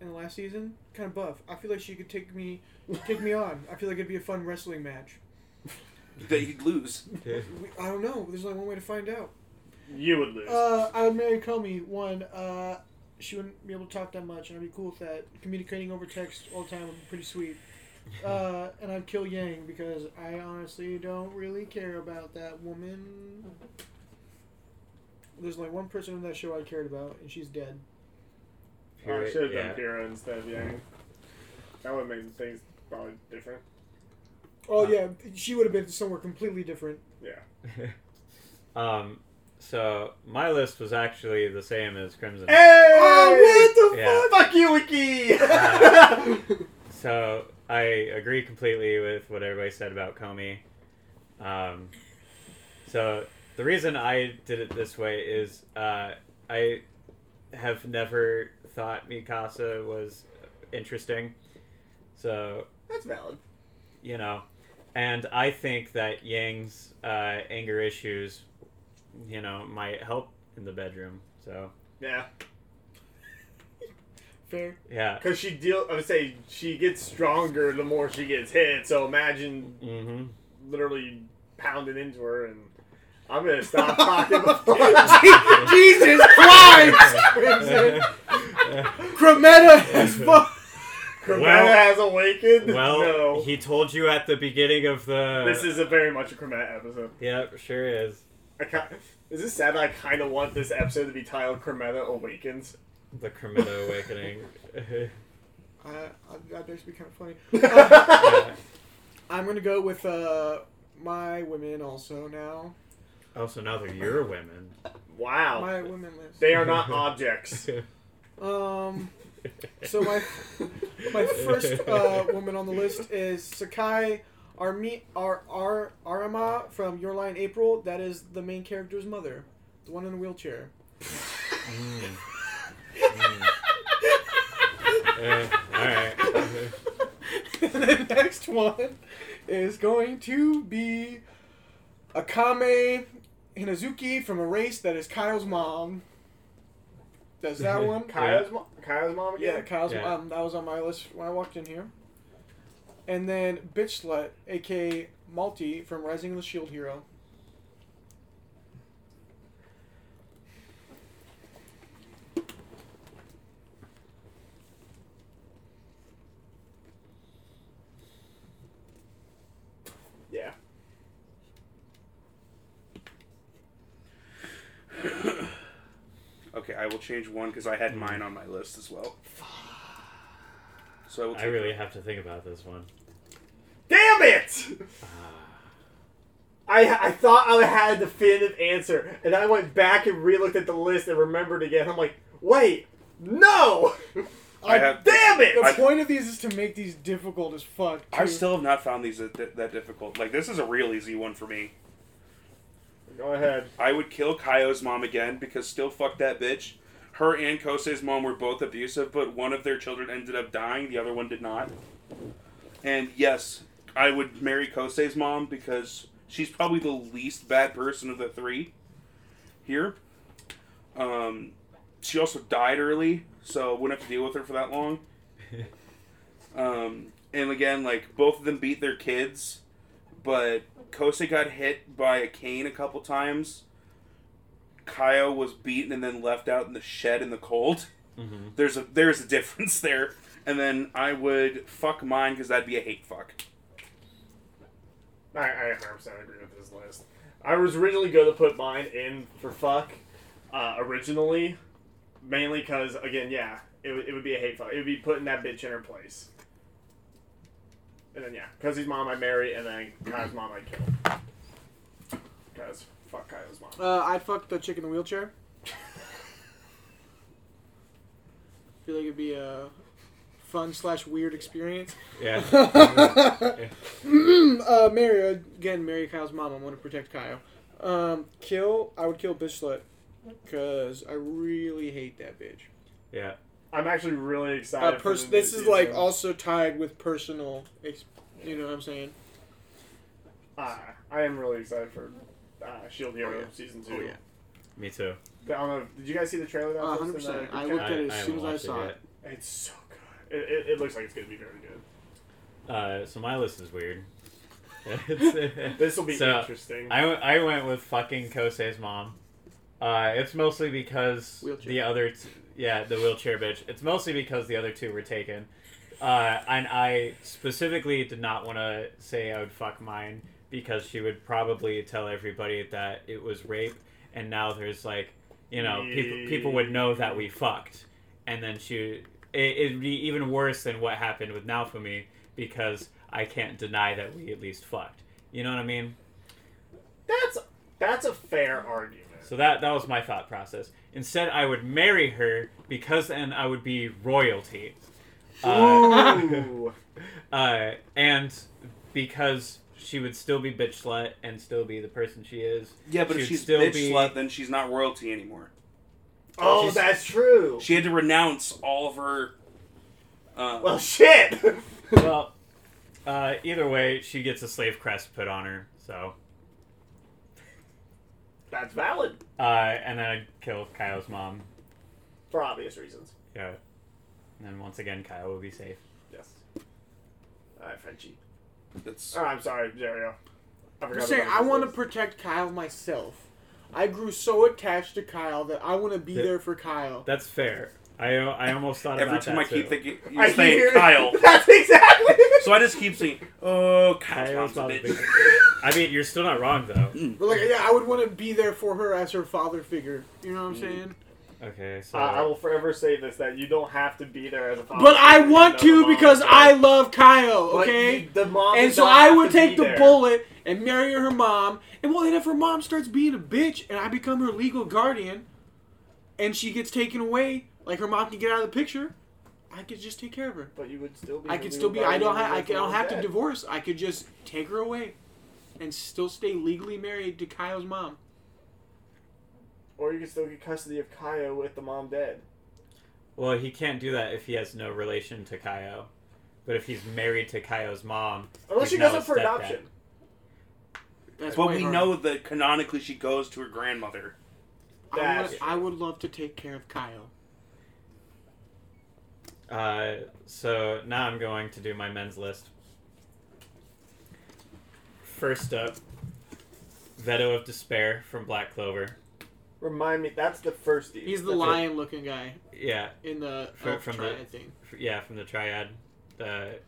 Speaker 4: in the last season, kind of buff. I feel like she could take me, take me on. I feel like it'd be a fun wrestling match.
Speaker 5: that you'd lose.
Speaker 4: We, I don't know. There's only one way to find out.
Speaker 1: You would lose.
Speaker 4: Uh, I would marry Comey. One, uh, she wouldn't be able to talk that much, and I'd be cool with that. Communicating over text all the time would be
Speaker 1: [laughs]
Speaker 4: pretty sweet. Uh, and I'd kill Yang because I honestly don't really care about that woman. There's only one person in that show I cared about, and she's dead.
Speaker 1: Oh, I should have
Speaker 2: Yeah.
Speaker 1: done Pyrrha instead of Yang. That would make things probably different.
Speaker 4: Oh
Speaker 2: Uh,
Speaker 4: yeah, she would have been somewhere completely different.
Speaker 1: Yeah.
Speaker 2: Um, so my list was actually the same as Crimson.
Speaker 1: Hey!
Speaker 4: Oh, what the
Speaker 2: Yeah.
Speaker 1: [laughs] Fuck you, Wiki!
Speaker 2: Uh, So I agree completely with what everybody said about Comey. Um, so the reason I did it this way is uh, I have never thought Mikasa was interesting. So
Speaker 1: That's valid.
Speaker 2: you know, and I think that Yang's uh, anger issues, you know, might help in the bedroom. So
Speaker 1: Yeah. [laughs]
Speaker 4: Fair. [laughs]
Speaker 2: yeah.
Speaker 1: Because she deal. I would say she gets stronger the more she gets hit, so imagine
Speaker 2: Mm-hmm.
Speaker 1: literally pounded into her and I'm gonna stop talking
Speaker 2: [laughs]
Speaker 1: before
Speaker 4: Jesus Christ!
Speaker 1: [laughs]
Speaker 4: Cremetta as [laughs] fuck.
Speaker 1: Cremona
Speaker 2: Well-
Speaker 1: has awakened. [laughs]
Speaker 2: Well,
Speaker 1: no.
Speaker 2: he told you at the beginning of the.
Speaker 1: this is a very much a Cremona episode.
Speaker 2: Yeah, sure is.
Speaker 1: I ki- is this sad that I kind of want this episode to be titled Cremona Awakens? [laughs]
Speaker 2: The Cremona Awakening. [laughs]
Speaker 4: I, I, that'd actually be kind of funny.
Speaker 1: [laughs]
Speaker 4: Uh,
Speaker 2: Yeah.
Speaker 4: I'm gonna go with uh, my women also now.
Speaker 2: Oh, so now they're your
Speaker 1: [laughs]
Speaker 2: women.
Speaker 1: wow.
Speaker 4: My women list.
Speaker 1: they are not objects.
Speaker 4: Um, so my my first uh, woman on the list is Sakai Armi Ar, Ar, Arama from Your Line April. That is the main character's mother, the one in the wheelchair. [laughs]
Speaker 2: Mm. Mm. Uh, all right.
Speaker 4: and the next one is going to be Akame Hinazuki from a race that is Kyle's mom. That's that one.
Speaker 1: Kyle's, mo- Kyle's mom
Speaker 4: Yeah,
Speaker 1: again?
Speaker 4: Kyle's
Speaker 2: Yeah.
Speaker 4: um that was on my list when I walked in here. And then Bitch Slut, aka Malty from Rising of the Shield Hero.
Speaker 1: Yeah.
Speaker 5: Okay, I will change one because I
Speaker 2: Mm-hmm.
Speaker 5: had mine on my list as well. So I will.
Speaker 2: I
Speaker 5: Take
Speaker 2: really have to think about this one.
Speaker 1: Damn it! I, I thought I had the definitive answer, and I went back and re looked at the list and remembered again. I'm like, wait, no!
Speaker 5: I have.
Speaker 1: Damn it!
Speaker 4: The
Speaker 5: I-
Speaker 4: point of these is to make these difficult as fuck.
Speaker 5: I
Speaker 4: too.
Speaker 5: still have not found these that, that difficult. Like this is a real easy one for me.
Speaker 1: Go ahead.
Speaker 5: I would kill Kaio's mom again because still fuck that bitch. Her and Kosei's mom were both abusive, but one of their children ended up dying, the other one did not. And yes, I would marry Kosei's mom because she's probably the least bad person of the three here. Um, she also died early, so wouldn't have to deal with her for that long. Um, and again, like both of them beat their kids, but Kosei got hit by a cane a couple times. Kaio was beaten and then left out in the shed in the cold.
Speaker 2: Mm-hmm.
Speaker 5: There's a there's a difference [laughs] there. And then I would fuck mine because that'd be a hate fuck.
Speaker 1: I, I 100% agree with this list. I was originally going to put mine in for fuck, uh, originally, mainly because, again, yeah, it, would- it would be a hate fuck. It would be putting that bitch in her place. And then, yeah, because his mom I marry, and then Kyle's mom I kill. Because fuck Kyle's mom.
Speaker 4: Uh, I'd fuck the chick in the wheelchair. [laughs] feel like it'd be a fun slash weird experience. [laughs]
Speaker 1: [laughs]
Speaker 2: Yeah.
Speaker 4: [clears throat] uh, Mary again. Mary Kyle's mom. I want to protect Kyle. Um, kill. I would kill bitch slut, cause I really hate that bitch.
Speaker 2: yeah.
Speaker 1: I'm actually really
Speaker 4: Uh,
Speaker 1: excited. for
Speaker 4: pers-
Speaker 1: new
Speaker 4: this is like
Speaker 1: season.
Speaker 4: also tied with personal. Ex- you know what I'm saying?
Speaker 1: Uh, I am really excited for uh, Shield Hero
Speaker 4: Oh, yeah.
Speaker 1: season two.
Speaker 4: Oh yeah,
Speaker 2: Me too.
Speaker 1: I don't know. Did you guys see the trailer? That
Speaker 4: Uh,
Speaker 1: was
Speaker 4: 100.
Speaker 1: posted in
Speaker 4: percent
Speaker 1: the
Speaker 4: I
Speaker 1: group
Speaker 4: looked
Speaker 1: chat?
Speaker 4: at it
Speaker 2: I
Speaker 4: as soon as I
Speaker 2: haven't
Speaker 4: saw
Speaker 2: watched
Speaker 4: it.
Speaker 1: It's so good. It, it, it looks like it's gonna be very good.
Speaker 2: yet. Uh, so my list
Speaker 1: [laughs]
Speaker 2: is weird. It's-
Speaker 1: This will be
Speaker 2: [laughs] So,
Speaker 1: interesting.
Speaker 2: I, w- I went with fucking Kosei's mom. Uh, it's mostly because
Speaker 4: Wheelchair.
Speaker 2: the other, t- yeah, the wheelchair bitch. It's mostly because the other two were taken, uh, and I specifically did not want to say I would fuck mine because she would probably tell everybody that it was rape, and now there's like, you know, people people would know that we fucked, and then she it, it'd be even worse than what happened with Naofumi because I can't deny that we at least fucked. You know what I mean?
Speaker 1: that's that's a fair argument. [laughs]
Speaker 2: So that that was my thought process. Instead, I would marry her because then I would be royalty, uh,
Speaker 1: Ooh.
Speaker 2: uh, and because she would still be bitch slut and still be the person she is.
Speaker 5: Yeah, but if
Speaker 2: She'd
Speaker 5: she's
Speaker 2: still
Speaker 5: bitch
Speaker 2: be-
Speaker 5: slut, then she's not royalty anymore.
Speaker 1: oh,
Speaker 2: She's-
Speaker 1: that's true.
Speaker 5: She had to renounce all of her. Uh,
Speaker 1: well, shit. [laughs]
Speaker 2: Well, uh, either way, she gets a slave crest put on her. So,
Speaker 1: that's valid
Speaker 2: uh, and then I'd kill Kyle's mom.
Speaker 1: for obvious reasons.
Speaker 2: Yeah, and then once again, Kyle will be safe.
Speaker 1: Yes. All right, Frenchie.
Speaker 5: that's,
Speaker 1: Oh, I'm sorry, Jario. I
Speaker 4: I'm
Speaker 1: forgot.
Speaker 4: saying
Speaker 1: about
Speaker 4: I
Speaker 1: this
Speaker 4: want to
Speaker 1: list.
Speaker 4: protect Kyle myself. I grew so attached to Kyle that I want to be
Speaker 2: That-
Speaker 4: there for Kyle.
Speaker 2: That's fair. I I almost thought
Speaker 5: every
Speaker 2: about
Speaker 5: time I
Speaker 2: that
Speaker 5: keep
Speaker 2: too.
Speaker 5: thinking,
Speaker 1: I
Speaker 5: you saying
Speaker 1: hear-
Speaker 5: Kyle.
Speaker 1: [laughs] That's exactly.
Speaker 2: [laughs]
Speaker 5: So I just keep saying, oh, Kyle's
Speaker 2: Kyle's
Speaker 5: mom's
Speaker 2: probably-
Speaker 5: a bitch.
Speaker 2: I mean, you're still not wrong though.
Speaker 4: But like, yeah, I would want to be there for her as her father figure. You know what I'm saying?
Speaker 2: Okay, so
Speaker 1: Uh, I will forever say this: that you don't have to be there as a. father
Speaker 4: But I
Speaker 1: figure
Speaker 4: want
Speaker 1: know the
Speaker 4: to
Speaker 1: mom
Speaker 4: because
Speaker 1: does.
Speaker 4: I love Kyle,
Speaker 1: But
Speaker 4: okay?
Speaker 1: you- the mom
Speaker 4: And
Speaker 1: does
Speaker 4: so
Speaker 1: not
Speaker 4: I
Speaker 1: have
Speaker 4: would
Speaker 1: to
Speaker 4: take
Speaker 1: be
Speaker 4: the
Speaker 1: there.
Speaker 4: bullet and marry her mom. And well, then if her mom starts being a bitch and I become her legal guardian, and she gets taken away, like her mom can get out of the picture, I could just take care of her.
Speaker 1: But you would still be.
Speaker 4: I
Speaker 1: the
Speaker 4: could
Speaker 1: legal
Speaker 4: still be. I don't.
Speaker 1: guardian
Speaker 4: Ha- I
Speaker 1: of
Speaker 4: could- I don't
Speaker 1: your
Speaker 4: have to
Speaker 1: dad.
Speaker 4: divorce. I could just take her away, and still stay legally married to Kyle's mom.
Speaker 1: Or you can still get custody of Kaya with the mom dead.
Speaker 2: Well, he can't do that if he has no relation to Kaio. But if he's married to Kaio's mom,
Speaker 1: Unless she
Speaker 2: He's now
Speaker 1: goes
Speaker 2: a
Speaker 1: up for
Speaker 2: stepdad.
Speaker 1: adoption.
Speaker 4: That's
Speaker 5: But
Speaker 4: way
Speaker 5: we
Speaker 4: harder.
Speaker 5: know that canonically she goes to her grandmother.
Speaker 4: I
Speaker 1: That's
Speaker 4: would, I would love to take care of Kyle.
Speaker 2: uh, so now I'm going to do my men's list. First up, Veto of Despair from Black Clover.
Speaker 1: Remind me, that's the first dude.
Speaker 4: He's the
Speaker 2: That's it.
Speaker 4: lion-looking guy
Speaker 2: Yeah,
Speaker 4: in the
Speaker 2: Fr-
Speaker 4: elf
Speaker 2: from the-
Speaker 4: triad thing.
Speaker 2: f- yeah, from the Triad, the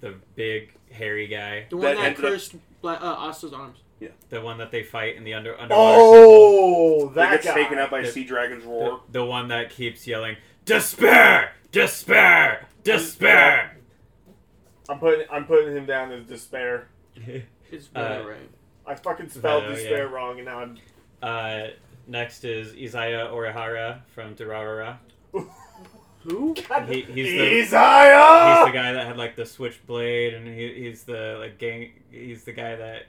Speaker 2: the big hairy guy,
Speaker 4: The one
Speaker 5: That
Speaker 4: that,
Speaker 5: ended up-
Speaker 4: cursed Bla- uh, Asta's arms.
Speaker 2: the one that they fight in the under underwater. sequel.
Speaker 1: oh,
Speaker 5: That
Speaker 1: that
Speaker 5: gets
Speaker 1: guy.
Speaker 5: taken up by
Speaker 2: The-
Speaker 5: Sea Dragon's Roar.
Speaker 2: The, the one that keeps yelling, "Despair! Despair! Despair!"
Speaker 1: I'm putting I'm putting him down as despair.
Speaker 4: It's better, right?
Speaker 1: I fucking spelled
Speaker 2: Oh, yeah.
Speaker 1: despair wrong, and now
Speaker 4: [laughs]
Speaker 1: I'm.
Speaker 2: Uh, next is Isaiah Orihara from Durarara.
Speaker 4: Who?
Speaker 2: He, he's the he's
Speaker 1: Isaiah!
Speaker 2: the guy that had like the switchblade, and he, he's the like gang. He's the guy that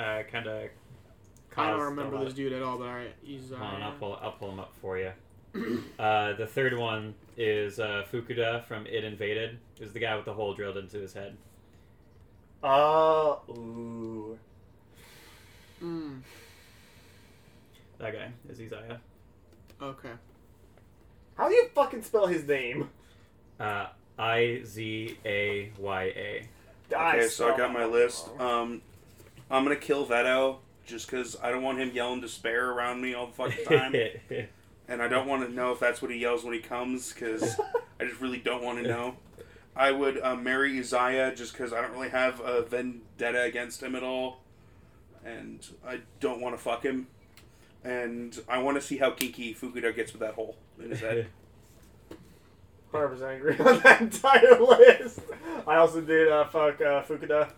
Speaker 2: uh, kind of.
Speaker 4: I don't remember this dude at all, but alright. He's uh,
Speaker 2: Hold on, I'll pull, I'll pull him up for you. Uh, the third one is uh, Fukuda from It Invaded. Is the guy with the hole drilled into his head.
Speaker 1: Oh, ooh.
Speaker 4: mm,
Speaker 2: That guy is Isaiah.
Speaker 4: okay.
Speaker 1: How do you fucking spell his name?
Speaker 2: Uh, I Z A Y A.
Speaker 5: Okay, so I got my list. Um, I'm gonna kill Veto just because I don't want him yelling despair around me all the fucking time,
Speaker 2: [laughs]
Speaker 5: and I don't want to know if that's what he yells when he comes because I just really don't want to know. I would uh, marry Isaiah just because I don't really have a vendetta against him at all, and I don't want to fuck him, and I want to see how kinky Fukuda gets with that hole in his head.
Speaker 1: 100% agree [laughs] on that entire list. I also did uh, fuck uh, Fukuda,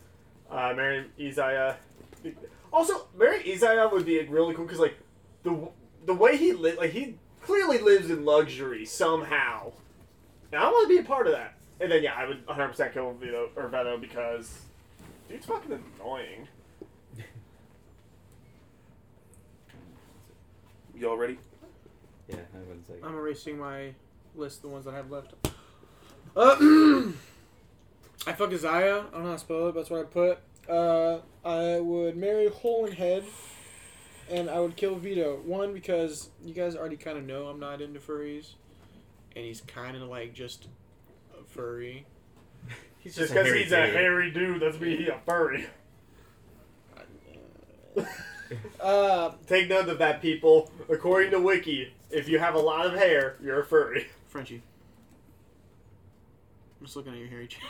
Speaker 1: uh, marry Isaiah. Also, marry Isaiah would be really cool because like the the way he lives, like he clearly lives in luxury somehow, and I want to be a part of that. And then yeah, I would 100% kill Vito or Veto because dude's fucking annoying.
Speaker 5: Y'all ready?
Speaker 2: yeah, I wouldn't say.
Speaker 4: I'm erasing my list, the ones that I have left. Uh, [clears throat] I fuck Isaiah. I don't know how to spell it, but that's what I put. Uh, I would marry Hole in Head, and I would kill Vito. One, because you guys already kind of know I'm not into furries, and he's kind of like just a furry.
Speaker 2: He's
Speaker 1: Just because he's a hairy dude, that's me. He a furry.
Speaker 4: Uh,
Speaker 1: Take note of that, people. According to Wiki, if you have a lot of hair, you're a furry.
Speaker 4: Frenchie. I'm just looking at your hairy [laughs] chin.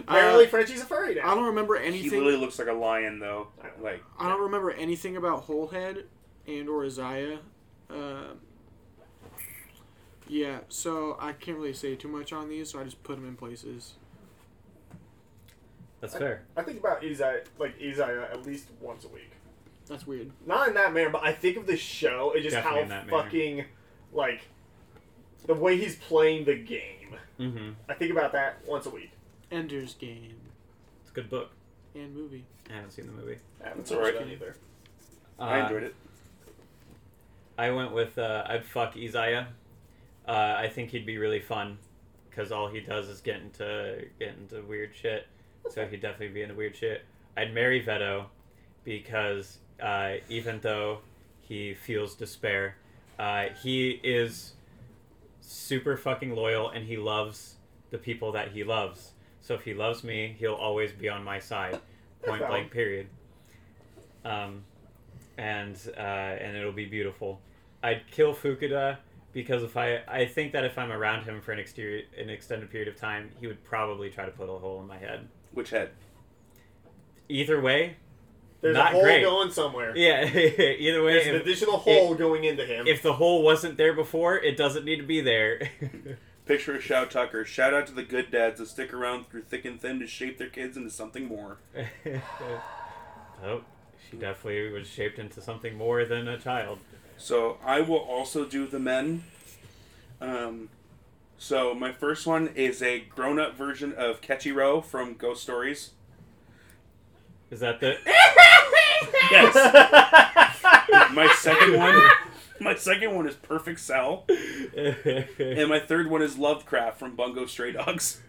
Speaker 1: Apparently,
Speaker 4: Uh,
Speaker 1: Frenchie's a furry now.
Speaker 4: I don't remember
Speaker 5: He
Speaker 4: anything.
Speaker 5: literally looks like a lion though. Like
Speaker 4: I don't remember anything about Holehead and or Isaiah. Uh, yeah, so I can't really say too much on these, so I just put them in places.
Speaker 2: [laughs] That's fair.
Speaker 1: I think about Isaiah, like Isaiah, at least once a week.
Speaker 4: That's weird.
Speaker 1: Not in that manner, but I think of the show and just
Speaker 2: Definitely in
Speaker 1: how
Speaker 2: that manner.
Speaker 1: fucking, like, the way he's playing the game.
Speaker 2: Mm-hmm.
Speaker 1: I think about that once a week.
Speaker 4: Ender's Game
Speaker 2: It's a good book.
Speaker 4: and movie.
Speaker 2: I haven't seen the movie.
Speaker 1: I haven't
Speaker 5: That's
Speaker 1: watched
Speaker 5: alright.
Speaker 1: that either.
Speaker 5: I
Speaker 2: Uh,
Speaker 5: enjoyed it.
Speaker 2: I went with uh, I'd fuck Isaiah. Uh, I think he'd be really fun because all he does is get into get into weird shit. So he'd definitely be into weird shit. I'd marry Veto because uh, even though he feels despair, uh, he is super fucking loyal and he loves the people that he loves. So if he loves me, he'll always be on my side, point
Speaker 1: valid.
Speaker 2: blank. Period. Um, and uh, and it'll be beautiful. I'd kill Fukuda because if I I think that if I'm around him for an exterior an extended period of time, he would probably try to put a hole in my head.
Speaker 5: Which head?
Speaker 2: Either way, [laughs]
Speaker 1: There's
Speaker 2: Not
Speaker 1: a hole
Speaker 2: great.
Speaker 1: going somewhere.
Speaker 2: yeah. [laughs] either way,
Speaker 1: There's an
Speaker 2: if,
Speaker 1: additional hole going into him.
Speaker 2: if the hole wasn't there before, it doesn't need to be there. [laughs]
Speaker 5: Picture of Shout Tucker. Shout out to the good dads that stick around through thick and thin to shape their kids into something more.
Speaker 2: oh, she definitely was shaped into something more than a child.
Speaker 5: So I will also do the men. Um, so my first one is a grown-up version of Ketchiro from Ghost Stories.
Speaker 2: Is that [laughs] the?
Speaker 5: Yes.
Speaker 1: Yes!
Speaker 5: [laughs] my second one. My second one is Perfect Cell, and my third one is Lovecraft from Bungo Stray Dogs.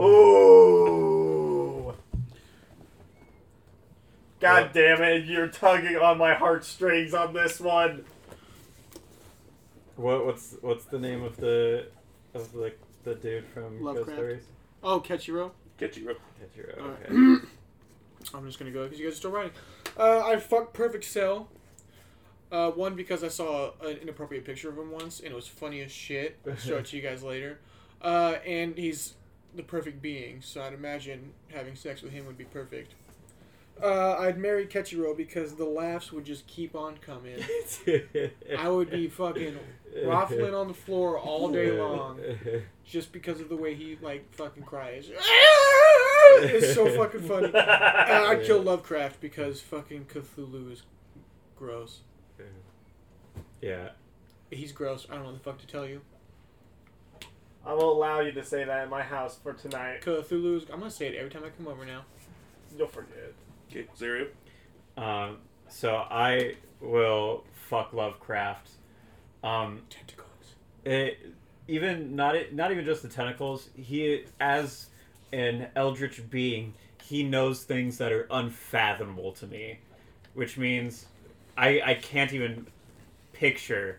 Speaker 1: Ooh. God damn it, you're tugging on my heartstrings on this one.
Speaker 2: what what's what's the name of the of the the dude from Ghost
Speaker 4: Lovecraft.
Speaker 2: Stories?
Speaker 4: Oh, Ketchiro.
Speaker 5: Ketchiro.
Speaker 2: Tanjiro,
Speaker 4: All right.
Speaker 2: okay.
Speaker 4: I'm just gonna go because you guys are still writing. Uh, I fucked Perfect Cell. Uh, one because I saw an inappropriate picture of him once and it was funny as shit. I'll show it to you guys later. Uh, and he's the perfect being, so I'd imagine having sex with him would be perfect. Uh, I'd marry Ketchiro because the laughs would just keep on coming.
Speaker 2: [laughs]
Speaker 4: I would be fucking raffling on the floor
Speaker 2: [laughs]
Speaker 4: all day long just because of the way he like fucking cries. it's
Speaker 1: [laughs]
Speaker 4: so
Speaker 2: [laughs]
Speaker 4: fucking funny. And I'd kill Lovecraft because fucking Cthulhu is gross.
Speaker 2: Yeah.
Speaker 4: He's gross. I don't know what the fuck to tell you.
Speaker 1: I won't allow you to say that in my house for tonight.
Speaker 4: Cthulhu's. I'm gonna say it every time I come over now.
Speaker 1: You'll forget.
Speaker 5: Okay, Zario.
Speaker 2: Um, so I will fuck Lovecraft. Um,
Speaker 4: Tentacles.
Speaker 2: it, even not e, not even just the tentacles. He as an eldritch being, he knows things that are unfathomable to me, which means I I can't even picture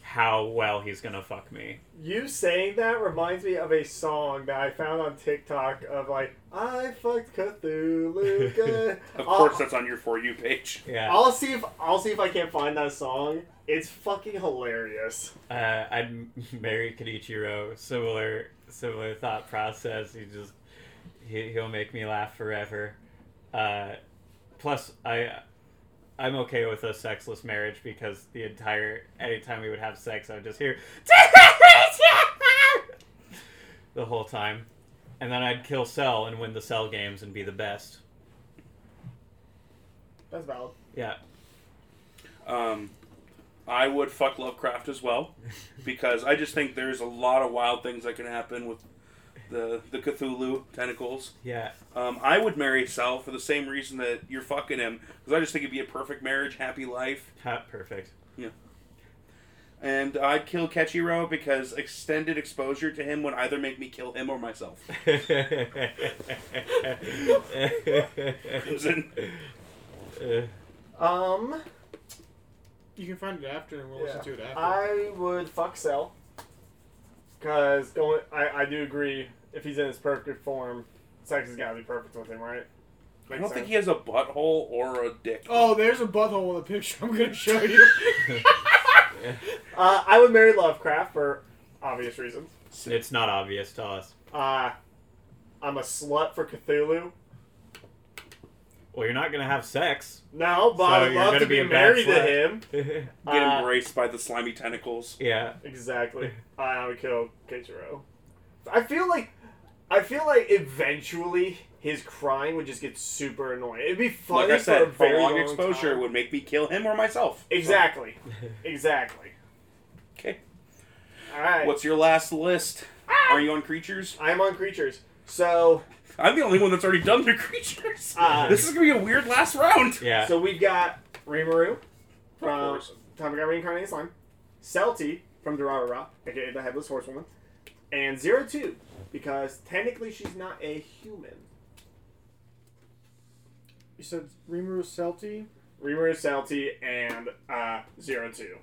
Speaker 2: how well he's gonna fuck me.
Speaker 1: You saying that reminds me of a song that I found on TikTok of like I fucked Cthulhu. good."
Speaker 5: Of
Speaker 1: I'll-
Speaker 5: course, that's on your for you page.
Speaker 2: Yeah,
Speaker 1: I'll see if I'll see if I can't find that song. It's fucking hilarious.
Speaker 2: uh, I'd [laughs] marry Kenichiro. Similar similar thought process. He just he, he'll make me laugh forever. Uh, plus, I I'm okay with a sexless marriage because the entire anytime we would have sex, I would just hear [laughs] the whole time, and then I'd kill Cell and win the Cell games and be the best.
Speaker 1: That's valid.
Speaker 2: Yeah,
Speaker 5: Um, I would fuck Lovecraft as well, because I just think there's a lot of wild things that can happen with the the Cthulhu tentacles.
Speaker 2: yeah.
Speaker 5: Um, I would marry Sal for the same reason that you're fucking him, because I just think it'd be a perfect marriage, happy life.
Speaker 2: Ha- Perfect. [laughs]
Speaker 5: And I'd kill Ketchiro because extended exposure to him would either make me kill him or myself.
Speaker 2: [laughs]
Speaker 5: Crimson.
Speaker 2: Uh,
Speaker 1: Um,
Speaker 4: You can find it after, and we'll
Speaker 1: Yeah.
Speaker 4: listen to it after.
Speaker 1: I would fuck Cell. Cause going, I, I do agree. If he's in his perfect form, sex has got to be perfect with him, right?
Speaker 5: I
Speaker 1: Makes
Speaker 5: don't think
Speaker 1: sense.
Speaker 5: he has a butthole or a dick.
Speaker 4: oh, there's a butthole in the picture. I'm gonna show you.
Speaker 1: [laughs] Uh, I would marry Lovecraft for obvious reasons.
Speaker 2: it's not obvious to us.
Speaker 1: Uh, I'm a slut for Cthulhu.
Speaker 2: Well, you're not gonna have sex. [laughs]
Speaker 1: No, but
Speaker 2: So
Speaker 1: I would
Speaker 2: you're
Speaker 1: love
Speaker 2: gonna
Speaker 1: to
Speaker 2: be
Speaker 1: be,
Speaker 2: a bad
Speaker 1: married to
Speaker 2: slut.
Speaker 1: him.
Speaker 5: Get
Speaker 1: Uh,
Speaker 5: embraced by the slimy tentacles.
Speaker 2: yeah. [laughs]
Speaker 1: Exactly. I would kill Keichiro. I feel like I feel like eventually his crying would just get super annoying. It'd be funny
Speaker 5: like I
Speaker 1: for
Speaker 5: said,
Speaker 1: a very
Speaker 5: prolonged
Speaker 1: long
Speaker 5: exposure
Speaker 1: time.
Speaker 5: would make me kill him or myself. [laughs]
Speaker 1: Exactly. exactly.
Speaker 5: Okay.
Speaker 1: All right.
Speaker 5: What's your last list? Are you on creatures?
Speaker 1: I'm on creatures. So,
Speaker 5: I'm the only one that's already done the creatures.
Speaker 1: Uh,
Speaker 5: this is gonna be a weird last round.
Speaker 2: Yeah.
Speaker 1: so we've got Rimuru
Speaker 5: Of
Speaker 1: from
Speaker 5: course.
Speaker 1: Tommy Guy Reincarnated Slime, Celti from Durarara, aka the Headless Horsewoman, and Zero Two because technically she's not a human.
Speaker 4: you said Rimuru Celti.
Speaker 1: Rimuru, Celti, and uh, Zero Two.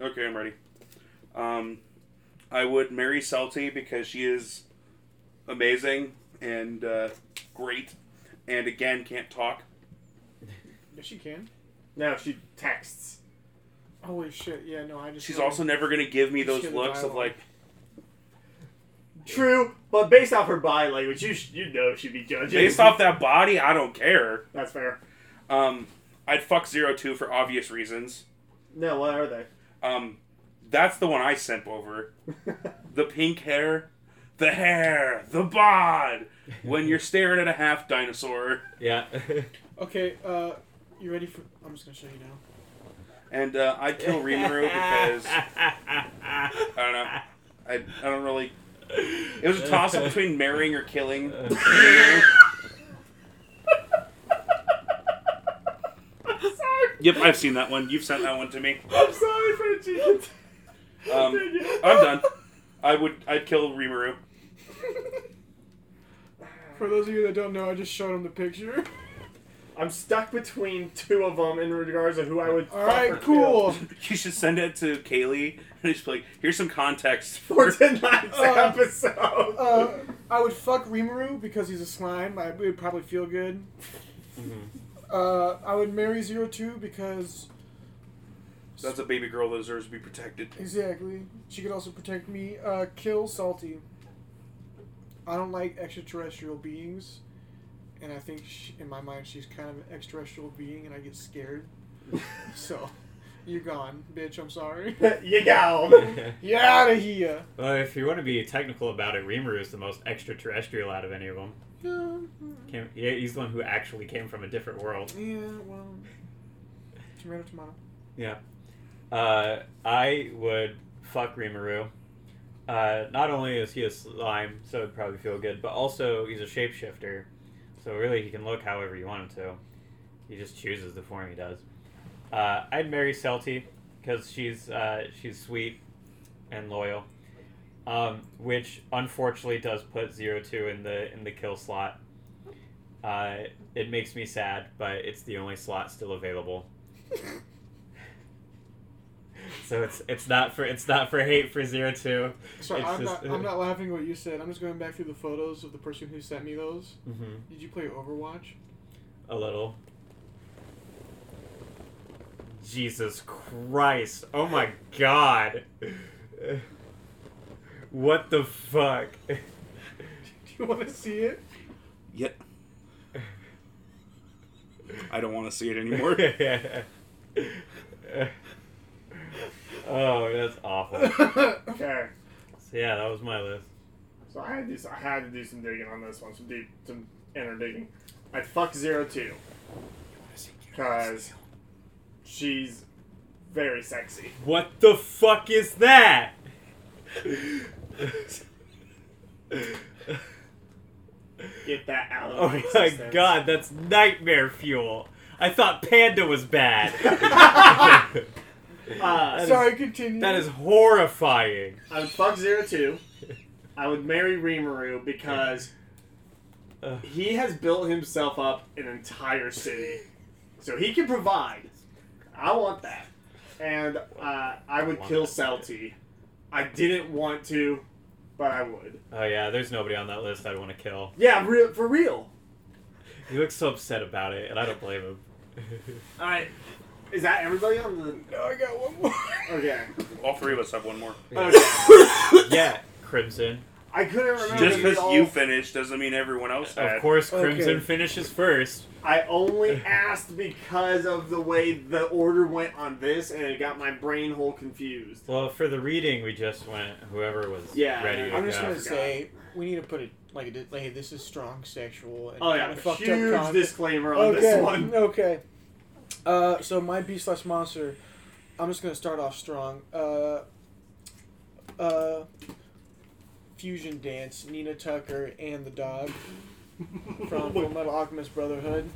Speaker 5: Okay, I'm ready. Um, I would marry Celti because she is amazing and uh, great, and again can't talk.
Speaker 4: Yes, you can.
Speaker 1: No, she texts.
Speaker 4: Holy shit! Yeah, no, I just.
Speaker 5: She's also never gonna give me those
Speaker 4: Just give
Speaker 5: looks of
Speaker 4: dialogue.
Speaker 5: like,
Speaker 1: True, but based off her body language, you sh- you know she'd be judging.
Speaker 5: based off that body, I don't care.
Speaker 1: That's fair.
Speaker 5: Um, I'd fuck zero two for obvious reasons.
Speaker 1: No, what are they?
Speaker 5: Um, that's the one I simp over. the pink hair, the hair, the bod. When you're staring at a half dinosaur,
Speaker 2: yeah.
Speaker 4: Okay, uh, you ready for? I'm just gonna show you now.
Speaker 5: and uh, I'd kill
Speaker 2: [laughs]
Speaker 5: Rimuru because I don't know. I, I don't really. It was a toss up between marrying
Speaker 1: [laughs]
Speaker 5: or killing. Rimuru.
Speaker 1: I'm sorry.
Speaker 5: Yep, I've seen that one. You've sent that one to me.
Speaker 1: I'm sorry for the cheating.
Speaker 5: Um, I'm done. I would. I'd kill Rimuru.
Speaker 4: For those of you that don't know, I just showed him
Speaker 1: [laughs]
Speaker 4: the picture.
Speaker 1: I'm stuck between two of them in regards to who I would.
Speaker 4: All right,
Speaker 1: fuck or
Speaker 4: cool.
Speaker 5: You should send it to Kaylee and just be like, here's some context
Speaker 1: kill
Speaker 5: for.
Speaker 1: For tonight's
Speaker 4: Uh,
Speaker 1: episode.
Speaker 4: Uh, I would fuck Rimuru because he's a slime. I it would probably feel good. Uh, I would marry Zero Two because
Speaker 5: That's a baby girl that deserves to be protected.
Speaker 4: exactly she could also protect me. Uh, kill Salty. I don't like extraterrestrial beings, and I think she, in my mind she's kind of an extraterrestrial being, and I get scared. so, you're gone, bitch. I'm sorry.
Speaker 1: [laughs]
Speaker 4: [laughs]
Speaker 1: you go.
Speaker 5: [laughs]
Speaker 4: Get out of here.
Speaker 2: well, if you want to be technical about it, Rimuru is the most extraterrestrial out of any of them. Came, yeah, he's the one who actually came from a different world.
Speaker 4: Yeah, well, tomato, tomato.
Speaker 2: Yeah. Uh, I would fuck Rimuru. Uh, not only is he a slime, so it'd probably feel good, but also he's a shapeshifter. So really, he can look however you want him to. He just chooses the form he does. Uh, I'd marry Selty because she's uh, she's sweet and loyal, um, which unfortunately does put zero two in the in the kill slot. Uh, it makes me sad, but it's the only slot still available. so it's it's not for it's not for hate for zero two.
Speaker 4: Sorry,
Speaker 2: It's
Speaker 4: I'm,
Speaker 2: just-
Speaker 4: not, I'm not laughing at what you said. I'm just going back through the photos of the person who sent me those.
Speaker 2: Mm-hmm.
Speaker 4: Did you play [coughs] Overwatch?
Speaker 2: A little. Jesus Christ. Oh my god. What the fuck? [laughs]
Speaker 4: Do you want to see it?
Speaker 5: Yet. [laughs] I don't want to see it
Speaker 2: [laughs]
Speaker 5: anymore.
Speaker 2: oh, that's awful.
Speaker 1: Okay.
Speaker 2: So yeah, that was my list.
Speaker 1: So I had to do I had to do some digging on this one, some deep some inner digging. I'd fuck zero two because she's very sexy.
Speaker 2: What the fuck is that? [laughs]
Speaker 1: Get that out of
Speaker 2: Oh my
Speaker 1: existence.
Speaker 2: god, that's nightmare fuel. I thought Panda was bad.
Speaker 1: Uh,
Speaker 2: That is-
Speaker 4: Sorry, continue.
Speaker 2: that is horrifying.
Speaker 1: I would fuck zero two. I would marry Rimuru because
Speaker 2: Ugh.
Speaker 1: he has built himself up an entire city, so he can provide. I want that, and uh, I would
Speaker 2: want
Speaker 1: kill
Speaker 2: that.
Speaker 1: Selty. I didn't want to, but I would.
Speaker 2: Oh yeah, there's nobody on that list I'd want to kill.
Speaker 1: Yeah, real for real.
Speaker 2: He looks so upset about it, and I don't blame him.
Speaker 1: All right, is that everybody on the?
Speaker 4: No, I got one more.
Speaker 1: Okay.
Speaker 5: All three of us have one more.
Speaker 1: Okay.
Speaker 2: [laughs] yeah, Crimson.
Speaker 1: I couldn't remember. these
Speaker 5: Just because
Speaker 1: all.
Speaker 5: you finished doesn't mean everyone else
Speaker 2: Of
Speaker 5: had.
Speaker 2: course, Crimson
Speaker 4: Okay.
Speaker 2: finishes first.
Speaker 1: I only asked because of the way the order went on this, and it got my brain hole confused.
Speaker 2: Well, for the reading, we just went whoever was
Speaker 1: Yeah, yeah.
Speaker 2: ready. to
Speaker 4: I'm just
Speaker 2: go.
Speaker 4: gonna say we need to put it like, it is- like hey, this is strong sexual and
Speaker 1: Oh
Speaker 4: kinda
Speaker 1: yeah,
Speaker 4: fucked
Speaker 1: huge
Speaker 4: up. con-
Speaker 1: disclaimer on
Speaker 4: okay,
Speaker 1: this one.
Speaker 4: [laughs] okay. Uh, so my beast slash monster, I'm just gonna start off strong. Uh, uh, fusion dance, Nina Tucker and the dog from Full Metal Alchemist Brotherhood.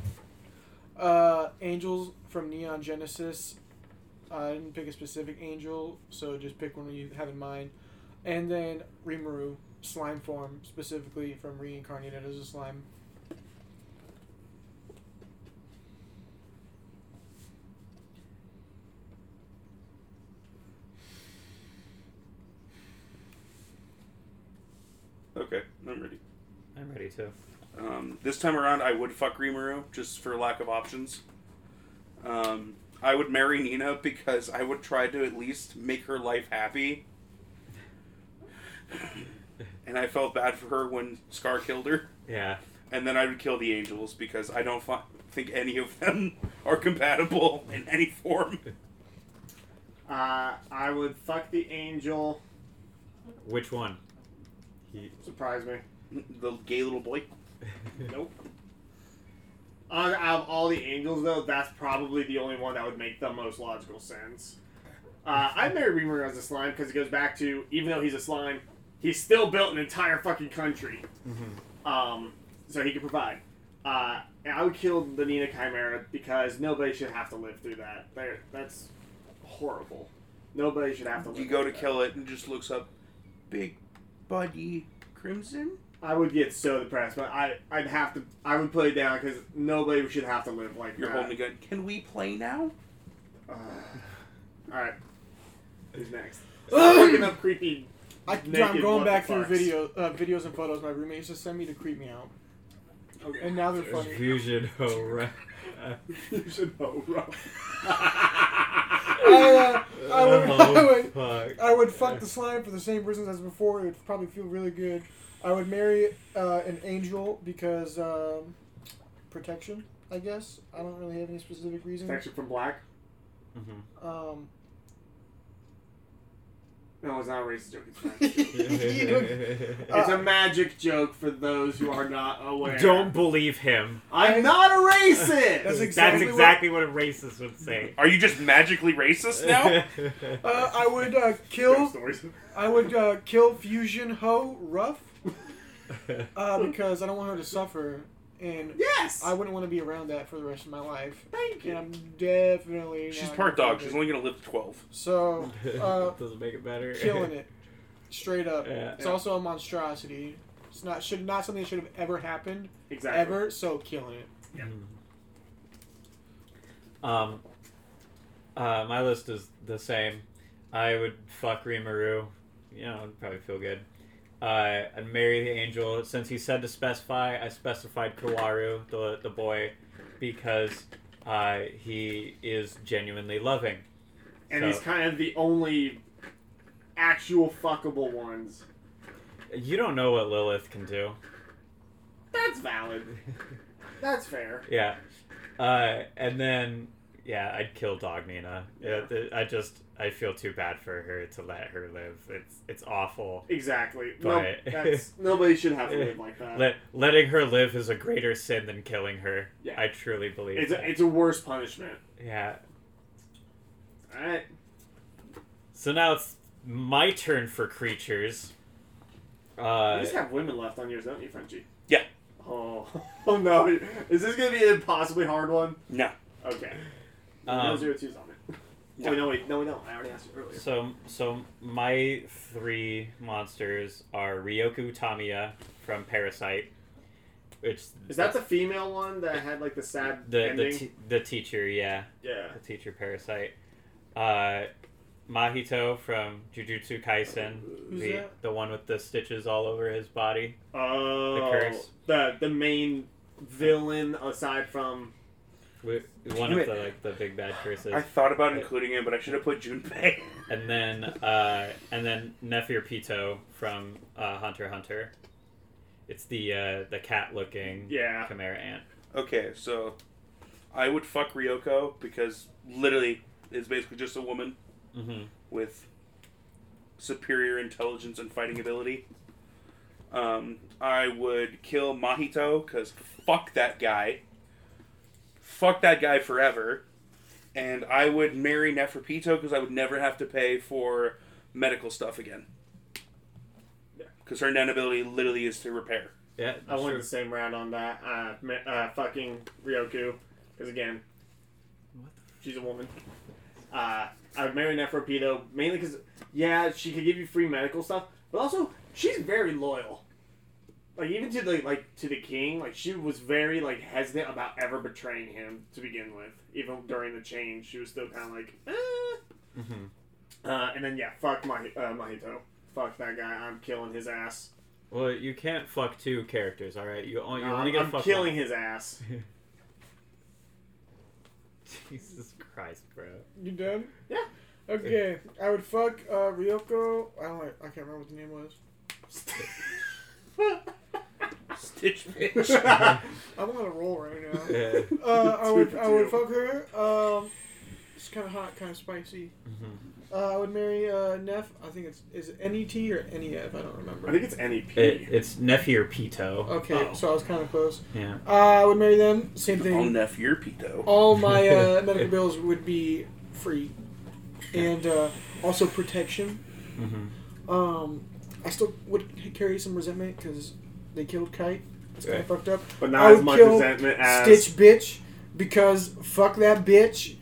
Speaker 4: Uh, angels from Neon Genesis. Uh, I didn't pick a specific angel, so just pick one you have in mind. And then Rimuru, slime form, specifically from Reincarnated as a Slime.
Speaker 5: Okay, I'm ready.
Speaker 2: I'm ready too.
Speaker 5: Um, this time around, I would fuck Rimuru just for lack of options. Um, I would marry Nina because I would try to at least make her life happy. and I felt bad for her when Scar killed her.
Speaker 2: Yeah.
Speaker 5: And then I would kill the angels because I don't fi- think any of them [laughs] are compatible in any form.
Speaker 1: Uh, I would fuck the angel.
Speaker 2: Which one? He.
Speaker 1: Surprise me.
Speaker 5: The gay little boy.
Speaker 1: Nope. Out out of all the angels, though, that's probably the only one that would make the most logical sense. Uh, I marry Reamer as a slime because it goes back to even though he's a slime, he's still built an entire fucking country. Um, so he can provide. Uh, and I would kill the Nina Chimera because nobody should have to live through that. There, that's horrible. Nobody should have to. Live
Speaker 5: You go to
Speaker 1: through that.
Speaker 5: kill it and just looks up, big buddy crimson.
Speaker 1: I would get so depressed, but I I'd have to I would put it down because nobody should have to live like
Speaker 5: You're
Speaker 1: that.
Speaker 5: holding a gun. Can we play now?
Speaker 1: All right, who's next? [laughs] Stop looking up creepy.
Speaker 4: I,
Speaker 1: naked
Speaker 4: am going back through
Speaker 1: motherfuckers.
Speaker 4: video, uh, videos and photos my roommate used to send me to creep me out,
Speaker 1: Okay.
Speaker 4: and now they're
Speaker 2: There's
Speaker 4: funny.
Speaker 2: [laughs] Fusion. Oh, right.
Speaker 1: you should know, bro.
Speaker 4: I, uh, I, would, [laughs] I,
Speaker 2: Oh,
Speaker 4: would,
Speaker 2: fuck.
Speaker 4: I would fuck the slime for the same reasons as before. It would probably feel really good. I would marry uh, an angel because um, protection, I guess. I don't really have any specific reason.
Speaker 2: Mm-hmm.
Speaker 5: [laughs]
Speaker 1: Protection from black.
Speaker 2: Mhm.
Speaker 4: Um,
Speaker 1: No, it's not a racist joke. It's, [laughs] French.
Speaker 4: You-
Speaker 1: it's a magic joke for those who are not aware.
Speaker 2: [laughs] Don't believe him.
Speaker 1: I'm not a racist.
Speaker 4: That's
Speaker 2: That's
Speaker 4: exactly what-
Speaker 2: exactly what a racist would say.
Speaker 5: Are you just magically
Speaker 2: [laughs]
Speaker 5: racist now?
Speaker 4: [laughs] Uh, I would uh,
Speaker 1: Ghost
Speaker 4: kill.
Speaker 1: stories.
Speaker 4: I would uh, kill Fusion Ho Ruff uh, because I don't want her to suffer, and
Speaker 1: Yes.
Speaker 4: I wouldn't want to be around that for the rest of my life.
Speaker 1: Thank
Speaker 4: And I'm definitely.
Speaker 5: She's
Speaker 4: not
Speaker 5: part
Speaker 4: gonna
Speaker 5: dog.
Speaker 4: do
Speaker 5: She's
Speaker 4: it.
Speaker 5: only gonna live to twelve.
Speaker 4: So, uh,
Speaker 5: [laughs]
Speaker 2: Doesn't make it better.
Speaker 4: killing it, straight up.
Speaker 2: [laughs] Yeah.
Speaker 4: It's also a monstrosity. It's not should not something that should have ever happened
Speaker 1: Exactly.
Speaker 4: ever. So killing it.
Speaker 2: Um, uh, my list is the same. I would fuck Rimuru. You know, it'd probably feel good. Uh, I'd marry the angel. Since he said to specify, I specified Kawaru, the, the boy, because uh, he is genuinely loving.
Speaker 1: And
Speaker 2: So-
Speaker 1: he's kind of the only actual fuckable ones.
Speaker 2: You don't know what Lilith can do.
Speaker 1: That's valid.
Speaker 2: [laughs]
Speaker 1: That's fair.
Speaker 2: Yeah. Uh, and then, yeah, I'd kill Dog Nina. Yeah, th- I just, I feel too bad for her to let her live. It's, it's awful.
Speaker 1: Exactly.
Speaker 2: But-
Speaker 1: No, that's, nobody should have to
Speaker 2: [laughs]
Speaker 1: live like that.
Speaker 2: Let, letting her live is a greater sin than killing her.
Speaker 1: Yeah.
Speaker 2: I truly believe
Speaker 1: It's
Speaker 2: that.
Speaker 1: a, it's a worse punishment.
Speaker 2: yeah.
Speaker 1: All right.
Speaker 2: So now it's my turn for creatures.
Speaker 1: you
Speaker 2: Uh,
Speaker 1: just have women left on yours, don't you, Frenchie?
Speaker 5: Yeah.
Speaker 1: Oh, [laughs] oh no. Is this going to be an impossibly hard one?
Speaker 5: No.
Speaker 1: Okay. no
Speaker 2: um,
Speaker 1: zero twos on it.
Speaker 5: Yeah.
Speaker 1: Wait, no, wait. No, we don't. I already asked you earlier.
Speaker 2: so so my three monsters are Ryoku Tamiya from Parasite, which
Speaker 1: Is that the female one that had like the sad
Speaker 2: the the,
Speaker 1: ending?
Speaker 2: t- the teacher? Yeah.
Speaker 1: yeah.
Speaker 2: the teacher parasite. Uh, Mahito from Jujutsu Kaisen,
Speaker 4: Who's
Speaker 2: the
Speaker 4: that?
Speaker 2: the one with the stitches all over his body.
Speaker 1: Oh.
Speaker 2: curse.
Speaker 1: The the main villain aside from
Speaker 2: Wi- One
Speaker 5: Damn
Speaker 2: of
Speaker 5: it.
Speaker 2: the like the big bad curses,
Speaker 5: I thought about including him, but I should have put Junpei. [laughs]
Speaker 2: and then uh, and then Nephir Pito from uh, Hunter x Hunter. It's the uh, the cat looking
Speaker 1: yeah.
Speaker 2: chimera ant.
Speaker 5: Okay, so I would fuck Ryoko because literally is basically just a woman
Speaker 2: hmm
Speaker 5: with superior intelligence and fighting ability. Um, I would kill Mahito because fuck that guy. Fuck that guy forever. And I would marry Neferpito because I would never have to pay for medical stuff again.
Speaker 1: Yeah.
Speaker 5: Because her nun ability literally is to repair.
Speaker 2: Yeah,
Speaker 1: I went
Speaker 2: sure.
Speaker 1: the same round on that. Uh, ma- uh fucking Ryoku, because again, she's a woman. Uh, I would marry Neferpito mainly because yeah, she could give you free medical stuff, but also she's very loyal. Like even to the like to the king, like she was very like hesitant about ever betraying him to begin with. Even during the change, she was still kind of like, eh.
Speaker 2: Mhm.
Speaker 1: uh, and then yeah, fuck my uh, Mahito, fuck that guy. I'm killing his ass.
Speaker 2: Well, you can't fuck two characters, all right? You only you
Speaker 1: Uh,
Speaker 2: only get
Speaker 1: I'm
Speaker 2: fuck
Speaker 1: killing
Speaker 2: one.
Speaker 1: his ass.
Speaker 2: [laughs] Jesus Christ, bro.
Speaker 4: You done?
Speaker 1: Yeah.
Speaker 4: Okay. I would fuck uh, Ryoko. I don't. I can't remember what the name was.
Speaker 5: Stitch bitch.
Speaker 1: That's
Speaker 4: I'm on a roll right now.
Speaker 2: Yeah.
Speaker 4: Uh, I would.
Speaker 1: Two for
Speaker 4: I
Speaker 1: two.
Speaker 4: would fuck her. Um, it's kind of hot, kind of spicy.
Speaker 2: Mhm.
Speaker 4: Uh, I would marry uh, Neff. I think it's is it NET or NEF. I don't remember.
Speaker 1: I think it's E NEP.
Speaker 2: It, it's Nephir Pito.
Speaker 4: okay,
Speaker 1: Oh.
Speaker 4: so I was kind of close.
Speaker 2: Yeah.
Speaker 4: Uh, I would marry them. Same
Speaker 5: [laughs] I'll
Speaker 4: thing.
Speaker 5: neff your Pito.
Speaker 4: All
Speaker 1: [laughs]
Speaker 4: my uh, medical bills would be free, and uh, also protection.
Speaker 2: hmm
Speaker 1: Mm-hmm.
Speaker 4: Um, I still would carry some resentment because they killed Kite. It's kind
Speaker 2: Right.
Speaker 4: of fucked up.
Speaker 1: but
Speaker 4: I
Speaker 1: not
Speaker 4: would
Speaker 1: as much
Speaker 4: kill
Speaker 1: resentment as
Speaker 4: Stitch bitch, because fuck that bitch.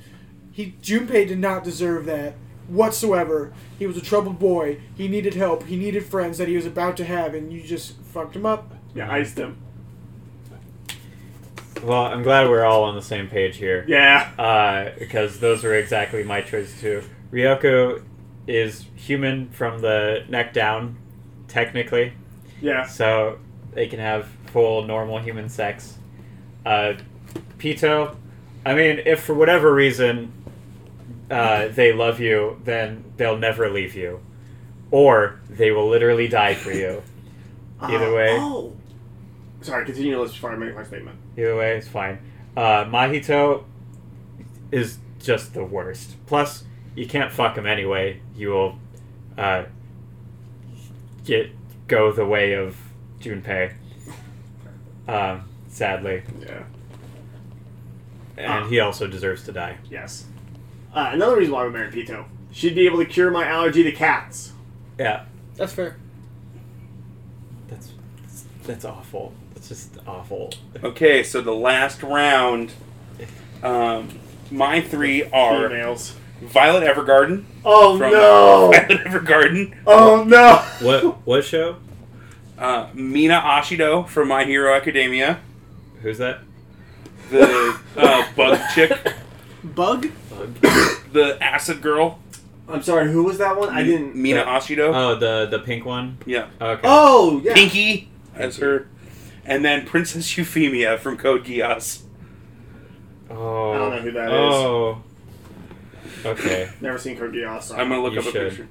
Speaker 4: He Junpei did not deserve that whatsoever. He was a troubled boy. He needed help. He needed friends that he was about to have, and you just fucked him up.
Speaker 1: yeah, iced him.
Speaker 2: Well, I'm glad we're all on the same page here.
Speaker 1: Yeah.
Speaker 2: Uh, because those were exactly my choices too. Ryoko is human from the neck down, technically.
Speaker 1: Yeah.
Speaker 2: So they can have full normal human sex. Uh, Pito, I mean, if for whatever reason uh, they love you, then they'll never leave you. Or they will literally die for you. Either way.
Speaker 1: Oh. Sorry, continue your list before I make my statement.
Speaker 2: Either way, it's fine. Uh, Mahito is just the worst. Plus, you can't fuck him anyway. You will uh, get go the way of Junpei. Um, sadly,
Speaker 1: Yeah.
Speaker 2: and he also deserves to die.
Speaker 1: Yes. Uh, another reason why we married Pito. She'd be able to cure my allergy to cats.
Speaker 2: Yeah,
Speaker 4: That's fair.
Speaker 2: that's that's awful. That's just awful.
Speaker 5: Okay, so the last round. Um, my three are
Speaker 1: Females.
Speaker 5: Violet Evergarden
Speaker 1: Oh
Speaker 5: from uh,
Speaker 1: no!
Speaker 5: [laughs] Violet Evergarden,
Speaker 1: Oh no!
Speaker 2: What [laughs] what show?
Speaker 5: uh, Mina Ashido from My Hero Academia,
Speaker 2: Who's that?
Speaker 1: [laughs]
Speaker 5: the uh, bug chick,
Speaker 4: Bug?
Speaker 5: the acid girl.
Speaker 1: I'm sorry. Who was that one? I didn't.
Speaker 5: Mina Ashido.
Speaker 2: Oh, the the pink one.
Speaker 5: yeah.
Speaker 2: Okay.
Speaker 1: Oh yeah.
Speaker 5: Pinky as her, and then Princess Euphemia from Code Geass.
Speaker 2: Oh.
Speaker 1: I don't know who that is.
Speaker 2: oh. Okay.
Speaker 1: Never seen Code Geass. so-
Speaker 5: I'm gonna look
Speaker 2: You
Speaker 5: up a
Speaker 2: should.
Speaker 5: picture.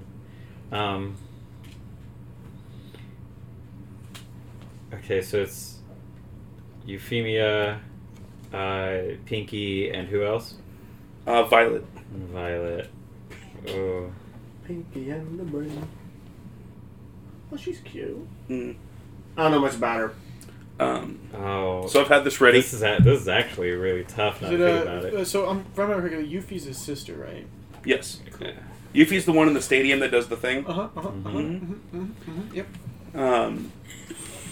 Speaker 2: Um. Okay, so it's Euphemia, uh, Pinky, and who else?
Speaker 5: Uh, Violet.
Speaker 2: Violet. Oh.
Speaker 1: Pinky and the brain. Well, she's cute.
Speaker 5: Mm.
Speaker 1: I don't know much about her.
Speaker 5: Um,
Speaker 2: Oh.
Speaker 5: so I've had this ready.
Speaker 2: This is a- this is actually really tough. Not
Speaker 4: Is
Speaker 2: to
Speaker 4: it,
Speaker 2: think about
Speaker 4: uh,
Speaker 2: it.
Speaker 4: uh, so I'm if I remember correctly, Yuffie's his sister, right?
Speaker 5: Yes. Yuffie's the one in the stadium that does the thing.
Speaker 4: Uh huh. Uh huh. Uh-huh,
Speaker 5: Mhm.
Speaker 4: mhm, mhm,
Speaker 2: Mm-hmm.
Speaker 4: mhm, Yep.
Speaker 5: Um,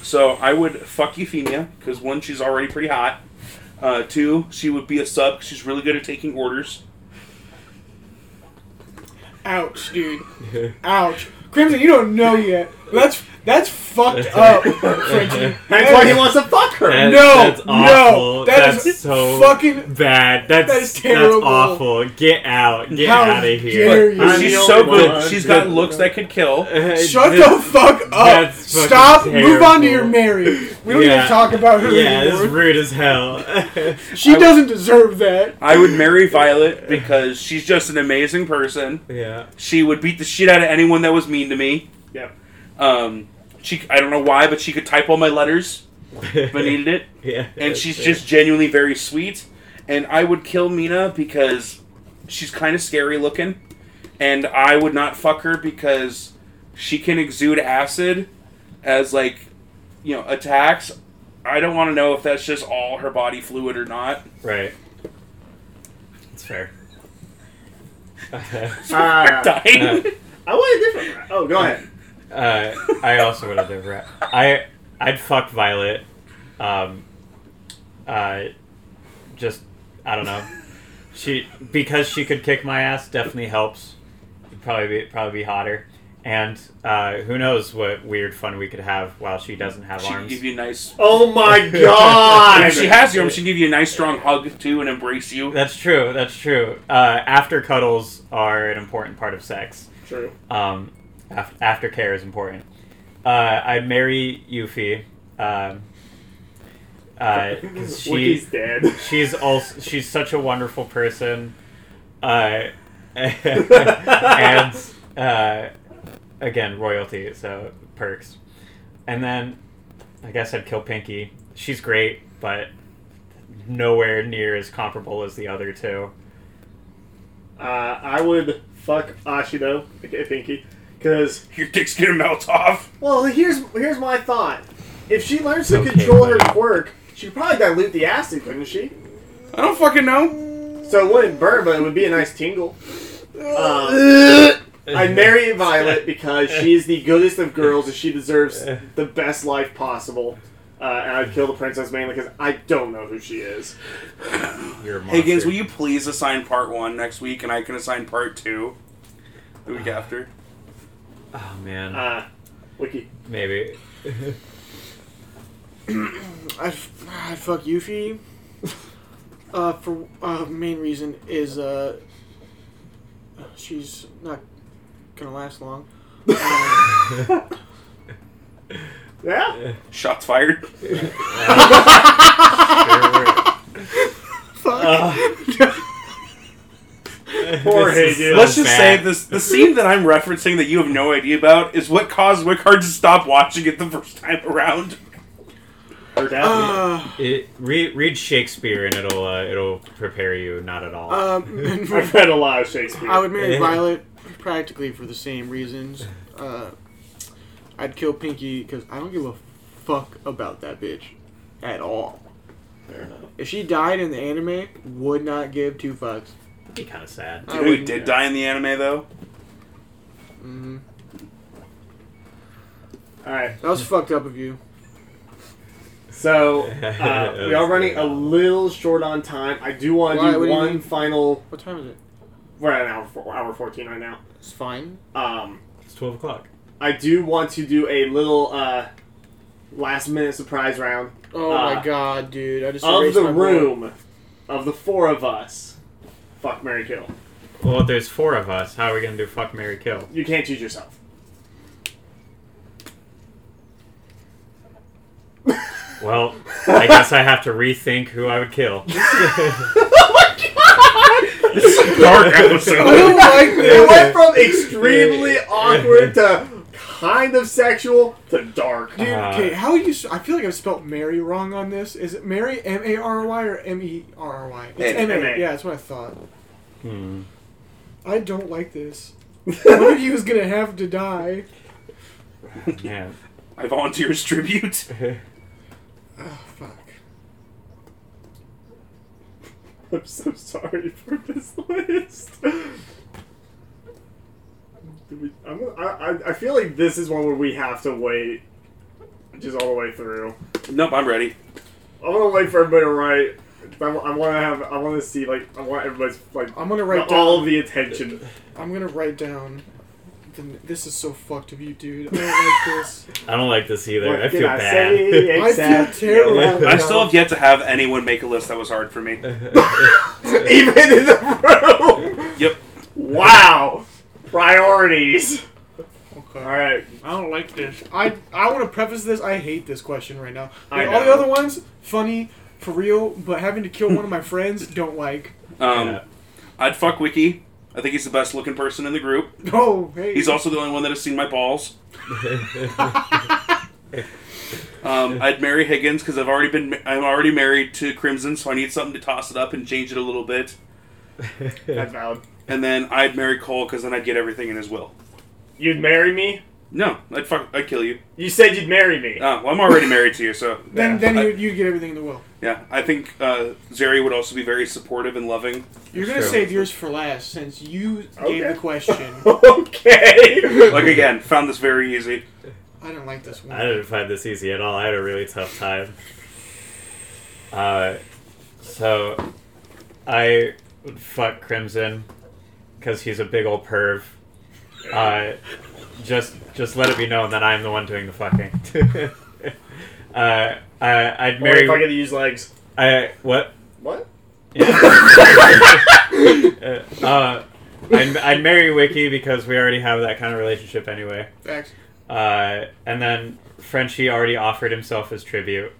Speaker 5: so I would fuck Euphemia because one, she's already pretty hot. Uh, two, she would be a sub 'cause she's really good at taking orders.
Speaker 4: Ouch,
Speaker 2: [laughs]
Speaker 4: dude. Ouch. Crimson, you don't know yet. That's
Speaker 2: [laughs]
Speaker 4: that's fucked up, Crimson.
Speaker 1: That's why he wants to fuck her.
Speaker 2: That-
Speaker 4: No,
Speaker 2: that's
Speaker 4: no,
Speaker 2: awful.
Speaker 4: that is
Speaker 2: that's so
Speaker 4: fucking-
Speaker 2: bad. That's
Speaker 4: that is terrible.
Speaker 2: That's awful. Get out. Get
Speaker 4: How
Speaker 2: out of
Speaker 4: dare
Speaker 2: here.
Speaker 4: you.
Speaker 5: But
Speaker 4: I'm
Speaker 5: she's
Speaker 1: the
Speaker 5: so
Speaker 1: only
Speaker 5: good.
Speaker 1: one.
Speaker 5: She's got looks that could kill.
Speaker 4: Shut
Speaker 2: uh, This-
Speaker 4: the fuck up.
Speaker 2: that's fucking
Speaker 4: Stop. Move
Speaker 2: terrible.
Speaker 4: on to your Mary. We don't
Speaker 2: Yeah.
Speaker 4: even talk about her
Speaker 2: Yeah, this
Speaker 4: anymore.
Speaker 2: is rude as hell. [laughs]
Speaker 4: she doesn't deserve that.
Speaker 5: I would marry Violet because she's just an amazing person.
Speaker 2: yeah.
Speaker 5: She would beat the shit out of anyone that was mean to me.
Speaker 1: Yep.
Speaker 5: Um, she I don't know why, but she could type all my letters if I needed it.
Speaker 2: [laughs] yeah.
Speaker 5: and she's just genuinely very sweet. And I would kill Mina because she's kind of scary looking, and I would not fuck her because she can exude acid as like you know attacks. I don't want to know if that's just all her body fluid or not.
Speaker 2: right. That's fair. [laughs]
Speaker 5: [laughs]
Speaker 1: Uh,
Speaker 5: Dying.
Speaker 1: I want a different. route. Oh, go ahead.
Speaker 2: Uh, I also would have different. I I'd fuck Violet. Um, uh, just I don't know. She because she could kick my ass definitely helps. It'd probably be probably be hotter. And uh, who knows what weird fun we could have while she doesn't have
Speaker 5: she can
Speaker 2: arms.
Speaker 5: give you a nice.
Speaker 1: Oh my
Speaker 5: If
Speaker 1: god!
Speaker 5: she has you, she can give you a nice strong hug too and embrace you.
Speaker 2: That's true. That's true. Uh, after cuddles are an important part of sex.
Speaker 1: True.
Speaker 2: Um, af- aftercare is important. Uh, I'd marry Yuffie. Um, uh, 'cause she,
Speaker 1: Wiki's dead.
Speaker 2: she's also she's such a wonderful person. Uh, [laughs] and uh, again, royalty, so perks. And then, I guess I'd kill Pinky. She's great, but nowhere near as comparable as the other two.
Speaker 1: [laughs] Uh, I would fuck Ashido, [laughs] okay, Pinky, because
Speaker 5: Your dick's gonna melt [laughs] off.
Speaker 1: well, here's here's my thought. If she learns to
Speaker 2: Okay,
Speaker 1: control her
Speaker 2: buddy.
Speaker 1: quirk, she'd probably dilute the acid, couldn't she?
Speaker 5: I don't fucking know.
Speaker 1: So it wouldn't burn, but it would be a nice tingle. Um, I'd marry Violet because she is the goodest of girls and she deserves the best life possible. Uh, and I'd kill the princess mainly because I don't know who she is.
Speaker 2: You're a monster.
Speaker 5: Hey, Higgins, will you please assign part one next week, and I can assign part two
Speaker 2: [sighs]
Speaker 5: the week after?
Speaker 2: Oh man,
Speaker 1: Uh, Wiki.
Speaker 2: maybe.
Speaker 4: I'd, I'd ah, fuck Yuffie. [laughs] Uh, for uh, main reason is uh, she's not gonna last long.
Speaker 1: Yeah?
Speaker 2: [laughs]
Speaker 5: Shots fired.
Speaker 2: Uh,
Speaker 1: Poor
Speaker 2: This is
Speaker 1: Higgins.
Speaker 2: so
Speaker 5: Let's just say
Speaker 2: bad.
Speaker 5: this: the scene that I'm referencing that you have no idea about is what caused Wickhard to stop watching it the first time around.
Speaker 1: Her dad.
Speaker 4: Uh,
Speaker 2: It, read, read Shakespeare and it'll uh, it'll prepare you not at all.
Speaker 4: um,
Speaker 1: [laughs] I've read a lot of Shakespeare.
Speaker 4: I would marry
Speaker 2: Yeah.
Speaker 4: Violet practically for the same reasons. Uh, I'd kill Pinky because I don't give a fuck about that bitch at all.
Speaker 2: Fair enough.
Speaker 4: If she died in the anime, would not give two fucks.
Speaker 2: It'd be kind of sad.
Speaker 4: I
Speaker 5: You know who
Speaker 4: wouldn't.
Speaker 5: did die in the anime though?
Speaker 4: Mhm.
Speaker 1: All right.
Speaker 4: That was fucked up of you.
Speaker 1: So uh, we are running a little short on time. I do want
Speaker 4: Why?
Speaker 1: to do
Speaker 4: What do you
Speaker 1: one
Speaker 4: mean?
Speaker 1: final.
Speaker 4: What time is it?
Speaker 1: We're at an hour, four, hour fourteen right now.
Speaker 4: It's fine.
Speaker 1: Um,
Speaker 2: It's twelve o'clock.
Speaker 1: I do want to do a little uh, last minute surprise round
Speaker 4: Oh
Speaker 1: Uh,
Speaker 4: my god, dude! I just
Speaker 1: of
Speaker 4: erased
Speaker 1: the
Speaker 4: my board. [laughs]
Speaker 1: room, of the four of us. Fuck Mary Kill.
Speaker 2: Well, if there's four of us, how are we gonna do fuck Mary Kill?
Speaker 1: You can't choose yourself.
Speaker 4: [laughs]
Speaker 2: Well, I guess I have to rethink who I would kill.
Speaker 6: Dark episode.
Speaker 1: [laughs]
Speaker 4: Oh my
Speaker 1: It went
Speaker 4: goodness.
Speaker 1: from extremely awkward to kind of sexual to dark.
Speaker 4: Dude,
Speaker 2: Uh,
Speaker 4: okay, how you? s- I feel like I've spelled Mary wrong on this. Is it Mary M A R Y or M E R R Y? It's M
Speaker 5: M-
Speaker 4: A.
Speaker 1: M.A..
Speaker 4: Yeah, that's what I thought.
Speaker 2: Hmm.
Speaker 4: I don't like this. One of you is gonna have to die.
Speaker 2: Yeah.
Speaker 5: I volunteer as tribute.
Speaker 2: [laughs]
Speaker 4: Oh fuck.
Speaker 1: [laughs] I'm so sorry for this list. Do we- I'm, I, I- I feel like this is one where we have to wait just all the way through.
Speaker 5: Nope, I'm ready.
Speaker 1: I want to wait for everybody to write. I, want to have. I want to see like. I want everybody's like.
Speaker 4: I'm gonna write
Speaker 1: all of
Speaker 4: down.
Speaker 1: the attention.
Speaker 4: I'm gonna write down. the n- This is so fucked of you, dude. I don't like this.
Speaker 2: I don't like this either.
Speaker 1: What
Speaker 2: I
Speaker 1: did
Speaker 2: feel [laughs]
Speaker 1: say
Speaker 2: bad.
Speaker 4: I feel
Speaker 1: except-
Speaker 4: terrible.
Speaker 2: Yeah,
Speaker 5: I
Speaker 4: now.
Speaker 5: still have yet to have anyone make a list that was hard
Speaker 2: [laughs]
Speaker 5: for me.
Speaker 1: [laughs]
Speaker 5: Um,
Speaker 1: Even in the room.
Speaker 5: Yep.
Speaker 1: Wow. Priorities.
Speaker 4: Okay.
Speaker 1: All right.
Speaker 4: I don't like this. I I want to preface this. I hate this question right now.
Speaker 1: I
Speaker 4: Like, all the
Speaker 1: know.
Speaker 4: other ones, funny for real, but having to kill one of my friends, don't like.
Speaker 5: Um,
Speaker 2: Yeah.
Speaker 5: I'd fuck Wiki. I think he's the best looking person in the group.
Speaker 4: Oh, hey.
Speaker 5: He's also the only one that has seen my balls. um, I'd marry Higgins because I've already been I'm already married to Crimson, so I need something to toss it up and change it a little bit.
Speaker 1: That's valid.
Speaker 5: And then I'd marry Cole because then I'd get everything in his will.
Speaker 1: You'd marry me.
Speaker 5: No, I'd fuck, I'd kill you.
Speaker 1: You said you'd marry me.
Speaker 5: Uh, well, I'm already married to you, so
Speaker 4: then
Speaker 1: Yeah,
Speaker 4: [laughs] then
Speaker 5: I-
Speaker 4: you you get everything in the will.
Speaker 5: yeah. I think uh, Zeri would also be very supportive and loving.
Speaker 4: You're gonna
Speaker 2: Sure.
Speaker 4: save yours for last since you gave
Speaker 1: Okay.
Speaker 4: the question.
Speaker 1: okay.
Speaker 5: Like again, found this very easy.
Speaker 4: I don't like this
Speaker 2: I
Speaker 4: one.
Speaker 2: didn't find this easy at all. I had a really tough time. Uh, so I would fuck Crimson because he's a big old perv. Uh, just just let it be known that I'm the one doing the fucking. [laughs] uh, I, I'd
Speaker 1: Mary, if I
Speaker 2: marry.
Speaker 1: could use legs.
Speaker 2: I what?
Speaker 1: What?
Speaker 2: Uh, uh, I'd, I'd marry Wiki because we already have that kind of relationship anyway.
Speaker 4: Facts.
Speaker 2: Uh, and then Frenchie already offered himself as tribute.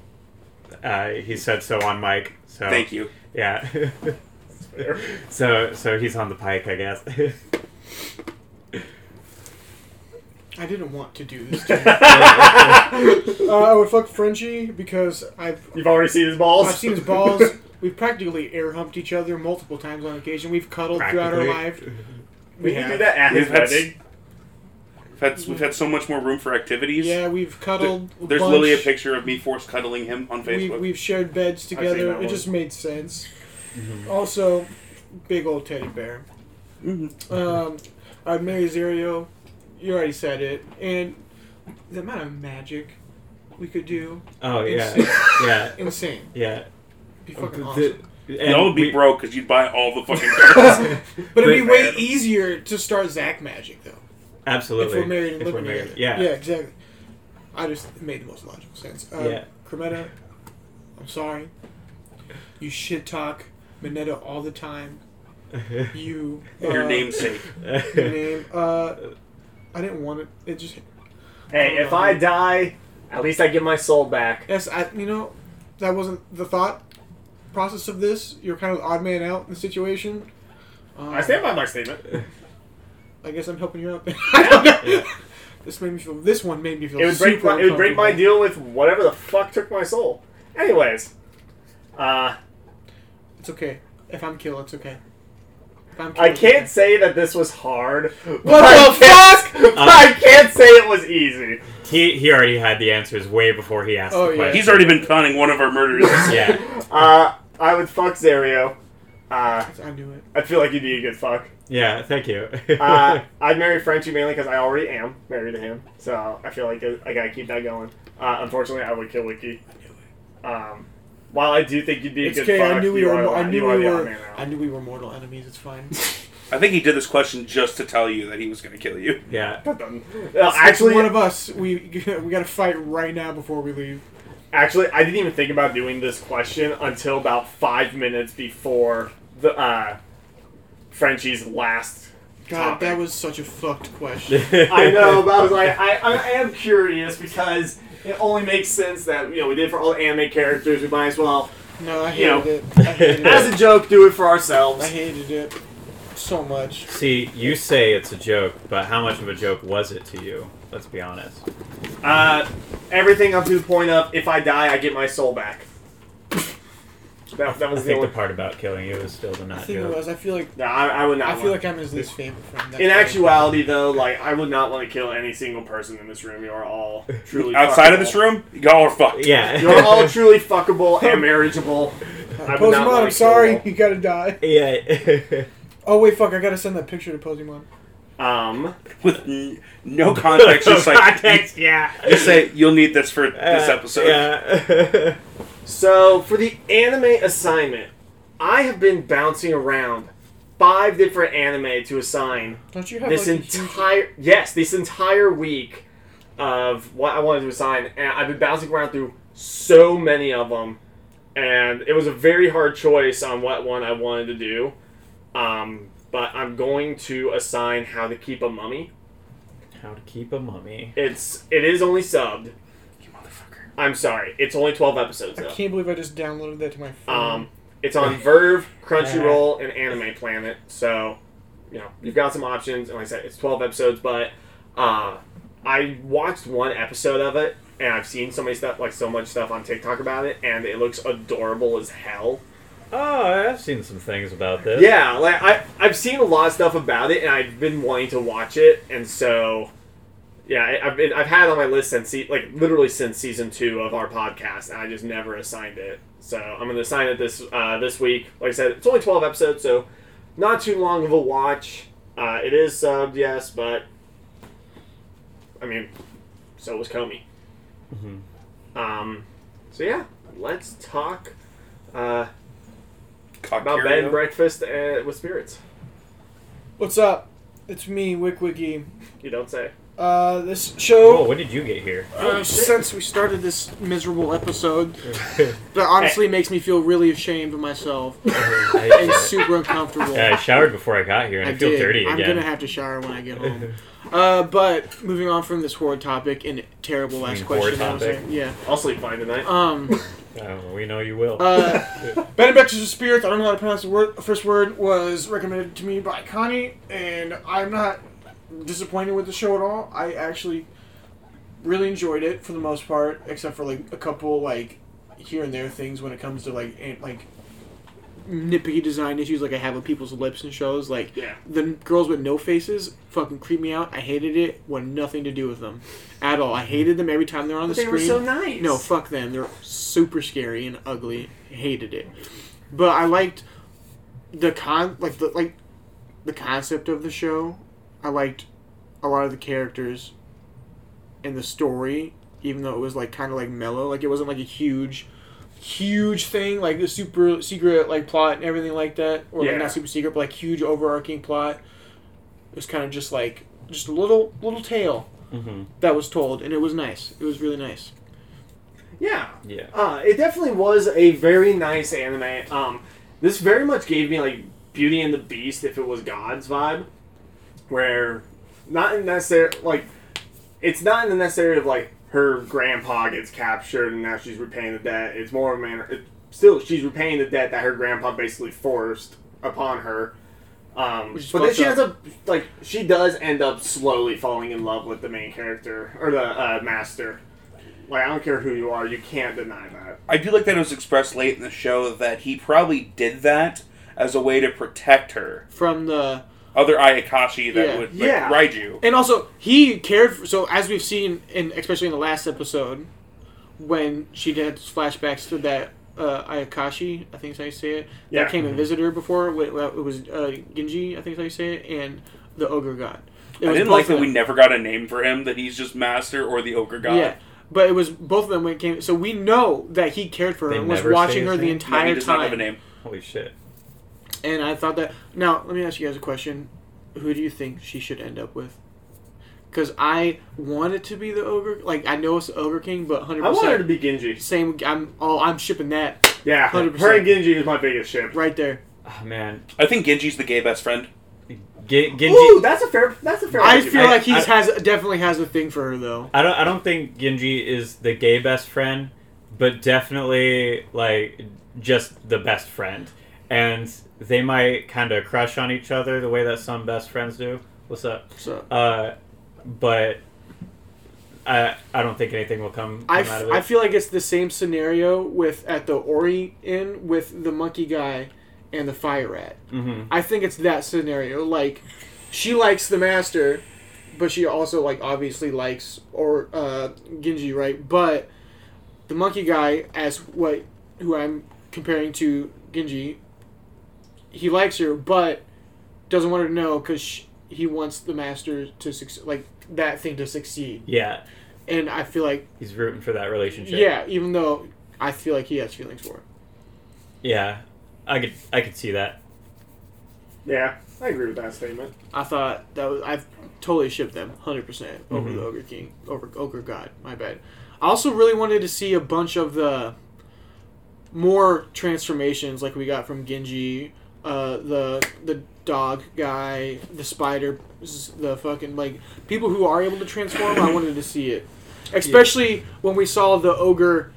Speaker 2: Uh, he said so on mic. So
Speaker 5: Thank you.
Speaker 4: [laughs]
Speaker 2: Yeah. so so he's on the pike, I guess. [laughs]
Speaker 4: I didn't want to do this. Dude. uh, I would fuck Frenchie because I've
Speaker 1: You've already seen his balls.
Speaker 4: I've seen
Speaker 1: [laughs]
Speaker 4: his balls. We've practically air humped each other multiple times on occasion. We've cuddled throughout our
Speaker 2: Practically.
Speaker 4: life.
Speaker 1: we can do that at
Speaker 5: We've
Speaker 1: his
Speaker 5: had s-
Speaker 1: wedding.
Speaker 5: We've had, we've had so much more room for activities.
Speaker 4: Yeah, we've cuddled. a
Speaker 5: There's literally a
Speaker 4: bunch.
Speaker 5: picture of me force cuddling him on
Speaker 4: we,
Speaker 5: Facebook.
Speaker 4: we've shared beds
Speaker 1: seen
Speaker 4: together.
Speaker 1: that
Speaker 4: It
Speaker 1: one.
Speaker 4: just made sense.
Speaker 2: Mm-hmm.
Speaker 4: Also, big old teddy bear.
Speaker 2: Mm-hmm.
Speaker 4: Um, I'd marry Zerio. You already said it. And the amount of magic we could do,
Speaker 2: oh yeah, yeah,
Speaker 4: insane.
Speaker 2: yeah.
Speaker 4: Be fucking
Speaker 2: The-
Speaker 4: awesome.
Speaker 2: and
Speaker 5: Y'all would be
Speaker 2: we-
Speaker 5: broke because you'd buy all the fucking cards.
Speaker 4: But it'd be
Speaker 2: the-
Speaker 4: way easier to start Zach magic though.
Speaker 2: Absolutely.
Speaker 4: If we're married and
Speaker 2: If we're
Speaker 4: living
Speaker 2: married,
Speaker 4: together.
Speaker 2: Yeah.
Speaker 4: Yeah, exactly. I just it made the most logical sense. Uh,
Speaker 2: Yeah.
Speaker 4: Cremetta, I'm sorry. You shit talk Minetta all
Speaker 1: [laughs]
Speaker 4: the time. You. Uh,
Speaker 5: Your namesake.
Speaker 2: [laughs]
Speaker 4: Your name. Uh, I didn't want it. It just.
Speaker 1: Hey, if I die, at least I get my soul back.
Speaker 4: Yes, I. You know, that wasn't the thought process of this. You're kind of the odd man out in the situation. Um,
Speaker 1: I stand by my statement.
Speaker 4: I guess I'm helping you out. [laughs] I don't know. This made me feel. This one made me feel.
Speaker 1: It would break
Speaker 4: super
Speaker 1: my, it would break my
Speaker 4: uncomfortable.
Speaker 1: deal with whatever the fuck took my soul. Anyways, uh,
Speaker 4: It's okay. If I'm killed, it's okay. Pumpkin.
Speaker 1: I can't say that this was hard. [laughs] What
Speaker 4: the
Speaker 1: [laughs] fuck? I can't say it was easy.
Speaker 2: He he already had the answers way before he asked
Speaker 4: Oh,
Speaker 2: the
Speaker 4: yeah.
Speaker 2: question.
Speaker 5: He's already been planning one of our
Speaker 2: [laughs]
Speaker 5: murders.
Speaker 4: [laughs]
Speaker 2: yeah,
Speaker 1: Uh, I would fuck Zario. Uh,
Speaker 4: I knew it.
Speaker 1: I feel like you'd be a good fuck.
Speaker 2: yeah. Thank you.
Speaker 4: [laughs]
Speaker 1: Uh, I'd marry Frenchie mainly because I already am married to him, so I feel like I, I gotta keep that going. Uh, unfortunately, I would kill Wiki. Um, while I do think you'd be a
Speaker 4: It's
Speaker 1: good
Speaker 4: okay.
Speaker 1: fuck,
Speaker 4: I knew we
Speaker 1: you are,
Speaker 4: were.
Speaker 1: the-
Speaker 4: I
Speaker 1: you
Speaker 4: knew
Speaker 1: are
Speaker 4: we
Speaker 1: the
Speaker 4: were.
Speaker 1: odd man [laughs] out.
Speaker 4: I knew we were mortal enemies.
Speaker 1: [laughs]
Speaker 4: It's fine.
Speaker 5: I think he did this question just to tell you that he was going to kill you.
Speaker 2: [laughs]
Speaker 5: [laughs]
Speaker 2: yeah.
Speaker 4: [laughs]
Speaker 1: Uh,
Speaker 4: Actually,
Speaker 1: actually,
Speaker 4: one of us. We [laughs] we got to fight right now before we leave.
Speaker 1: actually, I didn't even think about doing this question until about five minutes before the uh, Frenchie's
Speaker 4: [laughs]
Speaker 1: last.
Speaker 4: God,
Speaker 1: topic.
Speaker 4: that was such a fucked question.
Speaker 1: I know, but I was like, I, I am curious because it only makes sense that you know we did it for all the anime characters. We might as well,
Speaker 4: No, I
Speaker 1: You know.
Speaker 4: hated it. I
Speaker 1: [laughs]
Speaker 4: hated
Speaker 1: as
Speaker 4: it.
Speaker 1: a joke, do it for ourselves.
Speaker 4: I hated it so much.
Speaker 2: See, you say it's a joke, but how much of a joke was it to you? Let's be honest.
Speaker 1: Uh, everything up to the point of if I die, I get my soul back. That, that
Speaker 2: I
Speaker 1: was the
Speaker 2: think the
Speaker 1: only.
Speaker 2: part about killing you is still the
Speaker 4: I
Speaker 2: not
Speaker 4: think it
Speaker 2: joke.
Speaker 4: was. I feel like
Speaker 1: No, I, I would not.
Speaker 4: I feel
Speaker 1: want-
Speaker 4: like I'm his least favorite friend. That's
Speaker 1: in
Speaker 4: why.
Speaker 1: actuality, though, like I would not want to kill any single person in this room. You are
Speaker 4: [laughs]
Speaker 1: all truly
Speaker 5: Outside of
Speaker 1: fuckable.
Speaker 5: this room, y'all are fucked.
Speaker 2: Yeah. [laughs]
Speaker 1: You are all truly fuckable and marriageable. I would not
Speaker 4: Pokemon,
Speaker 1: want
Speaker 4: I'm
Speaker 1: to
Speaker 4: sorry,
Speaker 1: kill
Speaker 4: you gotta die.
Speaker 2: yeah.
Speaker 4: Oh wait, fuck! I gotta send that picture to Pokemon.
Speaker 1: Um,
Speaker 5: [laughs] With n-
Speaker 4: [laughs]
Speaker 5: no context, just like
Speaker 2: Context, yeah.
Speaker 5: just say you'll need this for this
Speaker 2: Uh, [laughs]
Speaker 5: episode.
Speaker 2: Yeah.
Speaker 1: so for the anime assignment, I have been bouncing around five different anime to assign
Speaker 4: Don't you have
Speaker 1: this
Speaker 4: like, a huge-
Speaker 1: entire yes this entire week of what i wanted to assign and i've been bouncing around through so many of them and it was a very hard choice on what one i wanted to do um, but i'm going to assign how to keep a mummy
Speaker 2: How to keep a mummy.
Speaker 1: it's it is only subbed
Speaker 5: You motherfucker.
Speaker 1: i'm sorry it's only 12 episodes
Speaker 4: I
Speaker 1: though
Speaker 4: can't believe I just downloaded that to my phone.
Speaker 1: um, it's on verve crunchyroll and anime planet so you know you've got some options and like i said it's 12 episodes but uh, i watched one episode of it and i've seen so many stuff like so much stuff on tiktok about it and it looks adorable as hell
Speaker 2: Oh, I've seen some things about this.
Speaker 1: yeah like I, i've seen a lot of stuff about it and i've been wanting to watch it and so yeah I, I've, been, I've had it on my list since se- like literally since season two of our podcast and i just never assigned it so i'm going to assign it this uh, this week like i said it's only 12 episodes so not too long of a watch uh, it is subbed yes but i mean so was comey
Speaker 2: Mhm.
Speaker 1: um, so yeah let's talk uh,
Speaker 5: Cock
Speaker 1: about bed and
Speaker 5: carrier.
Speaker 1: breakfast uh, with spirits
Speaker 4: What's up? It's me, WickWiki.
Speaker 1: You don't say.
Speaker 4: Uh, this
Speaker 2: Whoa,
Speaker 4: show.
Speaker 2: Oh, when did you get here?
Speaker 4: Uh, since we started this
Speaker 2: [laughs]
Speaker 4: miserable episode, that honestly makes me feel really ashamed of myself
Speaker 2: [laughs]
Speaker 4: and
Speaker 2: I,
Speaker 4: super uncomfortable.
Speaker 2: I showered before I got here and I,
Speaker 4: I
Speaker 2: feel
Speaker 4: did.
Speaker 2: dirty
Speaker 4: I'm
Speaker 2: again.
Speaker 4: gonna have to shower when I get
Speaker 2: [laughs]
Speaker 4: home. Uh, but moving on from this horrid topic and terrible last
Speaker 2: mean
Speaker 4: question.
Speaker 2: horrid
Speaker 4: that was
Speaker 2: topic?
Speaker 4: like- Yeah.
Speaker 1: I'll sleep fine tonight.
Speaker 4: Um.
Speaker 2: Oh, we know you will.
Speaker 4: Uh, Bed and Breakfast with Spirits. I don't know how to pronounce the word. First word was recommended to me by Connie, and I'm not disappointed with the show at all. I actually really enjoyed it for the most part, except for like a couple like here and there things when it comes to like an- like nitpicky design issues like I have with people's lips and shows. Like
Speaker 1: Yeah.
Speaker 4: the n- girls with no faces fucking creep me out. I hated it. Wanted nothing to do with them at all. I hated them every time they're on the
Speaker 1: they
Speaker 4: screen.
Speaker 1: were so nice.
Speaker 4: No, fuck them. They're super scary and ugly. Hated it. But I liked the con like the like the concept of the show. I liked a lot of the characters and the story, even though it was like kind of like mellow. Like it wasn't like a huge huge thing like the super secret like plot and everything like that or like
Speaker 1: Yeah.
Speaker 4: not super secret but like huge overarching plot it was kind of just like just a little little tale
Speaker 2: Mhm.
Speaker 4: that was told and it was nice it was really nice
Speaker 1: Yeah.
Speaker 2: yeah.
Speaker 1: Uh, it definitely was a very nice anime. Um, this very much gave me like Beauty and the Beast if it was God's vibe, where not necessarily like it's not in the necessary of like her grandpa gets captured and now she's repaying the debt. It's more of a manner. It, still, she's repaying the debt that her grandpa basically forced upon her. Um,
Speaker 4: Which is
Speaker 1: but then
Speaker 4: fucked
Speaker 1: she
Speaker 4: up.
Speaker 1: ends up like she does end up slowly falling in love with the main character or the uh, master. Like I don't care who you are, you can't deny that.
Speaker 5: I do like that it was expressed late in the show that he probably did that as a way to protect her.
Speaker 4: from the
Speaker 5: Other Ayakashi that
Speaker 4: Yeah.
Speaker 5: would like,
Speaker 1: Yeah.
Speaker 5: ride you.
Speaker 4: and also he cared for, so as we've seen in especially in the last episode when she did flashbacks to that uh, Ayakashi I think is how you say it
Speaker 1: Yeah.
Speaker 4: that came
Speaker 5: Mm-hmm.
Speaker 4: and visited her before wh- wh- it was uh, Genji I think is how you say it and the ogre god it
Speaker 5: I
Speaker 4: was
Speaker 5: didn't
Speaker 4: both
Speaker 5: like
Speaker 4: of
Speaker 5: that we
Speaker 4: them.
Speaker 5: never got a name for him, that he's just Master or the Ogre God.
Speaker 4: yeah but it was both of them when it came so we know that he cared for her
Speaker 2: They
Speaker 4: and was
Speaker 2: never say
Speaker 4: watching
Speaker 2: his
Speaker 4: her the
Speaker 2: name?
Speaker 5: No,
Speaker 4: entire
Speaker 5: he does
Speaker 4: time
Speaker 5: not have a name.
Speaker 2: Holy shit.
Speaker 4: And I thought that. Now, let me ask you guys a question. Who do you think she should end up with? Because I want it to be the ogre. Like I know it's the ogre king, but hundred
Speaker 1: I wanted to
Speaker 4: percent
Speaker 1: be Genji.
Speaker 4: same. I'm all. I'm shipping that
Speaker 1: Yeah,
Speaker 4: 100%.
Speaker 1: her and Genji is my biggest ship.
Speaker 4: right there.
Speaker 2: Oh, man.
Speaker 5: I think Genji's the gay best friend.
Speaker 2: Gen- Genji.
Speaker 1: Ooh, that's a fair. That's a fair.
Speaker 4: I
Speaker 1: argument.
Speaker 4: feel like he
Speaker 2: I-
Speaker 4: has definitely has a thing for her though.
Speaker 2: I don't. I don't think Genji is the gay best friend, but definitely like just the best friend, and they might kind of crush on each other the way that some best friends do. What's up?
Speaker 4: So
Speaker 2: Uh, but I I don't think anything will come, come
Speaker 4: I,
Speaker 2: out
Speaker 4: f-
Speaker 2: of it.
Speaker 4: I feel like it's the same scenario with at the Ori Inn with the monkey guy and the fire rat.
Speaker 2: mm-hmm.
Speaker 4: I think it's that scenario. Like, she likes the master, but she also like obviously likes or uh, Genji, right? But the monkey guy, as what who I'm comparing to Genji, he likes her, but doesn't want her to know because he wants the master to succeed, like that thing to succeed.
Speaker 2: Yeah,
Speaker 4: And I feel like,
Speaker 2: he's rooting for that relationship.
Speaker 4: yeah, even though I feel like he has feelings for her.
Speaker 2: yeah. I could I could see that.
Speaker 1: Yeah, I agree with that statement.
Speaker 4: I thought that was I've totally shipped them 100% over
Speaker 2: Mhm.
Speaker 4: the Ogre King over Ogre God. My bad. I also really wanted to see a bunch of the more transformations like we got from Genji, uh, the the dog guy, the spider, s- the fucking like people who are able to transform. I wanted to see it, especially when we saw the ogre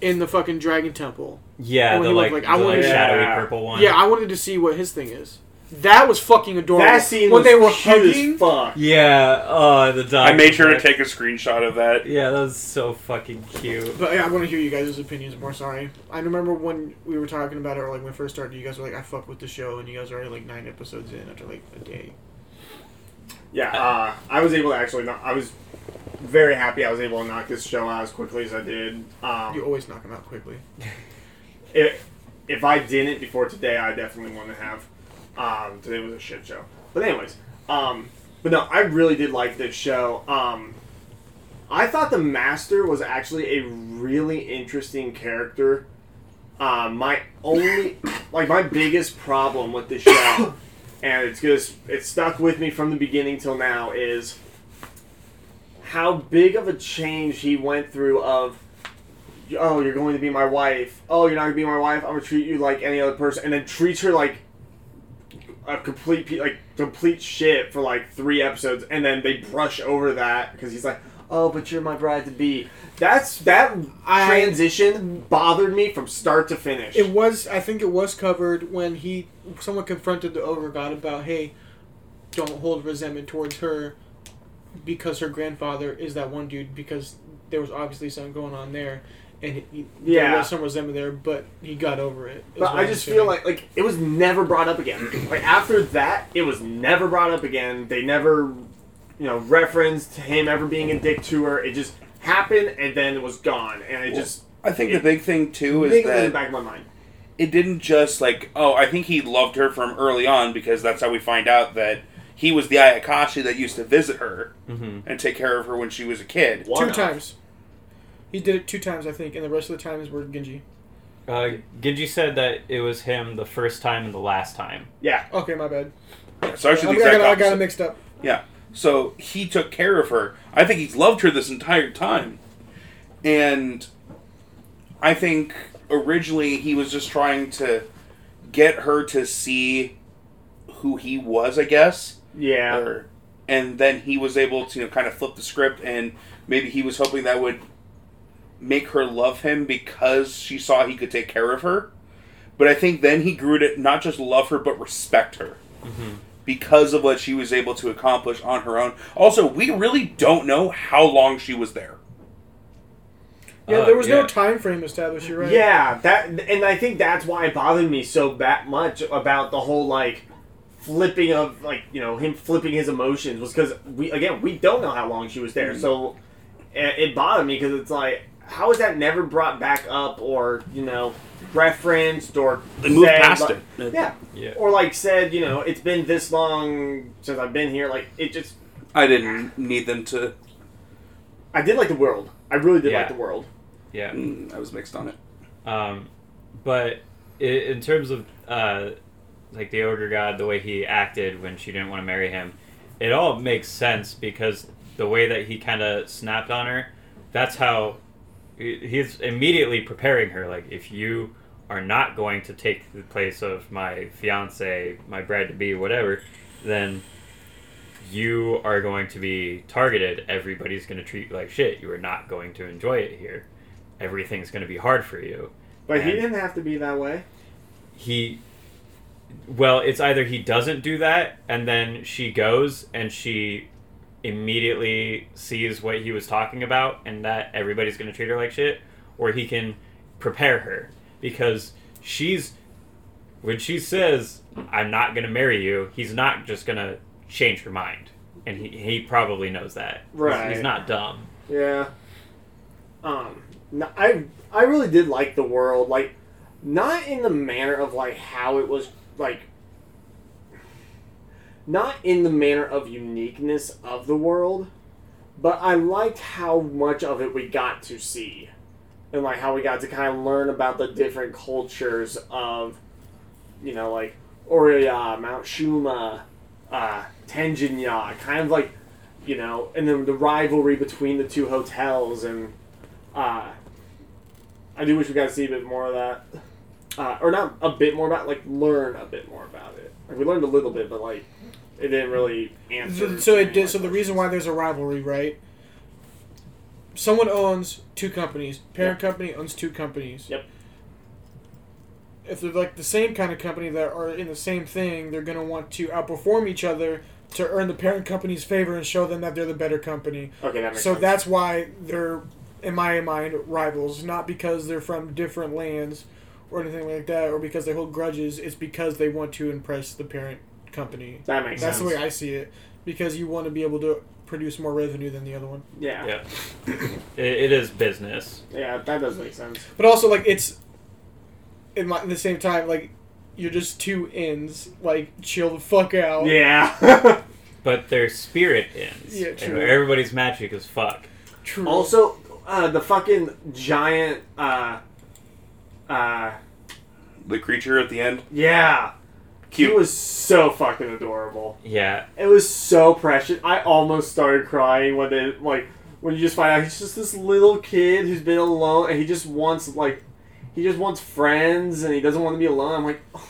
Speaker 4: in the fucking dragon temple.
Speaker 2: Yeah,
Speaker 4: Well,
Speaker 2: the
Speaker 4: he
Speaker 2: like,
Speaker 4: looked like- I
Speaker 2: the, like
Speaker 4: wanted-
Speaker 2: shadowy
Speaker 1: Yeah.
Speaker 2: purple one.
Speaker 4: Yeah, I wanted to see what his thing is. That was fucking adorable.
Speaker 1: That scene
Speaker 4: when
Speaker 1: was
Speaker 4: they were
Speaker 1: cute as
Speaker 4: hugging.
Speaker 1: fuck.
Speaker 2: yeah. Oh, the dog.
Speaker 5: I made sure to
Speaker 2: was
Speaker 5: take a screenshot of that.
Speaker 2: Yeah, that was so fucking cute.
Speaker 4: But yeah, I want to hear you guys' opinions more. Sorry, I remember when we were talking about it, or like when we first started, you guys were like, "I fuck with the show," and you guys are already like nine episodes in after like a day.
Speaker 1: Yeah, uh, I was able to actually. Not, I was very happy I was able to knock this show out as quickly as I did.
Speaker 4: You
Speaker 1: Um,
Speaker 4: always knock them out quickly.
Speaker 1: if, if I didn't before today, I definitely wouldn't have. Um, today was a shit show. But anyways, um, but no, I really did like this show. Um, I thought the Master was actually a really interesting character. Uh, my only, like my biggest problem with this show, and it's just it stuck with me from the beginning till now is how big of a change he went through of oh you're going to be my wife oh you're not gonna be my wife i'm gonna treat you like any other person and then treats her like a complete pe- like complete shit for like three episodes and then they brush over that because he's like oh but you're my bride to be that's that
Speaker 4: I-
Speaker 1: transition bothered me from start to finish
Speaker 4: It was, I think, it was covered when he someone confronted the ogre god about, "Hey, don't hold resentment towards her because her grandfather is that one dude because there was obviously something going on there." And he, there
Speaker 1: Yeah.
Speaker 4: was some resentment there, but he got over it. is
Speaker 1: But
Speaker 4: what
Speaker 1: I
Speaker 4: I'm
Speaker 1: just
Speaker 4: assuming.
Speaker 1: feel like like it was never brought up again. [clears throat] Like after that, it was never brought up again. They never, you know, referenced him ever being a dick to her. It just happened and then it was gone. And it just
Speaker 5: I think the big thing too is
Speaker 1: lingered in the
Speaker 5: that
Speaker 1: back of my mind.
Speaker 5: it didn't just like oh I think he loved her from early on because that's how we find out that he was the Ayakashi that used to visit her
Speaker 2: Mm-hmm.
Speaker 5: and take care of her when she was a kid.
Speaker 1: One
Speaker 4: two
Speaker 1: off.
Speaker 4: times. He did it two times, I think, and the rest of the times were Genji.
Speaker 2: Uh, Genji said that it was him the first time and the last time.
Speaker 1: Yeah.
Speaker 4: Okay, my bad.
Speaker 5: So
Speaker 4: I,
Speaker 5: actually, the
Speaker 4: got, I, got, I
Speaker 5: exact
Speaker 4: got it
Speaker 5: opposite. Uh,
Speaker 4: mixed up.
Speaker 5: Yeah. So he took care of her. I think he's loved her this entire time. And I think originally he was just trying to get her to see who he was, I guess.
Speaker 1: Yeah.
Speaker 5: Or, and then he was able to you know, kind of flip the script, and maybe he was hoping that would make her love him because she saw he could take care of her. But I think then he grew to not just love her, but respect her because of what she was able to accomplish on her own. Also, we really don't know how long she was there.
Speaker 4: Yeah,
Speaker 2: Uh,
Speaker 4: there was
Speaker 2: yeah.
Speaker 4: no time frame established. You're right.
Speaker 1: Yeah, that and I think that's why it bothered me so bat much about the whole like flipping of like you know him flipping his emotions was because we again we don't know how long she was there, so it, it bothered me because it's like how is that never brought back up or you know referenced or
Speaker 5: They moved
Speaker 1: said,
Speaker 5: past
Speaker 1: like-
Speaker 5: it.
Speaker 1: Yeah.
Speaker 2: Yeah.
Speaker 1: or like said you know it's been this long since I've been here, like it just
Speaker 5: I didn't need them to.
Speaker 1: I did like the world, I really did
Speaker 2: Yeah.
Speaker 1: like the world.
Speaker 2: Yeah.
Speaker 5: mm, I was mixed on it.
Speaker 2: Um, but i in terms of uh, like the ogre god, the way he acted when she didn't want to marry him, it all makes sense because the way that he kind of snapped on her, that's how he- he's immediately preparing her. Like, if you are not going to take the place of my fiance, my bride to be, whatever, then you are going to be targeted. Everybody's going to treat you like shit. You are not going to enjoy it here. Everything's going to be hard for you
Speaker 1: But he
Speaker 2: And-
Speaker 1: didn't have to be that way.
Speaker 2: he well it's either he doesn't do that and then she goes and she immediately sees what he was talking about and that everybody's going to treat her like shit or he can prepare her because she's when she says i'm not going to marry you he's not just going to change her mind and he, he probably knows that He's- he's
Speaker 1: Right.
Speaker 2: not dumb
Speaker 1: Yeah. Um, no, I I really did like the world, like not in the manner of like how it was like not in the manner of uniqueness of the world, but I liked how much of it we got to see. And like how we got to kind of learn about the different cultures of you know, like Oria, Mount Shuma, uh, Tenjinya, kind of like you know, and then the rivalry between the two hotels, and uh, I do wish we got to see a bit more of that, uh, or not a bit more about, like learn a bit more about it. Like we learned a little bit, but like it didn't really answer.
Speaker 4: Th- So
Speaker 1: any
Speaker 4: it
Speaker 1: of
Speaker 4: did.
Speaker 1: my
Speaker 4: So the reason
Speaker 1: questions.
Speaker 4: why there's a rivalry, right? Someone owns two companies. Parent company owns two companies.
Speaker 1: Yep.
Speaker 4: If they're like the same kind of company that are in the same thing, they're gonna want to outperform each other to earn the parent company's favor and show them that they're the better company.
Speaker 1: okay, Oh, that makes
Speaker 4: So
Speaker 1: sense.
Speaker 4: that's why they're, in my mind, rivals. Not because they're from different lands or anything like that, or because they hold grudges. It's because they want to impress the parent company.
Speaker 1: that makes
Speaker 4: That's the
Speaker 1: sense.
Speaker 4: way I see it because you want to be able to produce more revenue than the other one.
Speaker 1: yeah. yeah,
Speaker 2: yeah it, it is business
Speaker 1: that does make sense.
Speaker 4: But also, like, it's in my, at the same time, like, you're just two ends. Like, chill the fuck out.
Speaker 1: Yeah. [laughs]
Speaker 2: but their spirit ends
Speaker 4: Yeah,
Speaker 2: And
Speaker 4: true.
Speaker 2: everybody's magic is fuck
Speaker 4: True.
Speaker 1: also, uh, the fucking giant. Uh, uh,
Speaker 5: The creature at the [laughs] end,
Speaker 1: yeah, he
Speaker 5: cute.
Speaker 1: was so fucking adorable.
Speaker 2: yeah
Speaker 1: It was so precious. I almost started crying when they like when you just find out he's just this little kid who's been alone and he just wants like he just wants friends and he doesn't want to be alone. I'm like, [laughs]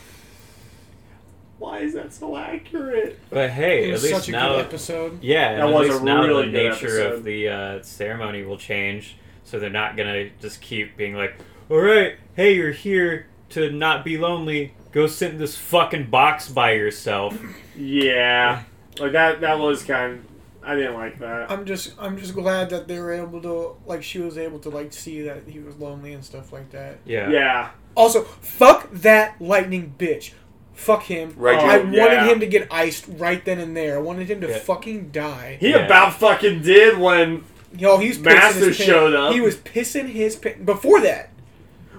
Speaker 1: why is that so accurate?
Speaker 2: But hey,
Speaker 4: it
Speaker 2: at
Speaker 4: was
Speaker 2: least
Speaker 4: such a
Speaker 2: now,
Speaker 4: good episode.
Speaker 2: yeah,
Speaker 1: That
Speaker 2: at
Speaker 1: was a
Speaker 2: least now
Speaker 1: really
Speaker 2: the
Speaker 1: good
Speaker 2: nature
Speaker 1: episode.
Speaker 2: of the uh, ceremony will change, so they're not gonna just keep being like, "All right, hey, you're here to not be lonely. Go sit in this fucking box
Speaker 1: [laughs]
Speaker 2: by yourself."
Speaker 1: Yeah, like that. That was kind. I didn't like that.
Speaker 4: I'm just, I'm just glad that they were able to, like, she was able to, like, see that he was lonely and stuff like that.
Speaker 2: Yeah,
Speaker 1: Yeah,
Speaker 4: Also, fuck that lightning bitch. Fuck him.
Speaker 5: Right,
Speaker 4: I
Speaker 1: Jim? Oh, Yeah.
Speaker 4: wanted him to get iced right then and there. I wanted him to
Speaker 2: Yeah.
Speaker 4: fucking die.
Speaker 1: he
Speaker 2: Yeah.
Speaker 1: about fucking did when.
Speaker 4: Yo, he was pissing
Speaker 1: Master
Speaker 4: his pants.
Speaker 1: showed up.
Speaker 4: He was pissing his pants. Before that,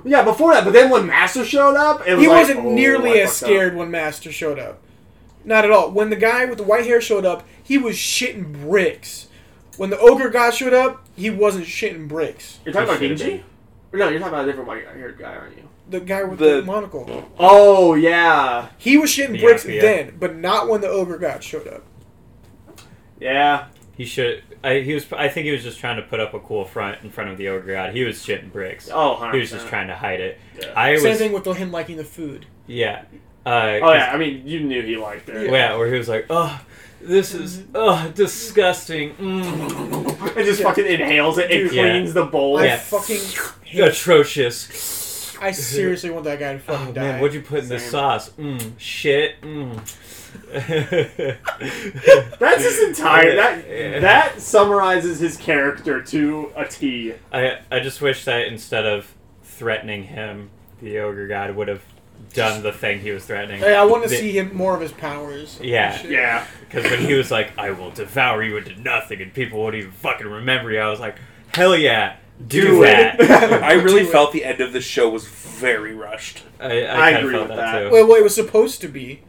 Speaker 1: Yeah, before that, but then when Master showed up, it was
Speaker 4: he
Speaker 1: like,
Speaker 4: wasn't
Speaker 1: oh, I
Speaker 4: nearly as
Speaker 1: fucked up.
Speaker 4: scared when Master showed up. Not at all. When the guy with the white hair showed up, he was shitting bricks. When the ogre god showed up, he wasn't shitting bricks.
Speaker 1: You're talking about
Speaker 2: He should've
Speaker 1: Genji? No, you're talking about a different white-haired guy, aren't you?
Speaker 4: The guy with the,
Speaker 5: The-
Speaker 4: monocle.
Speaker 1: Oh yeah.
Speaker 4: He was shitting
Speaker 2: Yeah,
Speaker 4: bricks
Speaker 2: yeah.
Speaker 4: then, but not when the ogre god showed up.
Speaker 1: Yeah.
Speaker 2: he should. I, he was. I think he was just trying to put up a cool front in front of the ogre god. He was shitting bricks.
Speaker 1: Oh, 100%.
Speaker 2: He was just trying to hide it.
Speaker 1: Yeah.
Speaker 2: I was.
Speaker 4: Same thing with him liking the food.
Speaker 2: Yeah. Uh,
Speaker 1: Oh
Speaker 2: 'cause-
Speaker 1: yeah, I mean, you knew he liked it. [laughs]
Speaker 4: Yeah.
Speaker 2: yeah, where he was like, "Oh, this is
Speaker 4: Mm-hmm.
Speaker 2: oh disgusting." Mm.
Speaker 1: It just fucking inhales it. It
Speaker 4: Dude.
Speaker 1: cleans the bowl.
Speaker 4: I
Speaker 2: Yeah.
Speaker 4: fucking hate
Speaker 2: atrocious.
Speaker 4: I seriously want that guy to
Speaker 2: [laughs]
Speaker 4: fucking
Speaker 2: Oh
Speaker 4: die.
Speaker 2: man, what'd you put in the
Speaker 1: Same.
Speaker 2: sauce? Mmm, shit. Mmm.
Speaker 1: That's his entire.
Speaker 2: Yeah.
Speaker 1: That that summarizes his character to a T.
Speaker 2: [laughs] I I just wish that instead of threatening him, the ogre god would have done the thing he was threatening.
Speaker 4: Hey, I want to see him more of his powers.
Speaker 2: Yeah.
Speaker 4: Shit.
Speaker 1: Yeah.
Speaker 2: Because when he was like, "I will devour you into nothing," and people won't even fucking remember you, I was like, "Hell yeah, do,
Speaker 1: Do it."
Speaker 2: that."
Speaker 1: [laughs]
Speaker 5: I really
Speaker 4: Do it.
Speaker 5: felt the end of the show was very rushed.
Speaker 2: I, I,
Speaker 1: I
Speaker 2: kinda
Speaker 1: agree
Speaker 2: felt
Speaker 1: with
Speaker 2: that,
Speaker 1: that.
Speaker 2: too.
Speaker 4: Well, what it was supposed to be.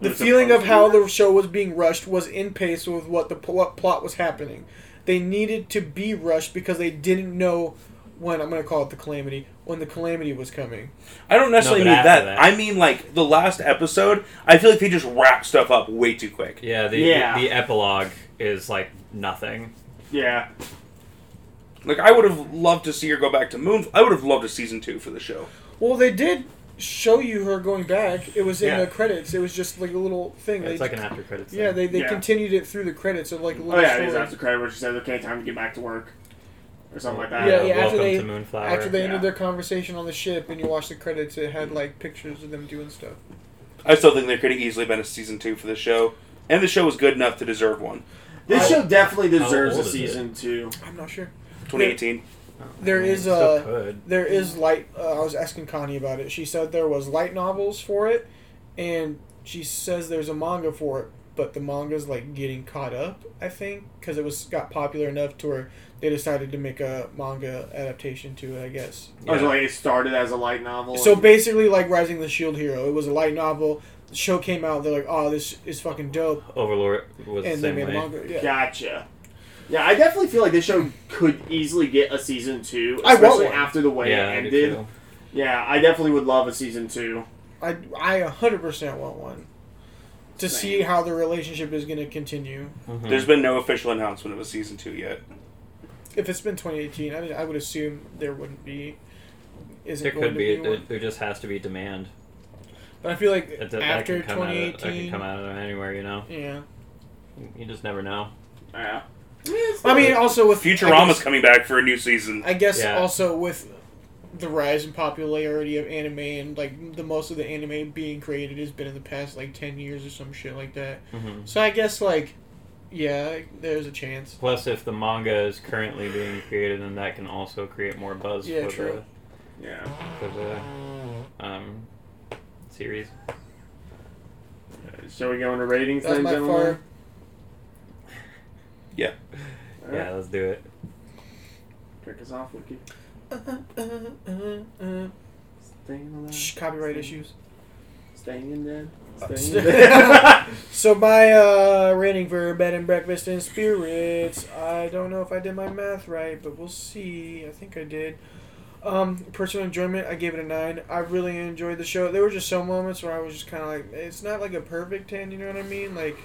Speaker 4: The
Speaker 1: It's
Speaker 4: feeling of
Speaker 1: supposed
Speaker 4: how
Speaker 1: to be.
Speaker 4: the show was being rushed was in pace with what the pl- what plot was happening. They needed to be rushed because they didn't know when I'm going to call it the calamity when the calamity was coming.
Speaker 5: I don't necessarily
Speaker 2: No, but
Speaker 5: mean that.
Speaker 2: after that.
Speaker 5: I mean like the last episode. I feel like they just wrap stuff up way too quick.
Speaker 2: Yeah, the,
Speaker 1: Yeah.
Speaker 2: the the epilogue is like nothing.
Speaker 1: Yeah.
Speaker 5: Like I would have loved to see her go back to Moon. I would have loved a season two for the show.
Speaker 4: Well, they did show you her going back. It was in
Speaker 2: Yeah.
Speaker 4: the credits. It was just like a little thing.
Speaker 2: It's
Speaker 4: they,
Speaker 2: like an after credits.
Speaker 4: yeah,
Speaker 2: thing.
Speaker 4: they, they
Speaker 1: Yeah.
Speaker 4: continued it through the credits of like a little
Speaker 1: Oh yeah,
Speaker 4: story.
Speaker 1: it is after credit where she says, "Okay, time to get back to work," or something like that.
Speaker 4: Yeah, yeah, after
Speaker 2: Welcome
Speaker 4: they-
Speaker 2: to Moonflower.
Speaker 4: After they
Speaker 1: Yeah.
Speaker 4: ended their conversation on the ship and you watched the credits, it had like pictures of them doing stuff.
Speaker 5: I still think there could have easily been a season two for the show, and the show was good enough to deserve one.
Speaker 1: This
Speaker 4: How-
Speaker 1: show definitely
Speaker 2: how
Speaker 1: deserves a
Speaker 2: old is it?
Speaker 1: season two.
Speaker 4: I'm not sure.
Speaker 5: 2018.
Speaker 4: There
Speaker 1: Mm,
Speaker 2: I mean,
Speaker 4: is
Speaker 2: it still
Speaker 4: a-
Speaker 2: could.
Speaker 4: There is light. Uh, I was asking Connie about it. She said there was light novels for it, and she says there's a manga for it. But the manga's like getting caught up, I think, because it was got popular enough to where they decided to make a manga adaptation to it. I guess.
Speaker 1: I was
Speaker 2: Yeah.
Speaker 1: like, it started as a light novel.
Speaker 4: So
Speaker 1: and-
Speaker 4: basically, like Rising of the Shield Hero, it was a light novel. The show came out. They're like, "Oh, this is fucking dope,"
Speaker 2: Overlord was the
Speaker 4: and they
Speaker 2: same
Speaker 4: made a
Speaker 2: way.
Speaker 4: manga. Yeah.
Speaker 1: Gotcha. Yeah, I definitely feel like this show could easily get a season two,
Speaker 4: I want
Speaker 1: especially
Speaker 4: one.
Speaker 1: after the way
Speaker 2: yeah, I
Speaker 1: it
Speaker 2: do
Speaker 1: ended.
Speaker 2: too.
Speaker 1: Yeah, I definitely would love a season two.
Speaker 4: I I a hundred percent want one to
Speaker 1: Same.
Speaker 4: see how the relationship is going to continue.
Speaker 2: Mhm.
Speaker 5: There's been no official announcement of a season two yet.
Speaker 4: If it's been 2018, I mean, I would assume there wouldn't be. Isn't
Speaker 2: There
Speaker 4: going
Speaker 2: could
Speaker 4: to
Speaker 2: be.
Speaker 4: be,
Speaker 2: There,
Speaker 4: one.
Speaker 2: there just has to be demand.
Speaker 4: but I feel like
Speaker 2: That, that,
Speaker 4: after
Speaker 2: that could come Out of, that could
Speaker 4: 2018,
Speaker 2: come out of anywhere, you know?
Speaker 4: yeah.
Speaker 2: You just never know.
Speaker 1: Yeah.
Speaker 4: I mean, also with I
Speaker 5: Futurama's
Speaker 4: guess,
Speaker 5: coming back for a new season.
Speaker 4: I guess
Speaker 2: Yeah.
Speaker 4: also with the rise in popularity of anime and like the most of the anime being created has been in the past like 10 years or some shit like that.
Speaker 2: hmm
Speaker 4: So I guess like, yeah, there's a chance.
Speaker 2: Plus, if the manga is currently being created, then that can also create more buzz
Speaker 4: Yeah,
Speaker 2: for,
Speaker 4: true.
Speaker 1: Yeah.
Speaker 2: The, for the um, series.
Speaker 1: Shall we go into ratings
Speaker 4: That's
Speaker 1: then,
Speaker 4: my
Speaker 1: gentlemen?
Speaker 4: far.
Speaker 1: All right,
Speaker 2: Yeah, let's do it.
Speaker 1: Kick us off, Wiki.
Speaker 4: Uh, uh, uh, uh.
Speaker 1: Staying alive.
Speaker 4: [laughs] Shh, copyright Uh, issues.
Speaker 1: Staying in dead. Staying
Speaker 4: [laughs] Stay-
Speaker 1: in dead.
Speaker 4: So my uh, rating for bed and breakfast and spirits, I don't know if I did my math right, but we'll see. I think I did. Um, personal enjoyment, I gave it a nine. I really enjoyed the show. There were just some moments where I was just kind of like, it's not like a perfect ten, you know what I mean? Like,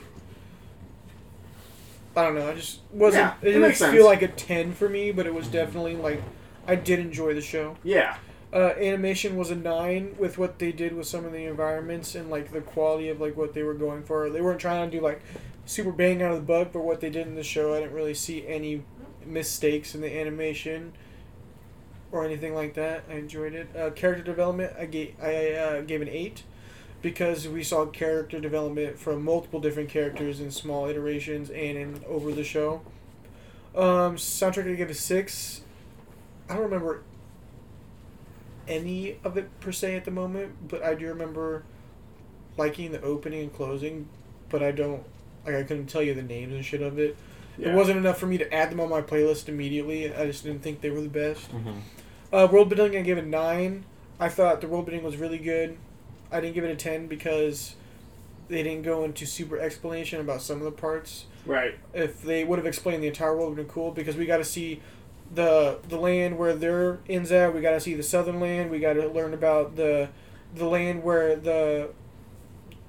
Speaker 4: I don't know. I just wasn't.
Speaker 1: Yeah,
Speaker 4: it
Speaker 1: it
Speaker 4: didn't
Speaker 1: makes sense.
Speaker 4: feel like a ten for me, but it was definitely like I did enjoy the show
Speaker 1: [laughs] yeah.
Speaker 4: uh, animation was a nine with what they did with some of the environments and like the quality of like what they were going for. They weren't trying to do like super bang out of the buck, but what they did in the show, I didn't really see any mistakes in the animation or anything like that. I enjoyed it. Uh, character development, I gave I uh, gave an eight because we saw character development from multiple different characters in small iterations and in over the show. Um, soundtrack, I gave a six. I don't remember any of it per se at the moment, but I do remember liking the opening and closing, but I don't like I couldn't tell you the names and shit of it.
Speaker 1: yeah.
Speaker 4: It wasn't enough for me to add them on my playlist immediately. I just didn't think they were the best.
Speaker 2: Mhm.
Speaker 4: Uh, world building, I gave it nine. I thought the world building was really good. I didn't give it a ten because they didn't go into super explanation about some of the parts.
Speaker 1: Right.
Speaker 4: If they would have explained the entire world, would have been cool because we got to see the the land where their ends at. We got to see the southern land. We got to learn about the the land where the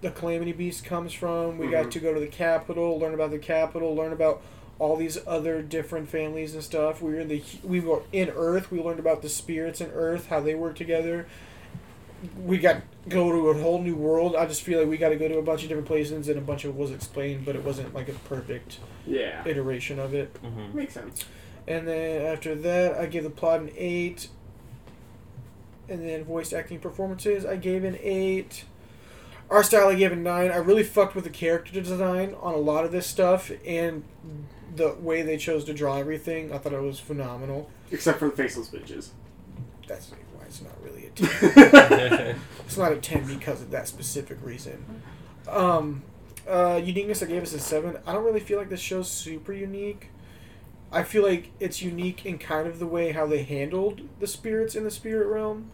Speaker 4: the calamity beast comes from. We
Speaker 1: Mhm.
Speaker 4: got to go to the capital, learn about the capital, learn about all these other different families and stuff. We were in the we were in Earth. We learned about the spirits in Earth, how they work together. We got go to a whole new world. I just feel like we got to go to a bunch of different places, and a bunch of it was explained, but it wasn't like a perfect
Speaker 1: Yeah.
Speaker 4: iteration of it.
Speaker 2: Mhm.
Speaker 1: Makes sense.
Speaker 4: And then after that, I give the plot an eight. and then voice acting performances, I gave an eight. Art style, I gave a nine. I really fucked with the character design on a lot of this stuff and the way they chose to draw everything. I thought it was phenomenal.
Speaker 1: Except for the faceless bitches.
Speaker 4: That's why it's not really a ten.
Speaker 2: [laughs]
Speaker 4: It's not a ten because of that specific reason. Um, uh, uniqueness, I gave us a seven. I don't really feel like this show's super unique. I feel like it's unique in kind of the way how they handled the spirits in the spirit realm,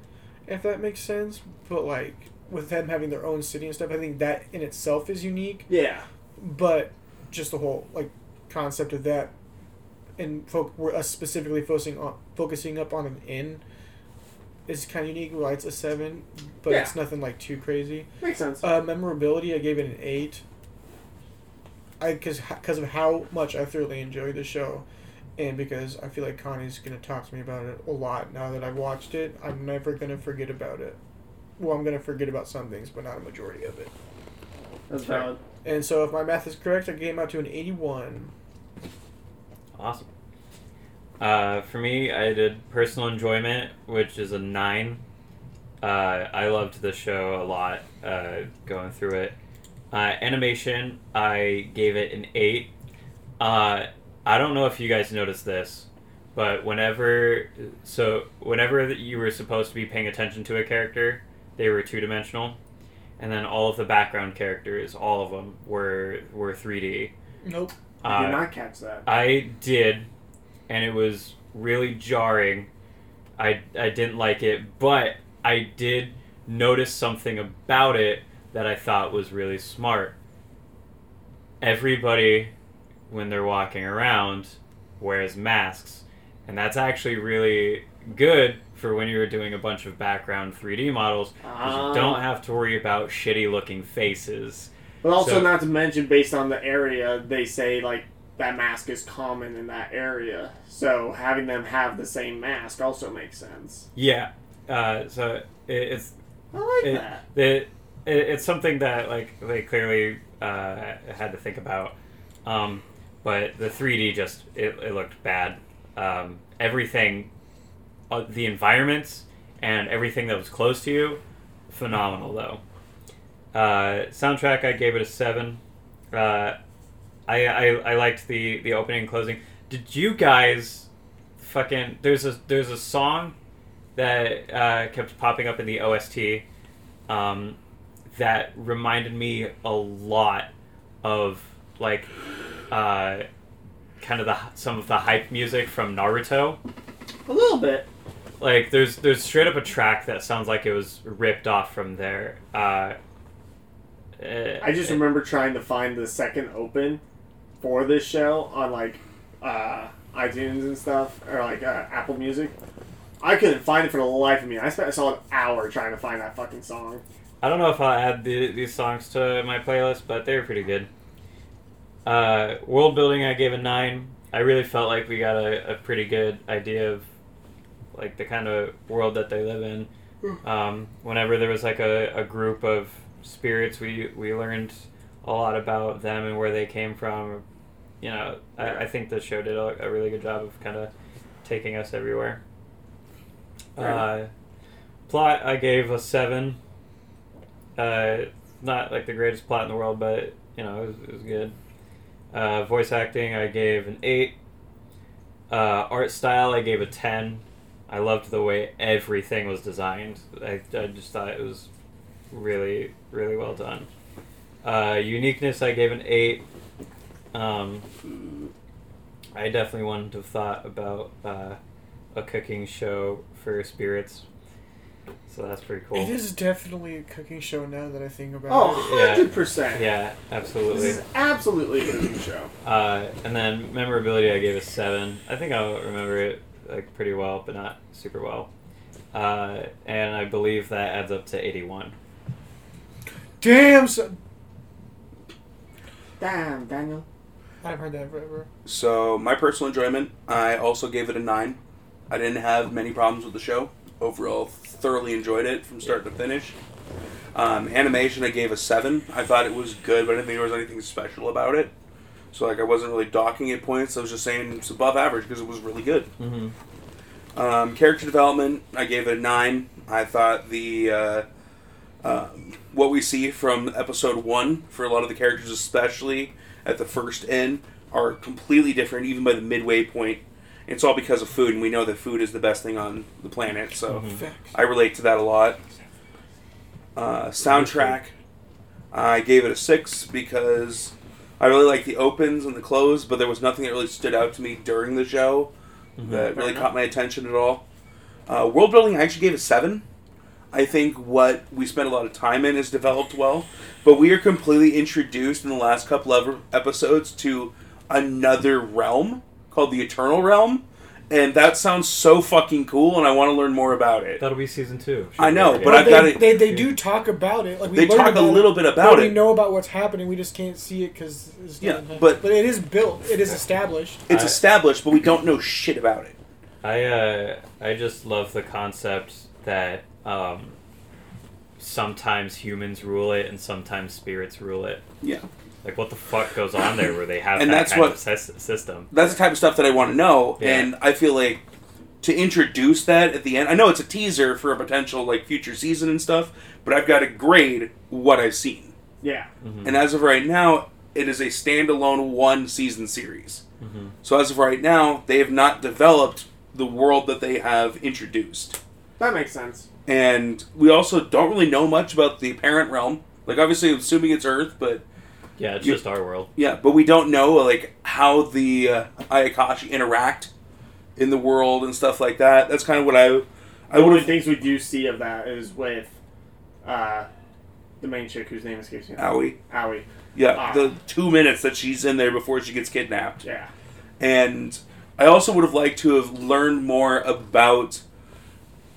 Speaker 4: if that makes sense. But like with them having their own city and stuff, I think that in itself is unique
Speaker 1: [laughs] yeah.
Speaker 4: but just the whole like concept of that and fo- we're us specifically focusing on focusing up on an inn is kind of unique why it's a seven but it's
Speaker 1: Yeah.
Speaker 4: nothing like too crazy
Speaker 1: Makes sense.
Speaker 4: uh, memorability i gave it an eight i because because of how much i thoroughly enjoyed the show and because i feel like connie's gonna talk to me about it a lot now that i've watched it i'm never gonna forget about it well i'm gonna forget about some things but not a majority of it
Speaker 1: That's valid.
Speaker 4: and so, if my math is correct, I came out to an 81.
Speaker 2: Awesome. Uh, for me, I did personal enjoyment, which is a nine. Uh, I loved the show a lot. Uh, going through it, uh, animation, I gave it an eight. Uh, I don't know if you guys noticed this, but whenever, so whenever that you were supposed to be paying attention to a character, they were two dimensional, and then all of the background characters, all of them were were three D.
Speaker 4: Nope.
Speaker 1: I did not catch that.
Speaker 2: I did, and it was really jarring. I I didn't like it, but I did notice something about it that I thought was really smart. Everybody, when they're walking around, wears masks, and that's actually really good for when you're doing a bunch of background 3D models. 'cause
Speaker 1: Ah.
Speaker 2: you don't have to worry about shitty looking faces.
Speaker 1: But also,
Speaker 2: So-
Speaker 1: not to mention, based on the area, they say like that mask is common in that area. So having them have the same mask also makes sense.
Speaker 2: Yeah. Uh, so it, it's
Speaker 1: I like
Speaker 2: it,
Speaker 1: that.
Speaker 2: it, it, it's something that like they clearly uh, had to think about um, but the 3d just it, it looked bad um, everything uh, the environments and everything that was close to you phenomenal though uh, soundtrack i gave it a 7 uh, I, I, I liked the, the opening and closing did you guys fucking there's a there's a song that uh, kept popping up in the OST um, that reminded me a lot of like uh, kind of the some of the hype music from Naruto.
Speaker 1: A little bit.
Speaker 2: Like there's there's straight up a track that sounds like it was ripped off from there. Uh, eh,
Speaker 1: I just remember trying to find the second open for this show on like uh, iTunes and stuff, or like uh, Apple Music. I couldn't find it for the life of me. I spent a solid hour trying to find that fucking song.
Speaker 2: I don't know if I'll add the, these songs to my playlist, but they were pretty good. Uh, world building, I gave a nine. I really felt like we got a, a pretty good idea of like the kind of world that they live in. Um, whenever there was like a, a group of spirits, we we learned a lot about them and where they came from. You know, I, I think the show did a, a really good job of kind of taking us everywhere.
Speaker 1: Fair
Speaker 2: Uh, plot, I gave a seven uh, not like the greatest plot in the world, but you know, it was, it was good. Uh, voice acting, I gave an eight. Uh, art style, I gave a ten. I loved the way everything was designed. I, I just thought it was really, really well done. Uh, uniqueness, I gave an eight. Um, I definitely wouldn't have thought about uh, a cooking show for spirits, so that's pretty cool.
Speaker 4: It is definitely a cooking show now that I think about
Speaker 1: Oh,
Speaker 2: Yeah.
Speaker 1: 100%.
Speaker 2: Yeah, absolutely.
Speaker 1: This is absolutely a good show.
Speaker 2: Uh, and then memorability, I gave a seven. I think I'll remember it like pretty well, but not super well. Uh, and I believe that adds up to eighty-one.
Speaker 4: it. Damn, son.
Speaker 1: Damn, Daniel.
Speaker 4: I haven't heard that forever.
Speaker 5: So my personal enjoyment, I also gave it a nine. I didn't have many problems with the show. Overall, thoroughly enjoyed it from start to finish. Um, animation, I gave a seven. I thought it was good, but I didn't think there was anything special about it. So like, I wasn't really docking it points. I was just saying it's above average because it was really good.
Speaker 2: Mm-hmm.
Speaker 5: Um, character development, I gave it a nine. I thought the uh, uh, what we see from episode one for a lot of the characters, especially at the first end, are completely different, even by the midway point. It's all because of food, and we know that food is the best thing on the planet. So.
Speaker 4: Facts.
Speaker 5: I relate to that a lot. Uh, soundtrack, I gave it a six because I really like the opens and the close, but there was nothing that really stood out to me during the show that really caught my attention at all. Uh, world building, I actually gave a seven. I think what we spent a lot of time in is developed well, but we are completely introduced in the last couple of episodes to another realm called the Eternal Realm, and that sounds so fucking cool, and I want to learn more about it.
Speaker 2: That'll be season two.
Speaker 5: I know, but
Speaker 4: Well,
Speaker 5: I've
Speaker 4: they,
Speaker 5: got it-
Speaker 4: They, they do talk about it. Like we
Speaker 5: They
Speaker 4: learn
Speaker 5: talk a
Speaker 4: about
Speaker 5: little
Speaker 4: it,
Speaker 5: bit about
Speaker 4: but
Speaker 5: it.
Speaker 4: We know about what's happening. We just can't see it because
Speaker 5: Yeah, but-
Speaker 4: but but it is built. It is established.
Speaker 5: It's
Speaker 2: I-
Speaker 5: established, but we don't know shit about it.
Speaker 2: I uh, I just love the concept that um, sometimes humans rule it and sometimes spirits rule it.
Speaker 5: Yeah.
Speaker 2: Like what the fuck goes on there where they have
Speaker 5: And
Speaker 2: that
Speaker 5: that's
Speaker 2: kind
Speaker 5: what-
Speaker 2: of sys- system?
Speaker 5: That's the type of stuff that I want to know,
Speaker 2: Yeah.
Speaker 5: and I feel like to introduce that at the end. I know it's a teaser for a potential like future season and stuff, but I've got to grade what I've seen.
Speaker 1: Yeah.
Speaker 5: And as of right now, it is a standalone one season series. So as of right now, they have not developed the world that they have introduced.
Speaker 1: That makes sense.
Speaker 5: And we also don't really know much about the parent realm. Like obviously, I'm assuming it's Earth, but
Speaker 2: Yeah, it's
Speaker 5: You-
Speaker 2: just our world.
Speaker 5: Yeah, but we don't know like how the uh, Ayakashi interact in the world and stuff like that. That's kind of what I I
Speaker 1: The only
Speaker 5: would have.
Speaker 1: things we do see of that is with uh, the main chick whose name escapes me.
Speaker 5: Owie.
Speaker 1: Owie.
Speaker 5: Yeah,
Speaker 1: Ah.
Speaker 5: the two minutes that she's in there before she gets kidnapped.
Speaker 1: Yeah.
Speaker 5: And I also would have liked to have learned more about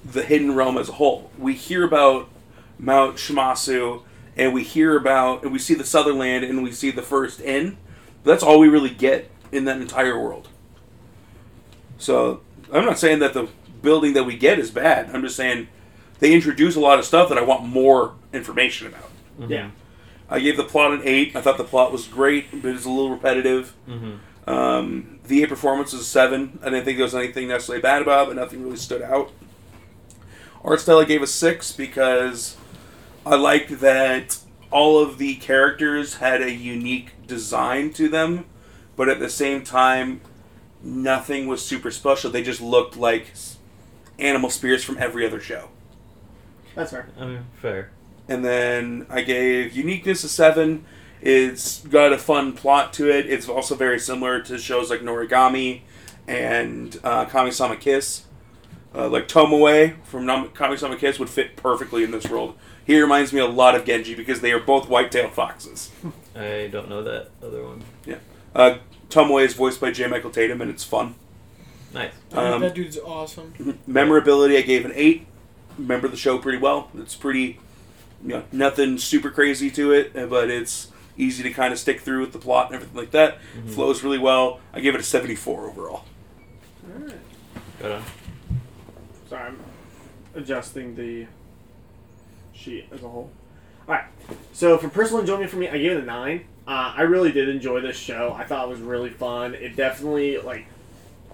Speaker 5: the hidden realm as a whole. We hear about Mount Shimasu, and we hear about, and we see the Sutherland, and we see the First Inn. That's all we really get in that entire world. So I'm not saying that the building that we get is bad. I'm just saying they introduce a lot of stuff that I want more information about.
Speaker 1: Yeah.
Speaker 5: I gave the plot an eight. I thought the plot was great, but it's a little repetitive. Um, the eight performance is a seven. I didn't think there was anything necessarily bad about, it, but nothing really stood out. Art style I gave a six because I liked that all of the characters had a unique design to them, but at the same time, nothing was super special. They just looked like s- animal spirits from every other show.
Speaker 1: That's fair.
Speaker 2: I mean, fair.
Speaker 5: And then I gave Uniqueness a seven. It's got a fun plot to it. It's also very similar to shows like Norigami and uh, Kami-sama Kiss. Uh, like Tomoe from Nam- Kami-sama Kiss would fit perfectly in this world. He reminds me a lot of Genji because they are both white-tailed foxes.
Speaker 2: I don't know that other one.
Speaker 5: Uh, Tomoe is voiced by J. Michael Tatum, and it's fun.
Speaker 2: Nice.
Speaker 5: Um,
Speaker 4: that dude's awesome.
Speaker 5: Memorability, I gave an eight. Remember the show pretty well. It's pretty, you know, nothing super crazy to it, uh, but it's easy to kind of stick through with the plot and everything like that. Flows really well. I gave it a 74 overall.
Speaker 2: Good on.
Speaker 1: Sorry, I'm adjusting the sheet as a whole. Alright, so for personal enjoyment for me, I gave it a 9. Uh, I really did enjoy this show. I thought it was really fun. It definitely, like,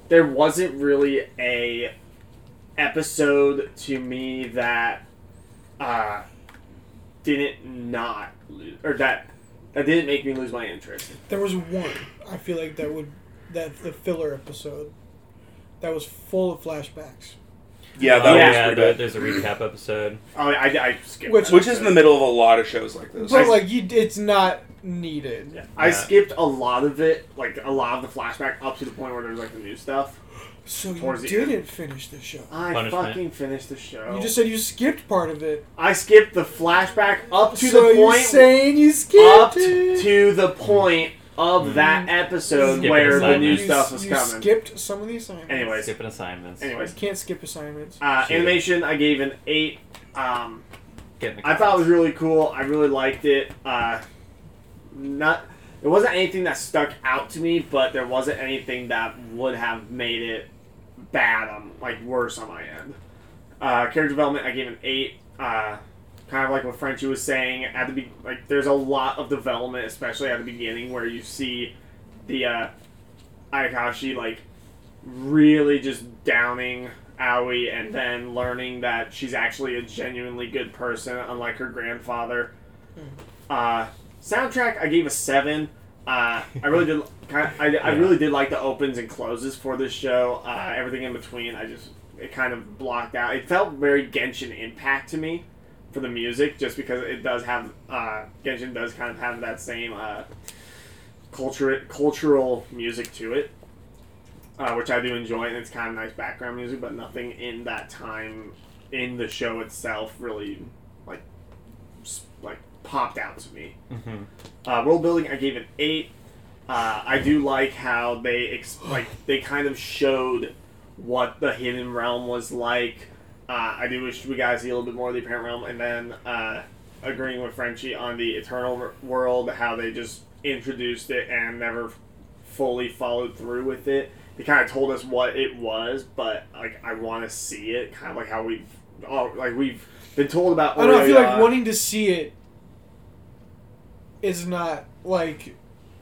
Speaker 1: there wasn't really a episode to me that uh, didn't not, lo- or that, that didn't make me lose my interest.
Speaker 4: There was one I feel like that would that the filler episode that was full of flashbacks,
Speaker 5: Yeah, that
Speaker 2: oh,
Speaker 5: was
Speaker 2: yeah,
Speaker 5: pretty
Speaker 2: there-
Speaker 5: good.
Speaker 2: there's a recap episode.
Speaker 1: Oh, I, I skipped
Speaker 4: Which-
Speaker 1: that
Speaker 5: Which is in the
Speaker 1: episode.
Speaker 5: middle of a lot of shows like this.
Speaker 4: but like you, it's not needed.
Speaker 1: I
Speaker 2: Yeah.
Speaker 1: skipped a lot of it, like a lot of the flashback up to the point where there's like the new stuff.
Speaker 4: So you
Speaker 1: Towards the
Speaker 4: didn't finish the show.
Speaker 1: I
Speaker 2: Punishment.
Speaker 1: fucking finished the show.
Speaker 4: You just said you skipped part of it.
Speaker 1: I skipped the flashback up to
Speaker 4: so
Speaker 1: the
Speaker 4: you're
Speaker 1: point
Speaker 4: saying you skipped
Speaker 1: up
Speaker 4: it.
Speaker 1: to the point of
Speaker 2: Mm-hmm.
Speaker 1: that episode
Speaker 2: Skipping
Speaker 1: where the new
Speaker 2: assignments.
Speaker 4: You-
Speaker 1: stuff was
Speaker 4: you
Speaker 1: coming.
Speaker 4: skipped some of the assignments.
Speaker 1: anyways,
Speaker 2: Skipping assignments.
Speaker 4: I
Speaker 1: anyways,
Speaker 4: can't skip assignments.
Speaker 1: uh,
Speaker 2: Shit.
Speaker 1: animation I gave an eight. Um,
Speaker 2: Getting the
Speaker 1: I thought it was really cool. I really liked it. Uh, not it wasn't anything that stuck out to me, but there wasn't anything that would have made it bad on like worse on my end. Uh, character development, I gave an eight. Uh, kind of like what Frenchie was saying at the be- like, there's a lot of development, especially at the beginning, where you see the uh, Ayakashi like really just downing Aoi and then learning that she's actually a genuinely good person, unlike her grandfather. Uh, soundtrack, I gave a seven. Uh, I really did. Kind I, I really did like the opens and closes for this show. Uh, everything in between, I just it kind of blocked out. It felt very Genshin Impact to me for the music, just because it does have uh, Genshin does kind of have that same uh, culture cultural music to it, uh, which I do enjoy, and it's kind of nice background music. But nothing in that time in the show itself really like s- like popped out to me.
Speaker 4: Mm-hmm.
Speaker 1: Uh, world building, I gave an eight. Uh, I do like how they ex- like
Speaker 4: [sighs]
Speaker 1: they kind of showed what the hidden realm was like. Uh, I do wish we guys see a little bit more of the apparent realm, and then uh, agreeing with Frenchie on the eternal r- world, how they just introduced it and never fully followed through with it. They kind of told us what it was, but like I want to see it, kind of like how we've all like we've been told about.
Speaker 4: I don't know, I feel like
Speaker 1: Orelia.
Speaker 4: wanting to see it is not like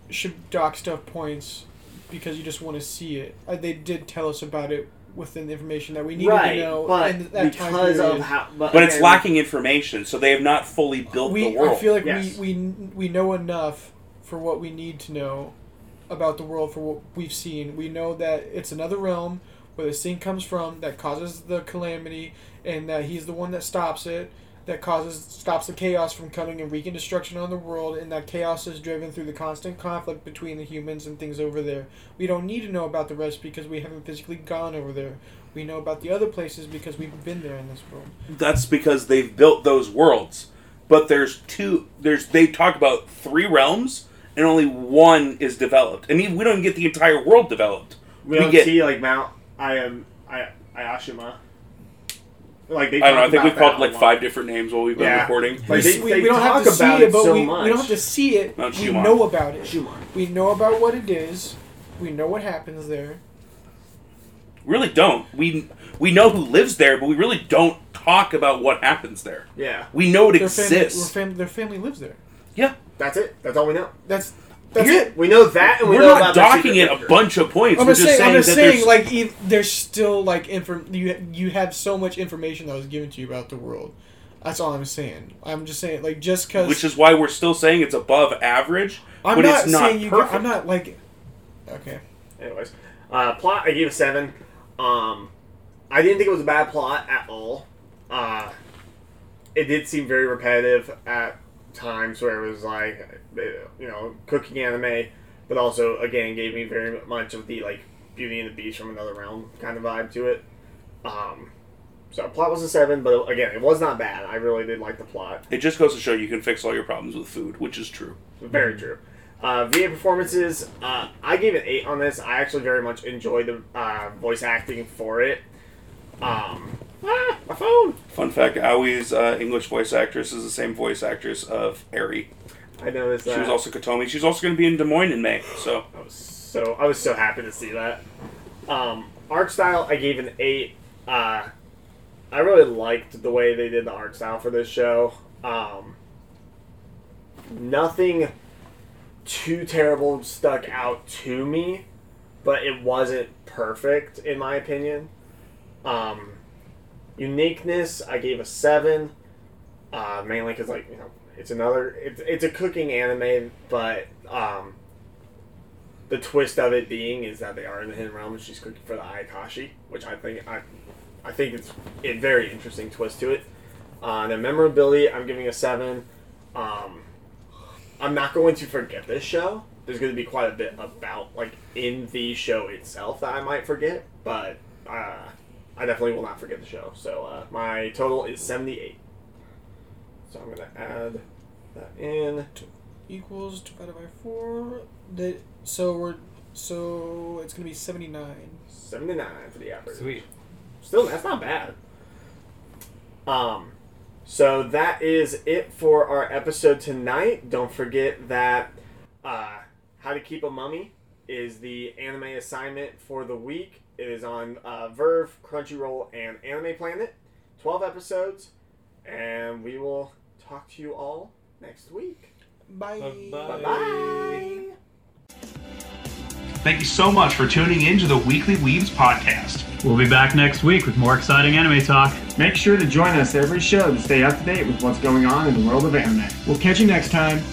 Speaker 4: should dock stuff points because you just want to see it. Uh, they did tell us about it within the information that we needed
Speaker 1: right,
Speaker 4: to know,
Speaker 1: but
Speaker 4: and that time
Speaker 1: because of
Speaker 4: period.
Speaker 1: how,
Speaker 5: But it's
Speaker 1: again,
Speaker 5: lacking information, so they have not fully built
Speaker 4: we,
Speaker 5: the world.
Speaker 4: I feel like
Speaker 1: Yes.
Speaker 4: we, we we know enough for what we need to know about the world for what we've seen. We know that it's another realm where this thing comes from that causes the calamity, and that he's the one that stops it. That causes stops the chaos from coming and wreaking destruction on the world, and that chaos is driven through the constant conflict between the humans and things over there. We don't need to know about the rest because we haven't physically gone over there. We know about the other places because we've been there in this world.
Speaker 5: That's because they've built those worlds. But there's two. There's they talk about three realms, and only one is developed. I mean, we don't even get the entire world developed.
Speaker 1: We don't
Speaker 5: get.
Speaker 1: see like Mount I am I Ayashima. Like they
Speaker 5: I don't know. I
Speaker 1: talk
Speaker 5: think we've
Speaker 1: about that
Speaker 5: called like
Speaker 1: a lot.
Speaker 5: five different names while we've been
Speaker 1: Yeah.
Speaker 5: recording.
Speaker 1: Like,
Speaker 4: we,
Speaker 1: they,
Speaker 4: we,
Speaker 1: they
Speaker 4: we don't
Speaker 1: talk
Speaker 4: have to
Speaker 1: about
Speaker 4: see it, but
Speaker 1: so
Speaker 4: we,
Speaker 1: much.
Speaker 4: we don't have to see it.
Speaker 5: Not
Speaker 4: we
Speaker 5: Shumon.
Speaker 4: know about it.
Speaker 1: Shumon.
Speaker 4: We know about what it is. We know what happens there.
Speaker 5: Really don't. We we know who lives there, but we really don't talk about what happens there.
Speaker 1: Yeah,
Speaker 5: We know it
Speaker 4: Their family, their,
Speaker 5: exists.
Speaker 4: fam- their family lives there.
Speaker 5: yeah,
Speaker 1: that's it. That's all we know.
Speaker 4: That's that's
Speaker 5: Here-
Speaker 4: it.
Speaker 1: We know that, and we
Speaker 5: we're
Speaker 1: know
Speaker 5: not
Speaker 1: about their
Speaker 5: docking
Speaker 1: secret
Speaker 5: it a
Speaker 1: picture.
Speaker 5: bunch of points.
Speaker 4: I'm
Speaker 5: we're
Speaker 4: just
Speaker 5: just
Speaker 4: saying.
Speaker 5: saying
Speaker 4: I'm just
Speaker 5: that
Speaker 4: saying.
Speaker 5: there's-
Speaker 4: Like e- there's still like inform. You you have so much information that was given to you about the world. That's all I'm saying. I'm just saying like just because.
Speaker 5: which is why we're still saying it's above average,
Speaker 4: I'm
Speaker 5: but
Speaker 4: not
Speaker 5: it's not
Speaker 4: saying you.
Speaker 5: perfect.
Speaker 4: I'm not like. Okay.
Speaker 1: Anyways, uh, plot I gave a seven. Um, I didn't think it was a bad plot at all. Uh, it did seem very repetitive at times, where it was like, uh, you know, cooking anime, but also again gave me very much of the like Beauty and the Beast from another realm kind of vibe to it. Um, so plot was a seven, but again, it was not bad. I really did like the plot.
Speaker 5: It just goes to show you can fix all your problems with food, which is true.
Speaker 1: Very true. Uh, VA performances, uh, I gave it eight on this. I actually very much enjoyed the uh, voice acting for it. Um, ah, my phone.
Speaker 5: Fun fact: Aoi's uh, English voice actress is the same voice actress of Eri.
Speaker 1: I noticed that.
Speaker 5: She was also Katomi. She's also going to be in Des Moines in May. So
Speaker 1: I was so I was so happy to see that. Um, art style, I gave an eight. Uh, I really liked the way they did the art style for this show. Um, nothing too terrible stuck out to me, but it wasn't perfect in my opinion. Um, uniqueness, I gave a seven. Uh, mainly because like you know, it's another it's it's a cooking anime, but um, the twist of it being is that they are in the hidden realm and she's cooking for the Ayakashi, which I think I, I think it's a very interesting twist to it. Uh, the memorability, I'm giving a seven. Um, I'm not going to forget this show. There's going to be quite a bit about like in the show itself that I might forget, but uh, I definitely will not forget the show. So uh, my total is 78. So I'm going to add that in.
Speaker 4: equals divided by four. That so we're so it's gonna be seventy nine.
Speaker 1: 79 for the average.
Speaker 2: Sweet.
Speaker 1: Still, that's not bad. Um, so that is it for our episode tonight. Don't forget that uh, How to Keep a Mummy is the anime assignment for the week. It is on uh, Verve, Crunchyroll, and Anime Planet. 12 episodes, and we will talk to you all next week.
Speaker 4: Bye.
Speaker 2: Bye-bye.
Speaker 1: Bye bye.
Speaker 7: Thank you so much for tuning in to the Weekly Weaves podcast.
Speaker 8: We'll be back next week with more exciting anime talk.
Speaker 6: Make sure to join us every show to stay up to date with what's going on in the world of anime.
Speaker 9: We'll catch you next time.